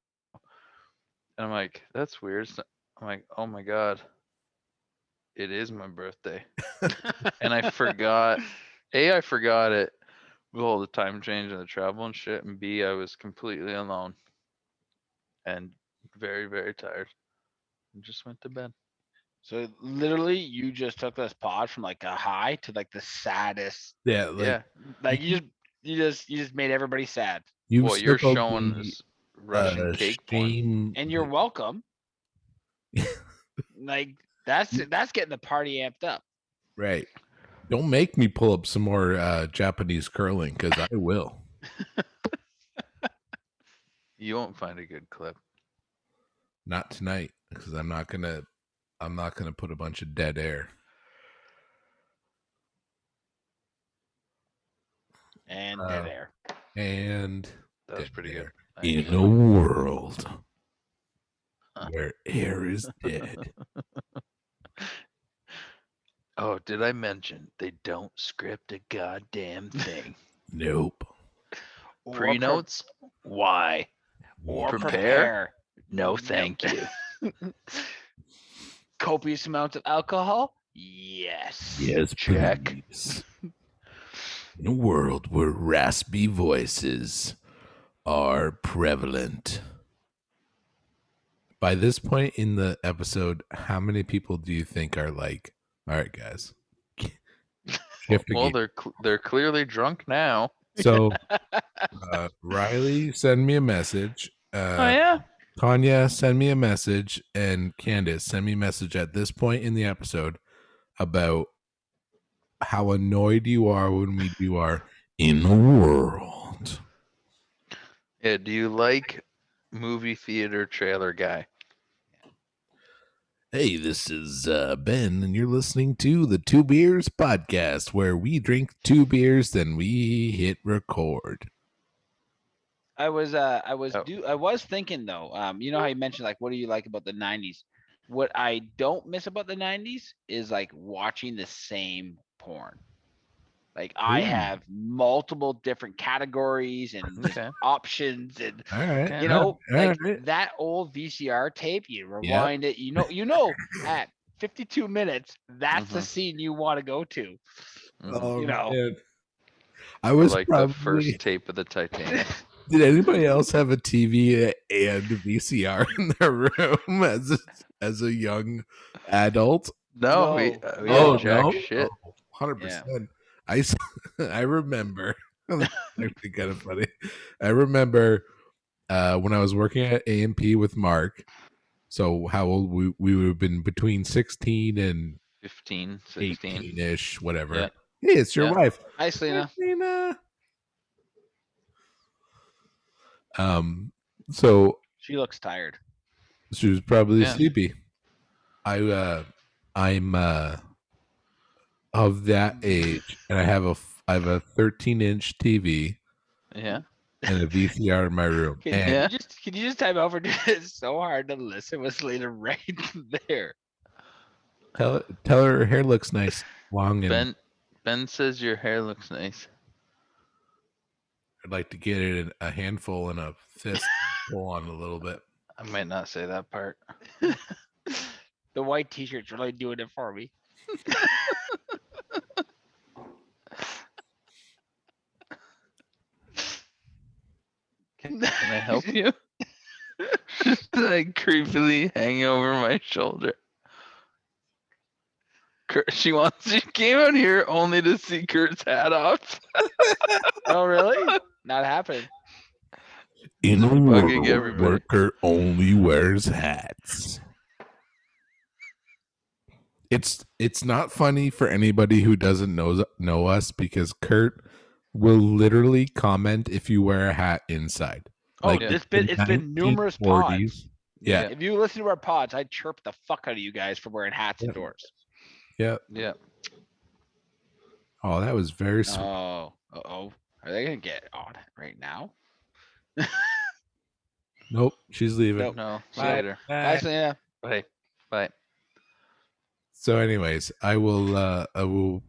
And I'm like, that's weird. It's not- I'm like, oh my God, it is my birthday. and [LAUGHS] I forgot, A, I forgot it with all the time change and the travel and shit, and B, I was completely alone and very, very tired. And just went to bed. [LAUGHS] So literally, you just took this pod from like a high to like the saddest. Yeah, like yeah. Like you [LAUGHS] just, you just, you just made everybody sad. you Well, you're circled showing the, this Russian uh, cake porn. shame- And you're [LAUGHS] welcome. like that's that's getting the party amped up. right. Don't make me pull up some more uh, Japanese curling because I will. You won't find a good clip. Not tonight because I'm not gonna. I'm not gonna put a bunch of dead air. And Uh, dead air. And That was Dead pretty good. air. I in enjoyed a it. world where air is dead. Oh, did I mention they don't script a goddamn [LAUGHS] thing? Nope. Or pre- Pre-notes? Why? Or prepare? prepare. No, Nope. thank you. Copious amounts of alcohol. Yes. Yes, Check. please. In a world where raspy voices are prevalent. By this point in the episode, how many people do you think are like, all right, guys? Shift Well, again." they're cl- they're clearly drunk now. So, uh, Riley, send me a message. Uh, oh yeah. Tanya, send me a message, and Candace, send me a message at this point in the episode about how annoyed you are when we do our in the world. Yeah, do you like movie theater trailer guy? Hey, this is uh, Ben, and you're listening to the Two Beers podcast, where we drink two beers, then we hit record. I was uh I was Oh. do I was thinking though, um, you know how you mentioned like what do you like about the nineties? What I don't miss about the nineties is like watching the same porn. Like I Ooh. have multiple different categories and [LAUGHS] just Okay. options and All right, Okay. you know, all like right. that old VCR tape, you rewind it, you know, you know at 52 minutes, that's the Mm-hmm. Mhm. scene you want to go to. Mhm. Oh, you know. man. I Or was like probably. the first tape of the [LAUGHS] Titanic. Did anybody else have a TV and VCR [LAUGHS] in their room as a, as a young adult? No, we, No. uh, we Oh, had jack no? Oh, shit. Hundred percent. I s- [LAUGHS] I remember. [LAUGHS] actually, kind of funny. I remember uh, when I was working at AMP with Mark. So how old we we would have been between sixteen and 15, 16. eighteen ish, whatever. Yeah. Hey, it's your Yeah. wife. Nicely Hey, enough. Lena. Um, so She looks tired. she was probably Yeah. sleepy. I uh I'm uh of that age and I have a f- I have a 13 inch TV Yeah. and a VCR in my room. Can, And [LAUGHS] Yeah. you just can you just type out for [LAUGHS] it's so hard to listen with Selena right [LAUGHS] there. tell tell her her hair looks nice, long and Ben Ben says your hair looks nice. I'd like to get it in a handful and a fist and pull on a little bit. I might not say that part. The white t-shirt's really doing it for me. [LAUGHS] Can I help [LAUGHS] you? Just like creepily hanging over my shoulder. Kurt, she wants. She came out here only to see Kurt's hat off. oh really? Not happening. In a Fucking world, everybody. worker only wears hats. It's it's not funny for anybody who doesn't know know us because Kurt will literally comment if you wear a hat inside. Oh, Like, it's been it's been numerous 1940s. pods. Yeah, If you listen to our pods, I chirp the fuck out of you guys for wearing hats Yeah. indoors. Yeah. Oh, that was very sweet. Oh, uh oh. Are they gonna get on it right now? nope, she's leaving. Nope. No. see you Bye. Later. Actually, yeah. Bye. Bye. So, anyways, I will uh I will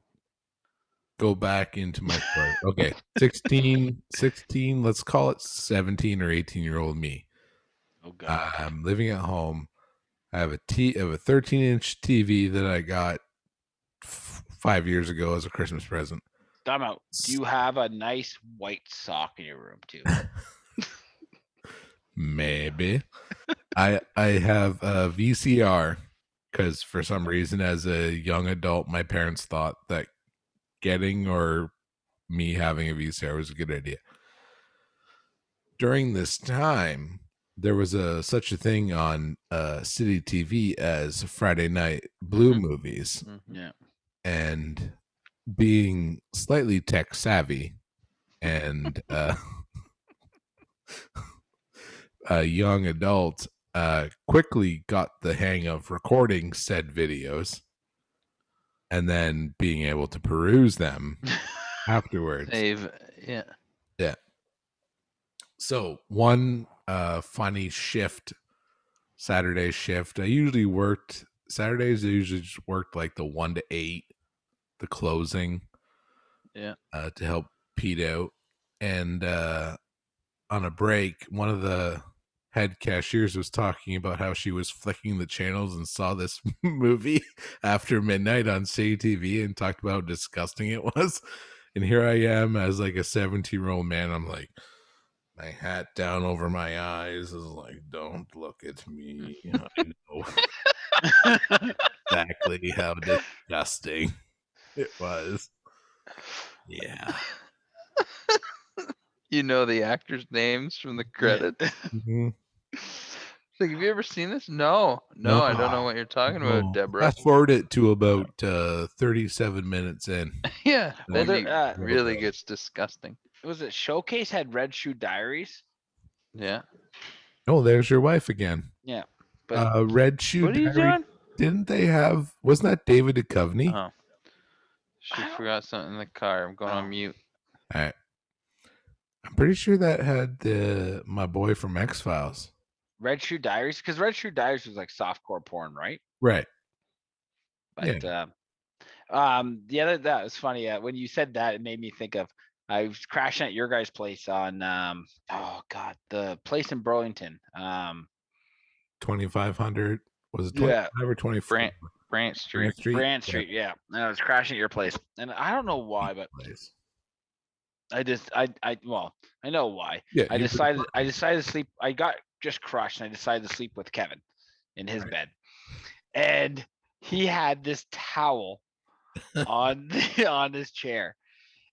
go back into my story. Okay. 16, 16, let's call it 17 or 18 year old me. Oh Uh, god. I'm living at home. I have a T I have a 13 inch TV that I got f- five years ago as a Christmas present. Time out. Do you have a nice white sock in your room [LAUGHS] too? Maybe. I I have a VCR because for some reason, as a young adult, my parents thought that getting or me having a VCR was a good idea. During this time, there was a such a thing on uh, city TV as Friday Night Blue Mhm. movies, Mhm. yeah. and being slightly tech savvy and uh, a young adult uh, quickly got the hang of recording said videos and then being able to peruse them afterwards Save. Yeah. so one uh funny shift saturday shift i usually worked saturdays i usually just worked like the one to eight the closing Yeah. uh to help pete out and uh on a break one of the head cashiers was talking about how she was flicking the channels and saw this [LAUGHS] movie after midnight on CTV and talked about how disgusting it [LAUGHS] was and here i am as like a 17 year old man i'm like my hat down over my eyes is like, don't look at [LAUGHS] me. I know exactly how disgusting it was. Yeah. You know the actors' names from the credit. [LAUGHS] Mm-hmm, like, have you ever seen this? No. No, I don't know No. what you're talking about, Deborah. mm-hmm. Fast forward it to about uh, 37 minutes in. [LAUGHS] yeah. Well, Then there- it uh, really gets disgusting. Was it Showcase had Red Shoe Diaries? Yeah. Oh, there's your wife again. Yeah, but- Uh, Red Shoe What are you Diary- doing? Uh-huh. Didn't they have? Wasn't that David Duchovny? Oh. She I don't- forgot something in the car. I'm going Oh. on mute. I'm pretty sure that had the my boy from X Files. Red Shoe Diaries? Because Red Shoe Diaries was like softcore porn, right? Right. Yeah. But uh, um, the other that was funny. Uh, when you said that, it made me think of I was crashing at your guys' place on um, oh god, the place in Burlington. Um, 2500 was it Yeah. 25 or 24? Brant- Branch Street. Grant Street. Grand Yeah, Street, yeah. And I was crashing at your place, and I don't know why, but place. I just I I well I know why. Yeah, I you were- decided I decided to sleep. I got just crushed, and I decided to sleep with Kevin in his Right. bed, and he had this towel [LAUGHS] on [LAUGHS] the, on his chair.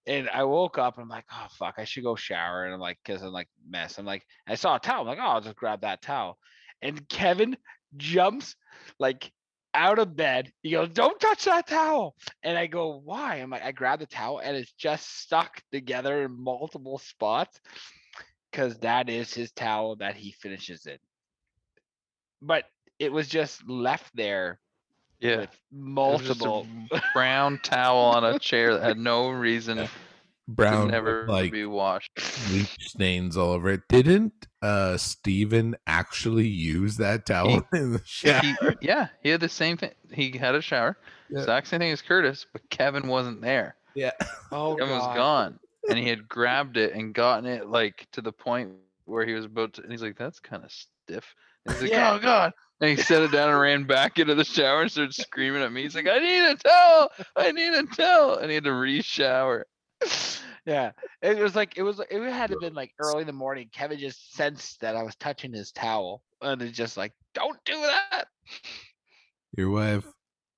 And I woke up and I'm like, oh fuck, I should go shower. And I'm like, cause I'm like mess. I'm like, I saw a towel. I'm like, oh, I'll just grab that towel. And Kevin jumps like out of bed. He goes, Don't touch that towel. And I go, Why? I'm like, I grab the towel and it's just stuck together in multiple spots because that is his towel that he finishes in. But it was just left there Yeah. with It was just a multiple. [LAUGHS] brown towel on a chair that had no reason Brown to never like be washed. bleach stains all over it. Didn't uh Steven actually use that [LAUGHS] towel in the shower? He, yeah, he had the same thing. He had a shower, Yeah. exact same thing as Curtis, but Kevin wasn't there. Yeah. [LAUGHS] Oh, Kevin was God. gone, and [LAUGHS] he had grabbed it and gotten it like to the point where he was about to. And he's like, "That's kind of stiff." And he's like, Yeah. "Oh God!" And he set it down and ran back into the shower and started screaming at me. He's like, "I need a towel! I need a towel!" And he had to re-shower. [LAUGHS] Yeah, it was like it was. like- It had to been like early in the morning. Kevin just sensed that I was touching his towel, and it's just like, "Don't do that." [LAUGHS] Your wife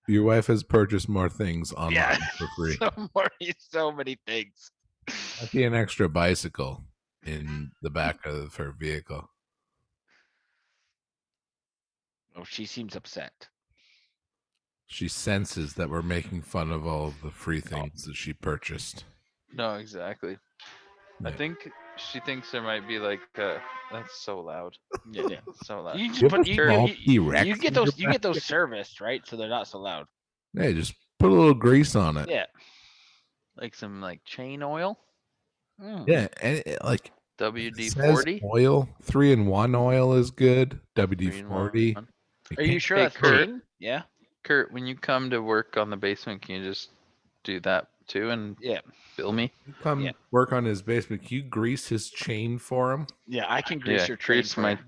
your wife has purchased more things online Yeah. for free. [LAUGHS] So, many, so many things. Might be an extra bicycle in the back of her vehicle. Oh, she seems upset. She senses that we're making fun of all of the free Oh. things that she purchased. No, exactly. I Yeah. think she thinks there might be like, uh, "That's so loud, Yeah, yeah. so loud." You you just have put a you, small you, you- T-Rex you in get your those you get those serviced right, so they're not so loud. Hey, just put a little grease on it. Yeah, like some like chain oil, Mm. Yeah, and it- like it WD says forty. oil three in one oil is good. WD forty. Are you sure Hey, that's Kurt. clean? Yeah, Kurt, when you come to work on the basement, can you just do that too and yeah, bill me? come Yeah. work on his basement? Can you grease his chain for him? yeah. I can grease Yeah, your train grease for my- you.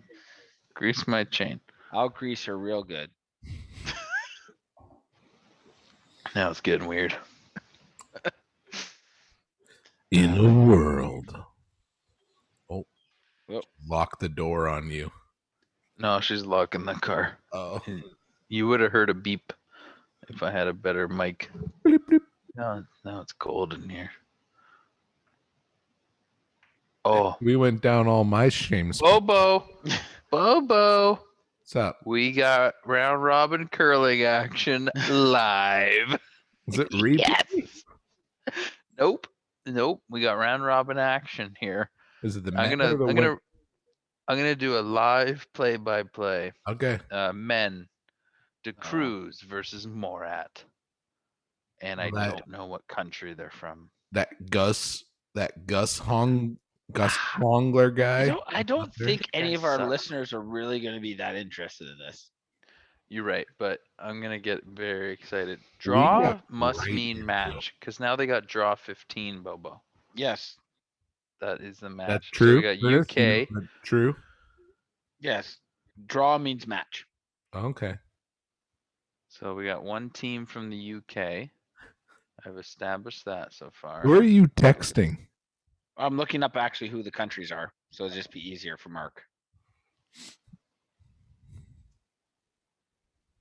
Grease my chain. I'll grease her real good. Now it's getting weird. In a world. Oh. Yep. Lock the door on you. No, she's locking the car. Oh. You would have heard a beep if I had a better mic. No, now it's cold in here. Oh, We went down all my shame. spots. Bobo, Bobo, What's up? we got round robin curling action live. Is it re Nope. Nope. We got round robin action here. Is it the I'm men gonna or the I'm women? gonna I'm gonna do a live play by play. Okay. Uh men. De Oh, Cruz versus Morat. And I Right. don't know what country they're from. That Gus that Gus Hong [SIGHS] Gus Hongler I guy. don't, I don't Hunter. think any guy of our sucks. listeners are really going to be that interested in this. You're right, but I'm gonna get very excited. We got Draw must right mean into- match, because now they got draw 15, Bobo. Yes, That is the match. That's So true. we Curtis? got UK. That's true. yes. Draw means match. Okay. So we got one team from the UK. I've established that so far. Who are you texting? I'm looking up actually who the countries are, so it'll just be easier for Mark.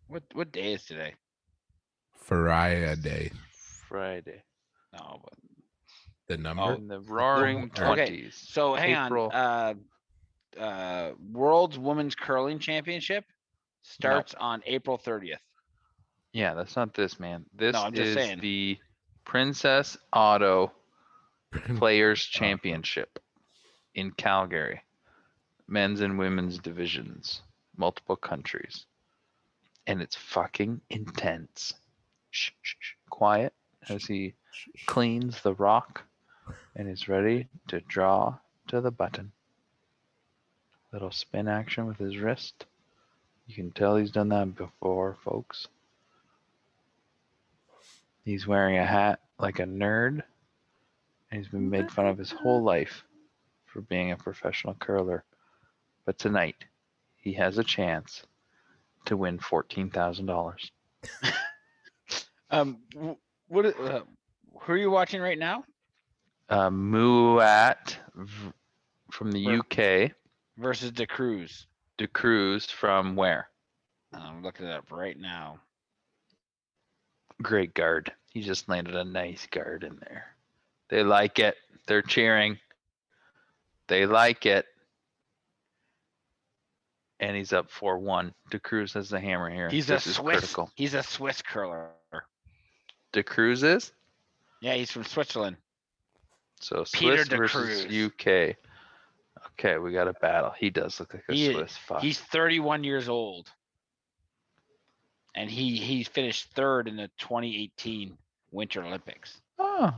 What what day is today? Faria Day. Friday. No, Oh, but- The number. In the roaring okay. Okay, twenties. so hang April. on. Uh, uh, World's Women's Curling Championship starts on April 30th. Yeah, that's not this man. This I'm just is saying. the Princess Auto Players Championship in Calgary. Men's and women's divisions, multiple countries. And it's fucking intense. Shh, shh, shh. Quiet as he cleans the rock and is ready to draw to the button. Little spin action with his wrist. You can tell he's done that before, folks. He's wearing a hat like a nerd. And he's been made fun of his whole life for being a professional curler. But tonight, he has a chance to win $14,000. Um, wh- what i- uh, who are you watching right now Uh, Muat v- from the Where- UK. versus De Cruz? De Cruz from where? I'm looking it up right now. Great guard. He just landed a nice guard in there. They like it. They're cheering. They like it. and he's up four one. De Cruz has the hammer here. He's this a is Swiss. critical. He's a Swiss curler. De Cruz is Yeah, he's from Switzerland. so Peter Swiss de versus Cruz. UK. Okay, we got a battle. He does look like a He- Swiss. Fuck. He's 31 years old. And he he finished third in the 2018 Winter Olympics. oh,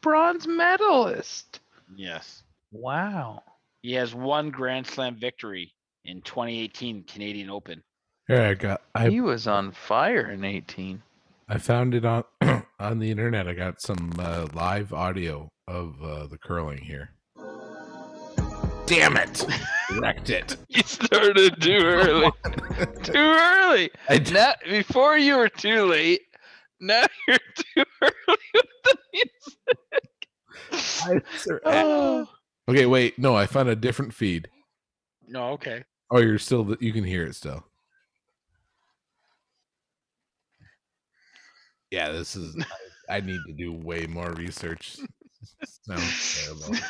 bronze medalist. Yes. Wow. He has one Grand Slam victory in 2018 Canadian Open. Here I got. I he was on fire in 18. I found it on [CLEARS THROAT] on the internet. I got some uh, live audio of uh, the curling here. Damn it! Wrecked [LAUGHS] it. You started too early. [LAUGHS] too early. I d- [LAUGHS] Now, before you were too late. Now [LAUGHS] you're too early with the music. uh, Oh. okay, wait. No, I found a different feed. No, okay. Oh, you're still. th- You can hear it still. Yeah, this is. I I need to do way more research. [LAUGHS] Sounds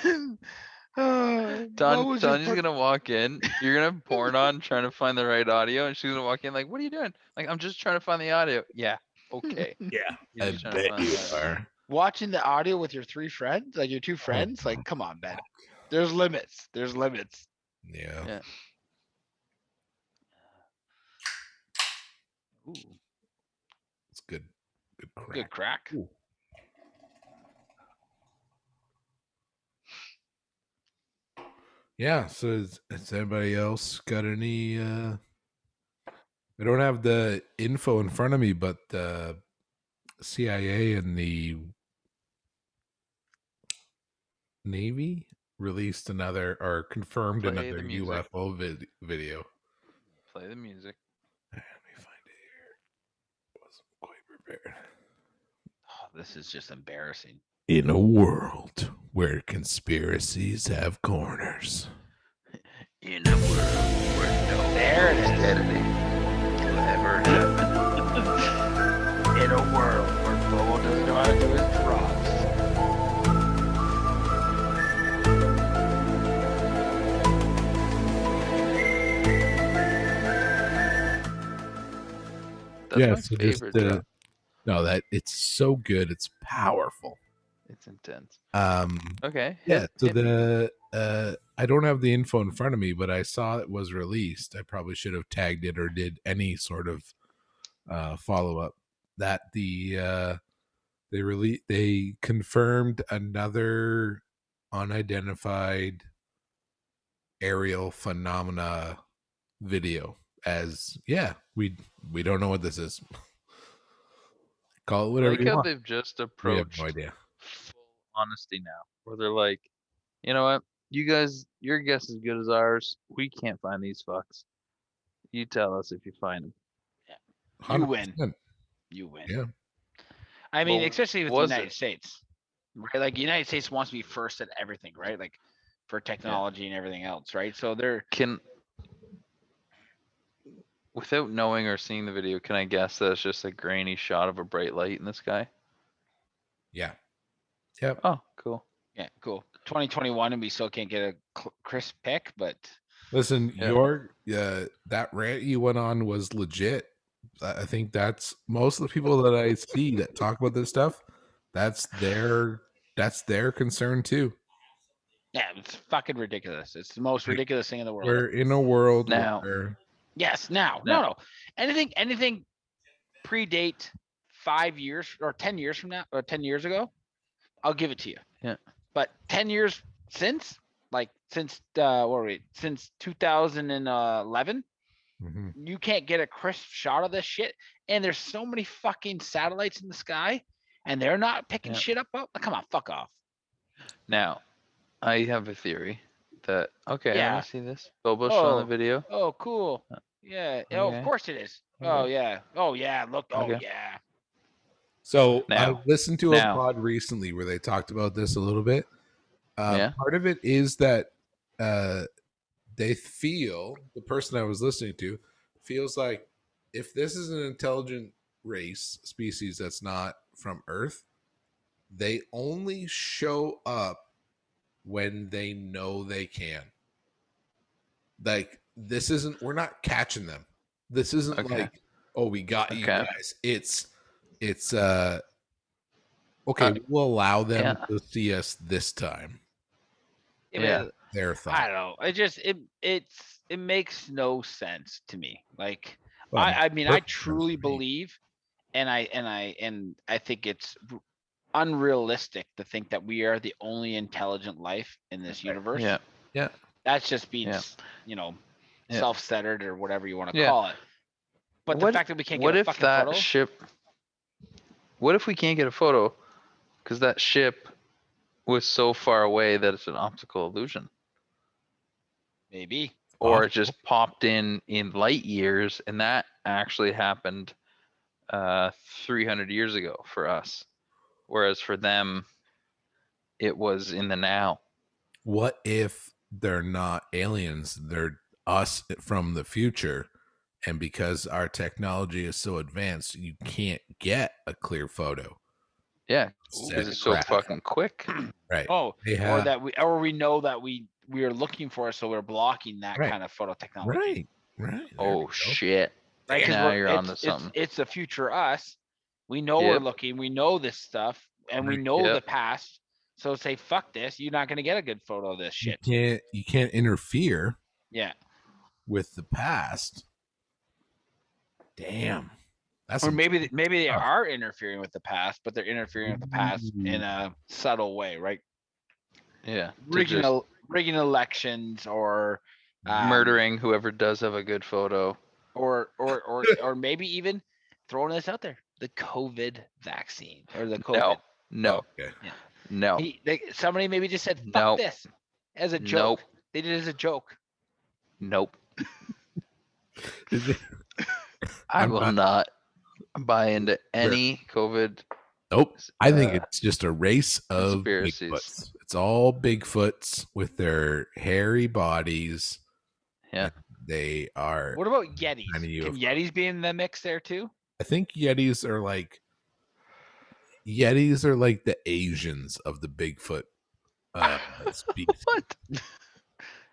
[LAUGHS] terrible. [SIGHS] [LAUGHS] Oh, Don, Don's gonna walk in. You're gonna porn on trying to find the right audio, and she's gonna walk in like, "What are you doing?" Like, I'm just trying to find the audio. Yeah. [LAUGHS] [LAUGHS] Okay. Yeah, You're I just trying to bet find you the audio. are. Watching the audio with your three friends, like your two friends, like come on, man. There's limits. There's limits. Yeah. Yeah. Ooh. It's good. Good crack. Good crack. Yeah. So is, has anybody else got any? uh I don't have the info in front of me, but the CIA and the Navy released another or confirmed Play the another music. UFO vid- video. Play the music. Let me find it here. Wasn't quite prepared. Oh, this is just embarrassing. In a world where conspiracies have corners. In a world where no There it is. Editing will ever happen. In a world where Bobo doesn't know how to do his props. That's my so just, favorite. uh, drop. no, that it's so good. It's powerful. It's intense. Um, Okay. yeah. hit- So hit me. the uh, I don't have the info in front of me, but I saw it was released. I probably should have tagged it or did any sort of uh, follow up. That the uh, they rele they confirmed another unidentified aerial phenomena video as yeah we we don't know what this is [LAUGHS] call it I whatever like you how want. they've just We have approached no idea full honesty now, where they're like, you know what, you guys, your guess is good as ours. We can't find these fucks. You tell us if you find them. You win. 100%. You win. Yeah. I mean, Well, especially with the was United it? States, right? Like the United States wants to be first at everything, right? Like for technology and everything else, right? So they're Can, without knowing or seeing the video, can I guess that it's just a grainy shot of a bright light in the sky? Yeah. Yep. Oh, cool. yeah, cool. 2021, and we still can't get a cl- crisp pick, but Listen, Yeah. your uh, that rant you went on was legit. I I think that's most of the people that I see that talk about this stuff. That's their that's their concern too. yeah, it's fucking ridiculous. It's the most Right. ridiculous thing in the world. We're in a world Now- where Yes, now, no, no, anything, anything predate five years or ten years from now or ten years ago, I'll give it to you. Yeah. But ten years since, like since uh, what were we? Since 2011, Mhm. you can't get a crisp shot of this shit. And there's so many fucking satellites in the sky, and they're not picking Yeah. shit up. Oh, come on, fuck off. Now, I have a theory that okay, I Yeah. want to see this. Bobo showing Oh. the video. Oh, cool. Yeah. Oh, Uh, okay. of course it is. Okay. Oh yeah. Oh yeah. Look. Oh Okay. yeah. So Now- I listened to now. a pod recently where they talked about this a little bit. Uh, Yeah. Part of it is that uh, they feel the person I was listening to feels like if this is an intelligent race species that's not from Earth, they only show up when they know they can. Like this isn't we're not catching them. This isn't Okay. like oh we got you Okay. guys. It's it's uh okay, Uh, we'll allow them yeah. to see us this time. I mean, Yeah. Their I thought. don't know. It just it it's it makes no sense to me. Like Well, I I mean I perfect sense truly to me. believe, and I and I and I think it's r- unrealistic to think that we are the only intelligent life in this universe. Uh, Yeah. That's just being Yeah. s- you know Yeah. self-centered or whatever you want to Yeah. call it. But the What- fact that we can't what get a if fucking that photo, ship? What if we can't get a photo? Because that ship was so far away that it's an optical illusion, maybe. or it just popped in in light years, and that actually happened uh, 300 years ago for us, whereas for them, it was in the now. what if they're not aliens they're us from the future and because our technology is so advanced you can't get a clear photo Yeah, Sick because it's so crap. fucking [CLEARS THROAT] quick. right Oh, they or have that we or we know that we we are looking for it, so we're blocking that Right. kind of photo technology. right right there we Oh go. shit! Right? 'Cause Now we're- you're it's, onto it's- something. It's, the future us. We know Yep. we're looking. We know this stuff, and we Right. know Yep. the past. So say fuck this. You're not gonna get a good photo of this you shit. can't you can't interfere Yeah. with the past damn that's Oh. Or some- maybe th- maybe they stuff. are interfering with the past, but they're interfering with the past Mm. in a subtle way, right? Yeah, to Rigging, just el- rigging elections or um, murdering whoever does have a good photo. [LAUGHS] or or or or maybe even throwing this out there: the COVID vaccine or the COVID. No, no, okay. Yeah. no. He, they, somebody maybe just said fuck Nope. this as a Nope. joke. They did it as a joke. Nope. Did they- I I'm will not- not, buy into any COVID. nope i think uh, it's just a race of conspiracies. bigfoots it's all bigfoots with their hairy bodies Yeah. they are What about Yetis? kind of Can UFO. Yetis be in the mix there too? I think Yetis are like Yetis are like the Asians of the Bigfoot uh species. What?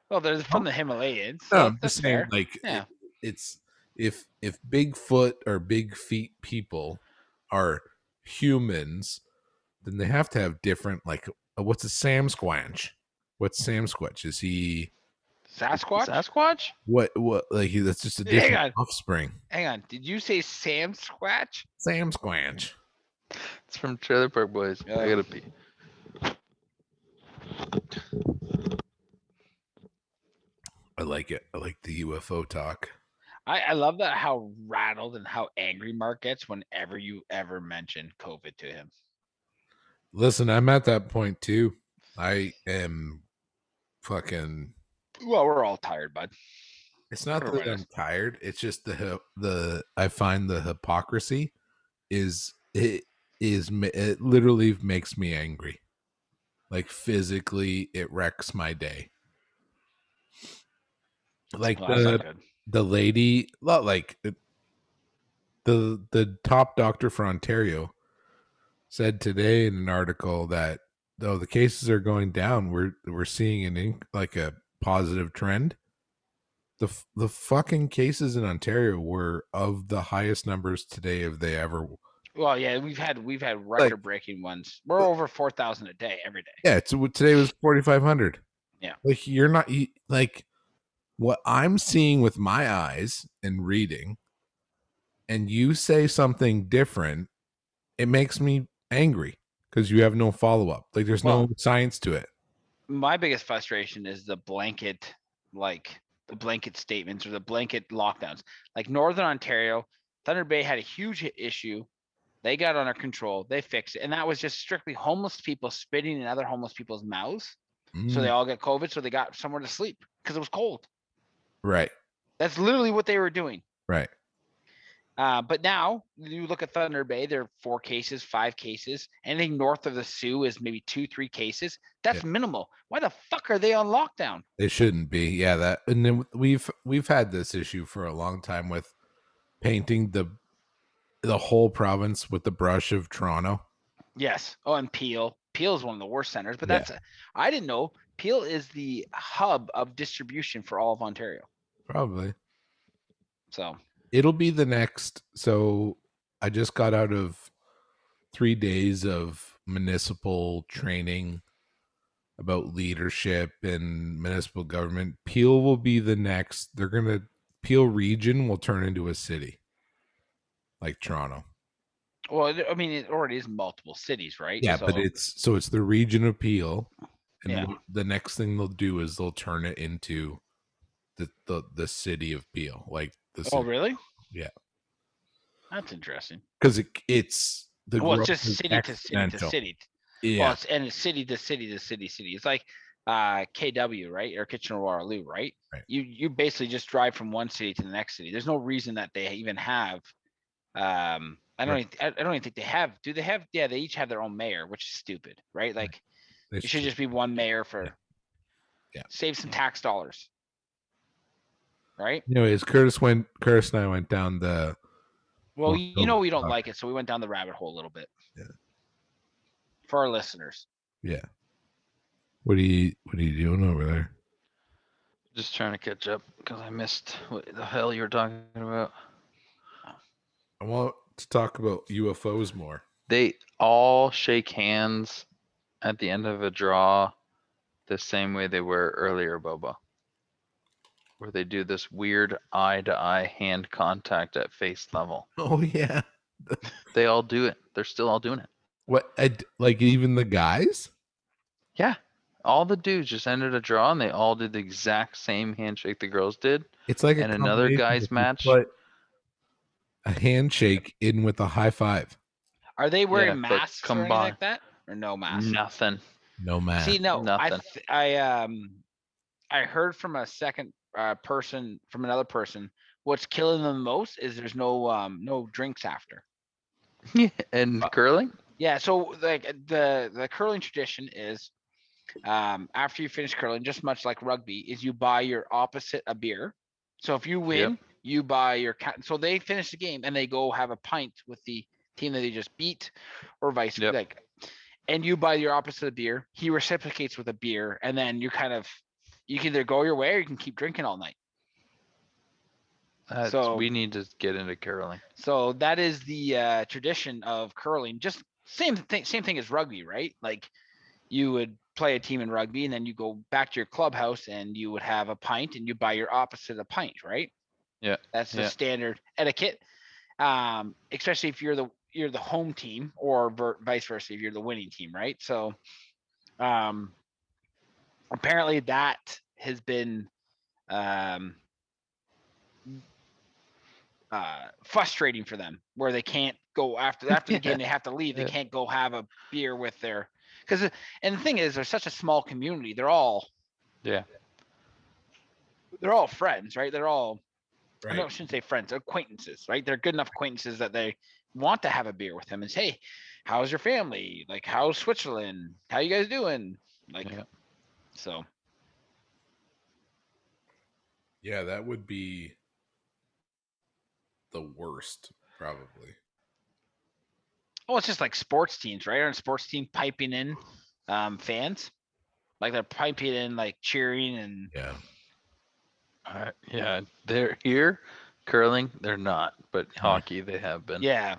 Well, they're from the Himalayas. No, so I'm that's just saying fair. like Yeah. it- it's if if Bigfoot or big feet people are humans, then they have to have different like uh, what's a Sam Squanch? What's Sam Squatch? Is he Sasquatch. Sasquatch? what what like he, that's just a Hang on. different offspring. Hang on, did you say Sam Squatch? Sam Squanch. It's from Trailer Park Boys. I Yeah. gotta pee. I like it. I like the UFO talk. I, I love that how rattled and how angry Mark gets whenever you ever mention COVID to him. Listen, I'm at that point too. I am fucking. Well, we're all tired, bud. It's not Or that what I'm is- tired. It's just the hy- the I find the hypocrisy is it is ma- it literally makes me angry. Like physically, it wrecks my day. Like Well, that's the not good. the lady not like it- the the top doctor for ontario said today in an article that though the cases are going down we're we're seeing an in, like a positive trend the f- the fucking cases in ontario were of the highest numbers today of they ever Well, yeah, we've had we've had record breaking ones. We're over four thousand a day every day. Yeah, it's today was forty five hundred. Yeah. like you're not you, like what I'm seeing with my eyes and reading, and you say something different, it makes me angry because you have no follow up. Like there's no Well- science to it. my biggest frustration is the blanket like the blanket statements or the blanket lockdowns like northern ontario thunder bay had a huge i- issue they got under control they fixed it and that was just strictly homeless people spitting in other homeless people's mouths so they Mm, all got covid so they got somewhere to sleep because it was cold right, that's literally what they were doing right, uh, but now you look at Thunder Bay, there are four cases, five cases. Anything north of the Sioux is maybe two, three cases. That's minimal. Why the fuck are they on lockdown? they shouldn't be. Yeah, that and then we've we've had this issue for a long time with painting the the whole province with the brush of Toronto. Yes. Oh, and Peel. Peel is one of the worst centers, but Yeah. that's I didn't know Peel is the hub of distribution for all of Ontario. Probably. So It'll be the next. So I just got out of three days of municipal training about leadership and municipal government. Peel will be the next. They're going to, Peel region will turn into a city like Toronto. well, it- I mean, it already is multiple cities, right? Yeah, but So- it's so it's the region of Peel, and Yeah. wh- the next thing they'll do is they'll turn it into the the, the city of Peel, like the oh because really? Yeah. That's interesting. it, it's the Well, growth it's just is city to city to exponential. city. Well, Yeah, it's, and it's city to city to city city. It's like uh KW, right? Or Kitchener Waterloo, right? Right. You you basically just drive from one city to the next city. There's no reason that they even have um I don't even, I I don't even think they have. Do they have yeah, they each have their own mayor, which is stupid, right? Like it's it should just- just be one mayor for Yeah. save some tax dollars. Right? anyways. Curtis went. Curtis and I went down the Well, Well, y- so- you know we don't uh, like it, so we went down the rabbit hole a little bit. Yeah. For our listeners. what are you what are you doing over there? Just trying to catch up because I missed what the hell you were talking about. I want to talk about UFOs more. They all shake hands at the end of a draw the same way they were earlier, Boba. Where they do this weird eye to eye hand contact at face level. [LAUGHS] Oh yeah, They all do it. They're still all doing it. what I d like even the guys? Yeah. All the dudes just ended a draw and they all did the exact same handshake the girls did. It's like a And another combination guy's if you match. put a handshake in with a high five. Are they wearing but masks or anything combine- like that? Or no masks? Nothing. [LAUGHS] No man. See, no, I, nothing. th- I, um, I heard from a second uh, person, from another person, what's killing them the most is there's no, um, no drinks after. and Uh, curling? Yeah, so like uh, the the curling tradition is, um, after you finish curling, just much like rugby, is you buy your opposite a beer. So if you win, you buy your cat. So they finish the game and they go have a pint with the team that they just beat, or vice Yep. like. And you buy your opposite a beer. He reciprocates with a beer, and then you kind of you can either go your way or you can keep drinking all night. That's, So- we need to get into curling. So that is the uh, tradition of curling. Just same thing, same thing as rugby, right? Like you would play a team in rugby, and then you go back to your clubhouse, and you would have a pint, and you buy your opposite a pint, right? Yeah, that's the yeah. standard etiquette. Um, especially if you're the you're the home team, or ver- vice versa, if you're the winning team, right? So, um, apparently that has been um, uh, frustrating for them where they can't go [LAUGHS] after after the game they have to leave they Yeah. can't go have a beer with their because and the thing is they're such a small community they're all Yeah. they're all friends right they're all I right. no, I shouldn't say friends, acquaintances, right? They're good enough acquaintances that they want to have a beer with him and say, hey, how's your family? Like, how's Switzerland? How you guys doing? Like, Yeah. so Yeah, that would be the worst, probably. well, it's just like sports teams, right? Aren't sports team piping in um, fans? Like they're piping in, like cheering and Yeah. Uh, yeah, they're here. Curling, they're not, but hockey, they have been. yeah.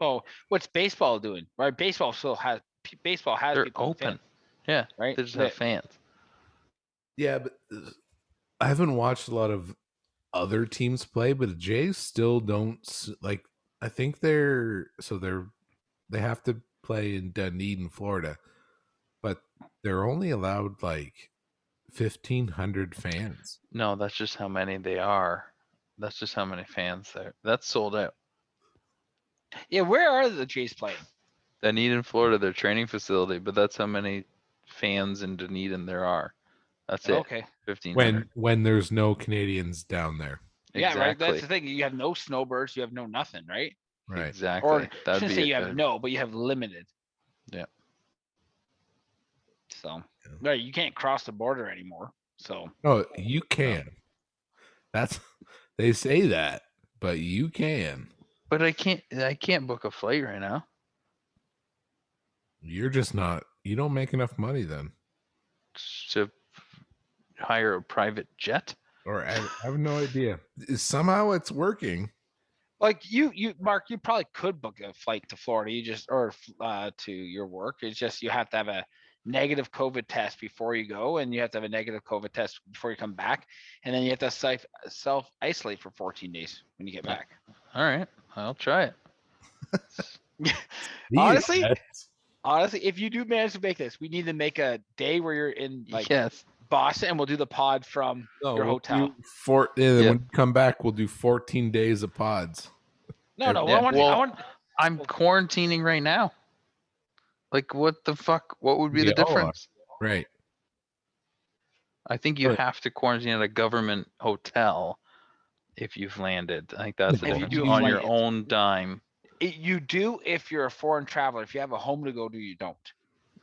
Oh, what's baseball doing? Right, baseball still has p- baseball has they're people with open. fans, Yeah, right? they just They- have fans. Yeah, but uh, I haven't watched a lot of other teams play, but the Jays still don't s- like. I think they're so they're they have to play in Dunedin, Florida, but they're only allowed like fifteen hundred fans. No, that's just how many they are. That's just how many fans there. That's sold out. yeah, where are the Jays playing? Dunedin, Florida, their training facility, but that's how many fans in Dunedin there are. That's it. Okay. Fifteen. When when there's no Canadians down there, Yeah, right. exactly. That's the thing. You have no snowbirds. You have no nothing, right? right? Exactly. Or I That'd shouldn't be say a you have good- no, but you have limited. Yeah. So Yeah. no, you can't cross the border anymore. So No, you can. That's they say that, but you can. But I can't. I can't book a flight right now. You're just not. You don't make enough money then. to hire a private jet. or I, I have no idea. Somehow it's working. Like you, you, Mark, you probably could book a flight to Florida. You just or uh, to your work. It's just you have to have a negative COVID test before you go, and you have to have a negative COVID test before you come back, and then you have to self self isolate for 14 days when you get Yeah. back. All right, I'll try it. Honestly, Honestly, if you do manage to make this, we need to make a day where you're in like yes. Boston, and we'll do the pod from no, your hotel. do Four, yeah, then Yeah. When we come back, we'll do 14 days of pods. No, no, Yeah, I want, I well- want I'm Well- quarantining right now. Like, what the fuck? What would be We the oh, all are. difference? Right. I think you Right. have to quarantine at a government hotel if you've landed. I think that's the If you difference. do on fly your it. own dime. it, you do if you're a foreign traveler. If you have a home to go to, you don't.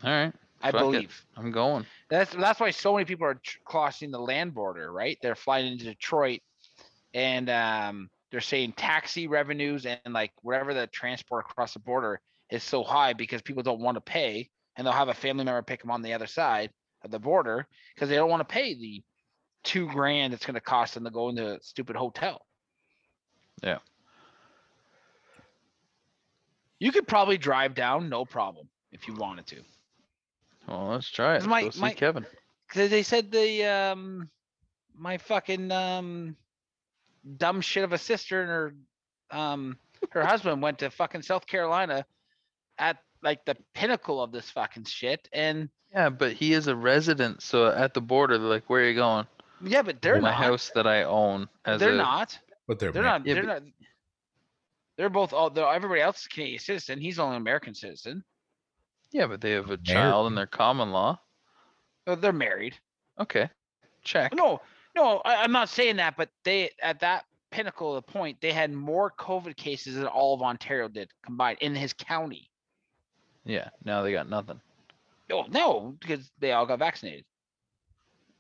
All right, I Fuck it. believe. I'm going. That's that's why so many people are tr- crossing the land border, right? They're flying into Detroit, and um, they're saying taxi revenues and like whatever the transport across the border is so high because people don't want to pay, and they'll have a family member pick them on the other side of the border because they don't want to pay the two grand it's going to cost them to go into a stupid hotel. Yeah. You could probably drive down, no problem, if you wanted to. Well, let's try it. Is my- Go see my- Kevin. Cause they said the um my fucking um dumb shit of a sister and her um her husband went to fucking South Carolina at like the pinnacle of this fucking shit and Yeah, but he is a resident, so at the border, they're like, "Where are you going?" yeah but they're my not house that I own. As they're a, not But they're, they're ma- not Yeah, they're but- not they're both all though everybody else is Canadian citizen he's only American citizen Yeah, but they have a child and they're common law. Uh, they're married Okay, check. No, no, I, I'm not saying that, but they at that pinnacle of the point, they had more COVID cases than all of Ontario did combined in his county. Yeah, now they got nothing. No, no, because they all got vaccinated.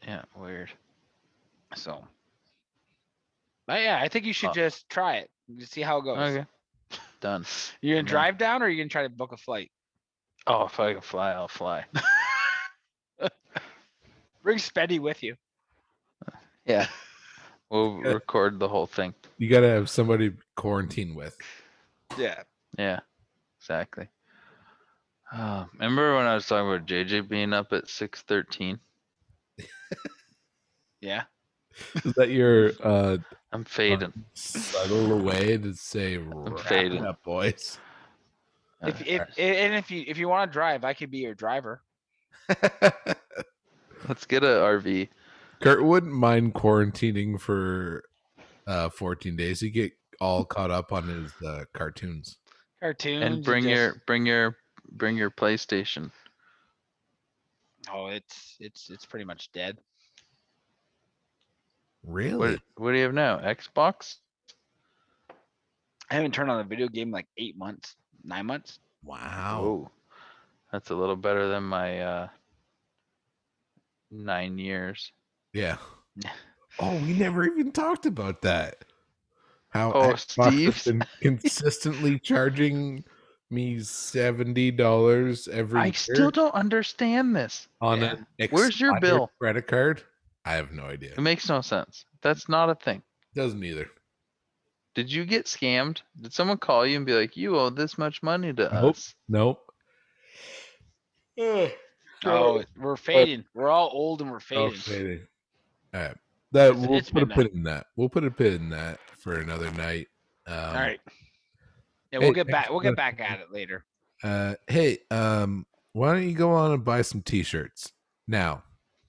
Yeah, weird. So, but yeah, I think you should Huh. just try it and see how it goes. Oh. Okay, done. You're I'm down. gonna drive down, or you're gonna try to book a flight. Oh, if I can fly, I'll fly. Bring Speddy with you. Yeah. [LAUGHS] We'll record the whole thing. you got to have somebody to quarantine with. Yeah. Yeah, exactly. Uh, remember when I was talking about JJ being up at six thirteen? Yeah. Is that your uh, I'm fading. subtle way to say, "Wrap it fading. up, boys? [LAUGHS] If, Uh, if and if you if you want to drive, I could be your driver. Let's get a RV. Kurt wouldn't mind quarantining for uh, 14 days. He'd get all caught up on his uh, cartoons. Cartoons and bring just- your bring your bring your PlayStation. Oh, it's it's it's pretty much dead. Really? What what do you have now? Xbox? I haven't turned on a video game in like eight months, nine months. Wow. Whoa. that's a little better than my uh nine years. Yeah. Oh, we never even talked about that. How Oh, Xbox has Steve's- been consistently charging me seventy dollars every I year still don't understand this. on yeah. an expired Where's your bill? credit card. I have no idea. It makes no sense. That's not a thing. Doesn't either. Did you get scammed? Did someone call you and be like, "You owe this much money to Nope. us"? Nope. [SIGHS] Oh, we're fading. We're all old Oh, and we're fading. Okay. All right. That It's- we'll it's put a midnight. pin in that. We'll put a pin in that for another night. Um, All right. Yeah, we'll hey, get thanks back. We'll for get the- back at [LAUGHS] it later. uh hey um why don't you go on and buy some t-shirts now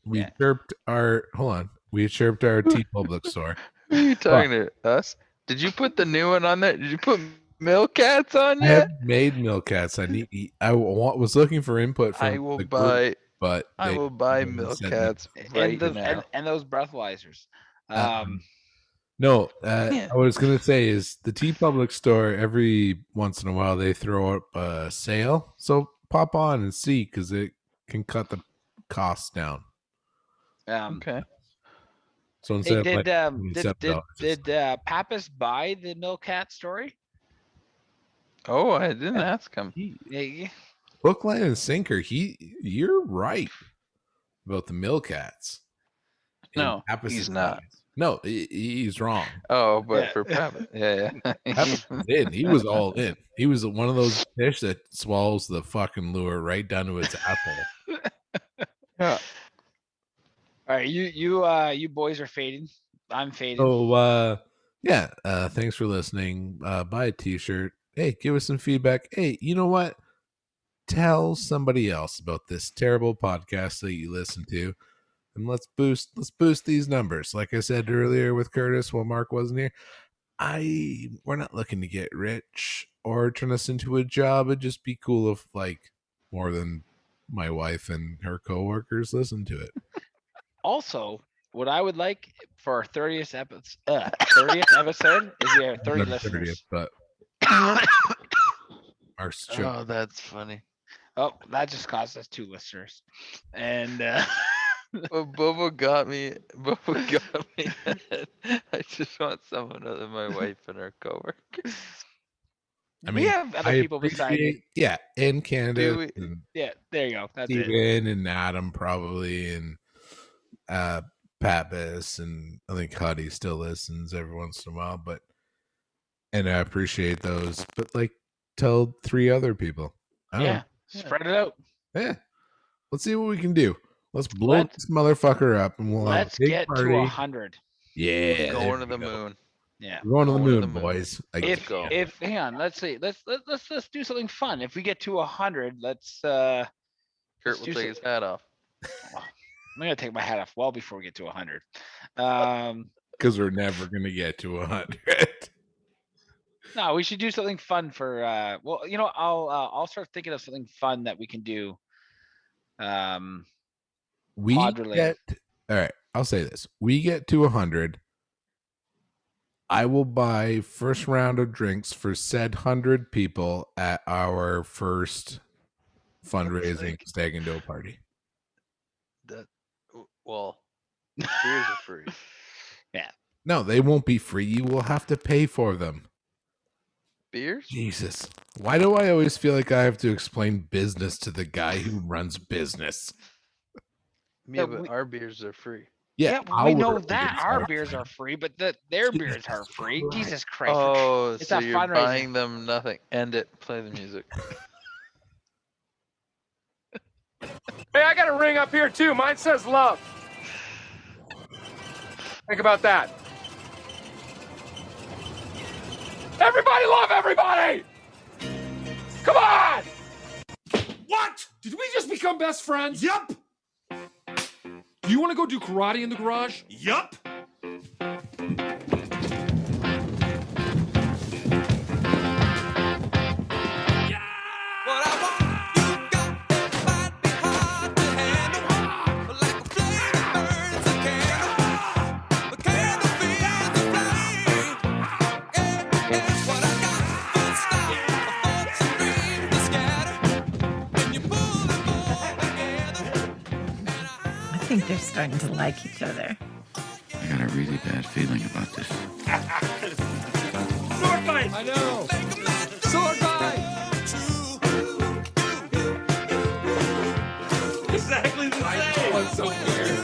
we Yeah. chirped our hold on we chirped [LAUGHS] our t public store [LAUGHS] Who are you talking to? Us? Did you put the new one on there? Did you put Milkcats on i yet? have made milk cats i need i want, was looking for input from I will the group, buy. but I they- will buy haven't milk said cats right and, those, now. and, and those breathalyzers. Um, Um, no uh, Yeah. i was gonna say is the t public store every once in a while they throw up a sale so pop on and see because it can cut the costs down um, okay. so hey, instead of did, like, um, did did $27 did uh, Pappas buy the Milcat story? Oh, I [LAUGHS] didn't ask him. Yeah, yeah. Hook, line, and sinker. He, you're right about the Millcats. No, Apis he's is not. nice. No, he, he's wrong. Oh, but Yeah. for Pep, [LAUGHS] yeah, yeah. [LAUGHS] Pep in. He was all in. He was one of those fish that swallows the fucking lure right down to its apple. All right, you you uh you boys are fading. I'm fading. So uh yeah, uh thanks for listening. Uh buy a t-shirt. Hey, give us some feedback. Hey, you know what? Tell somebody else about this terrible podcast that you listen to. And let's boost let's boost these numbers. Like I said earlier with Curtis while Mark wasn't here. I we're not looking to get rich or turn us into a job. It'd just be cool if like more than my wife and her coworkers listen to it. Also, what I would like for our thirtieth episode, uh, thirtieth episode is your thirty Not 30th, listeners. but [LAUGHS] our show Uh, oh, that's [LAUGHS] funny. Oh, that just cost us two listeners. And uh, [LAUGHS] Well, Bobo got me. [LAUGHS] Bobo got [LAUGHS] me. I just want someone other than my wife and her coworkers. I we mean, have other I people besides. appreciate- yeah, and Candace we- and Yeah, there you go. That's it. Steven and Adam probably and uh Pappas and I think Hottie still listens every once in a while, but and I appreciate those. But like tell three other people. I don't Yeah, Yeah. spread it out. know. Yeah. Let's see what we can do. Let's blow Let's- this motherfucker up and we'll have Let's a big get party. to a hundred. yeah. there Going to we the go. moon. Yeah. We're going to the Going moon, to the moon. boys. Like, If go. if hang on, let's see. Let's let's let's let's do something fun. If we get to a hundred, let's uh Kurt will Let's do take some- his hat off. I'm gonna take my hat off well before we get to a hundred. Um because we're never gonna get to a hundred. No, we should do something fun for. uh Well, you know, I'll uh, I'll start thinking of something fun that we can do. Um, we pod related. get all right i'll say this we get to 100 i will buy first round of drinks for said 100 people at our first fundraising Fundraising. stag and dough party That, w- [LAUGHS] well, beers are free. no they won't be free you will have to pay for them Beers? jesus why do i always feel like i have to explain business to the guy who runs business Yeah, Yeah, but we- our beers are free. yeah, we know our that beers our beers are free, but the, their Jesus beers are free. Christ. Jesus Christ! we're tr- Oh, It's so a you're fundraiser. buying them nothing. End it. Play the music. Hey, I got a ring up here too. Mine says love. Think about that. Everybody love everybody! Come on! What? Did we just become best friends? Yup! Do you want to go do karate in the garage? Yup! What I want, you got that might be hard to handle. Like a flame that burns a candle. A candle feeds the flame. It is what I got. Full stop. A thoughts and dreams that scatter. When you pull them all together. And I I think they're starting to like each other. I got a really bad feeling about this. I know. think a man Sword fight! Exactly the same. What's so weird?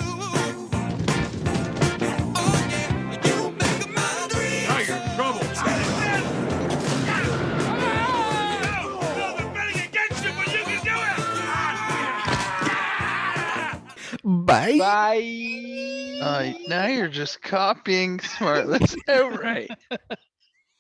Oh yeah, you make a man dream. Now you're in trouble. bye Bye. [LAUGHS] Uh, now you're just copying smart. [LAUGHS] That's outright. what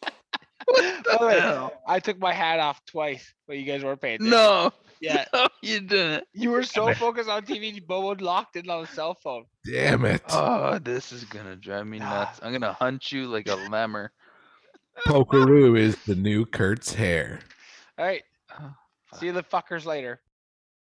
the By the way, hell? I took my hat off twice, but you guys weren't paying. attention. No, [LAUGHS] Yeah, no, you didn't. you [LAUGHS] were so focused on TV, Bobo locked in on a cell phone. damn it Uh, Oh, this is gonna drive me nuts. I'm gonna hunt you like a lemur. pokeroo is the new kurt's hair All right, Oh, see the fuckers later.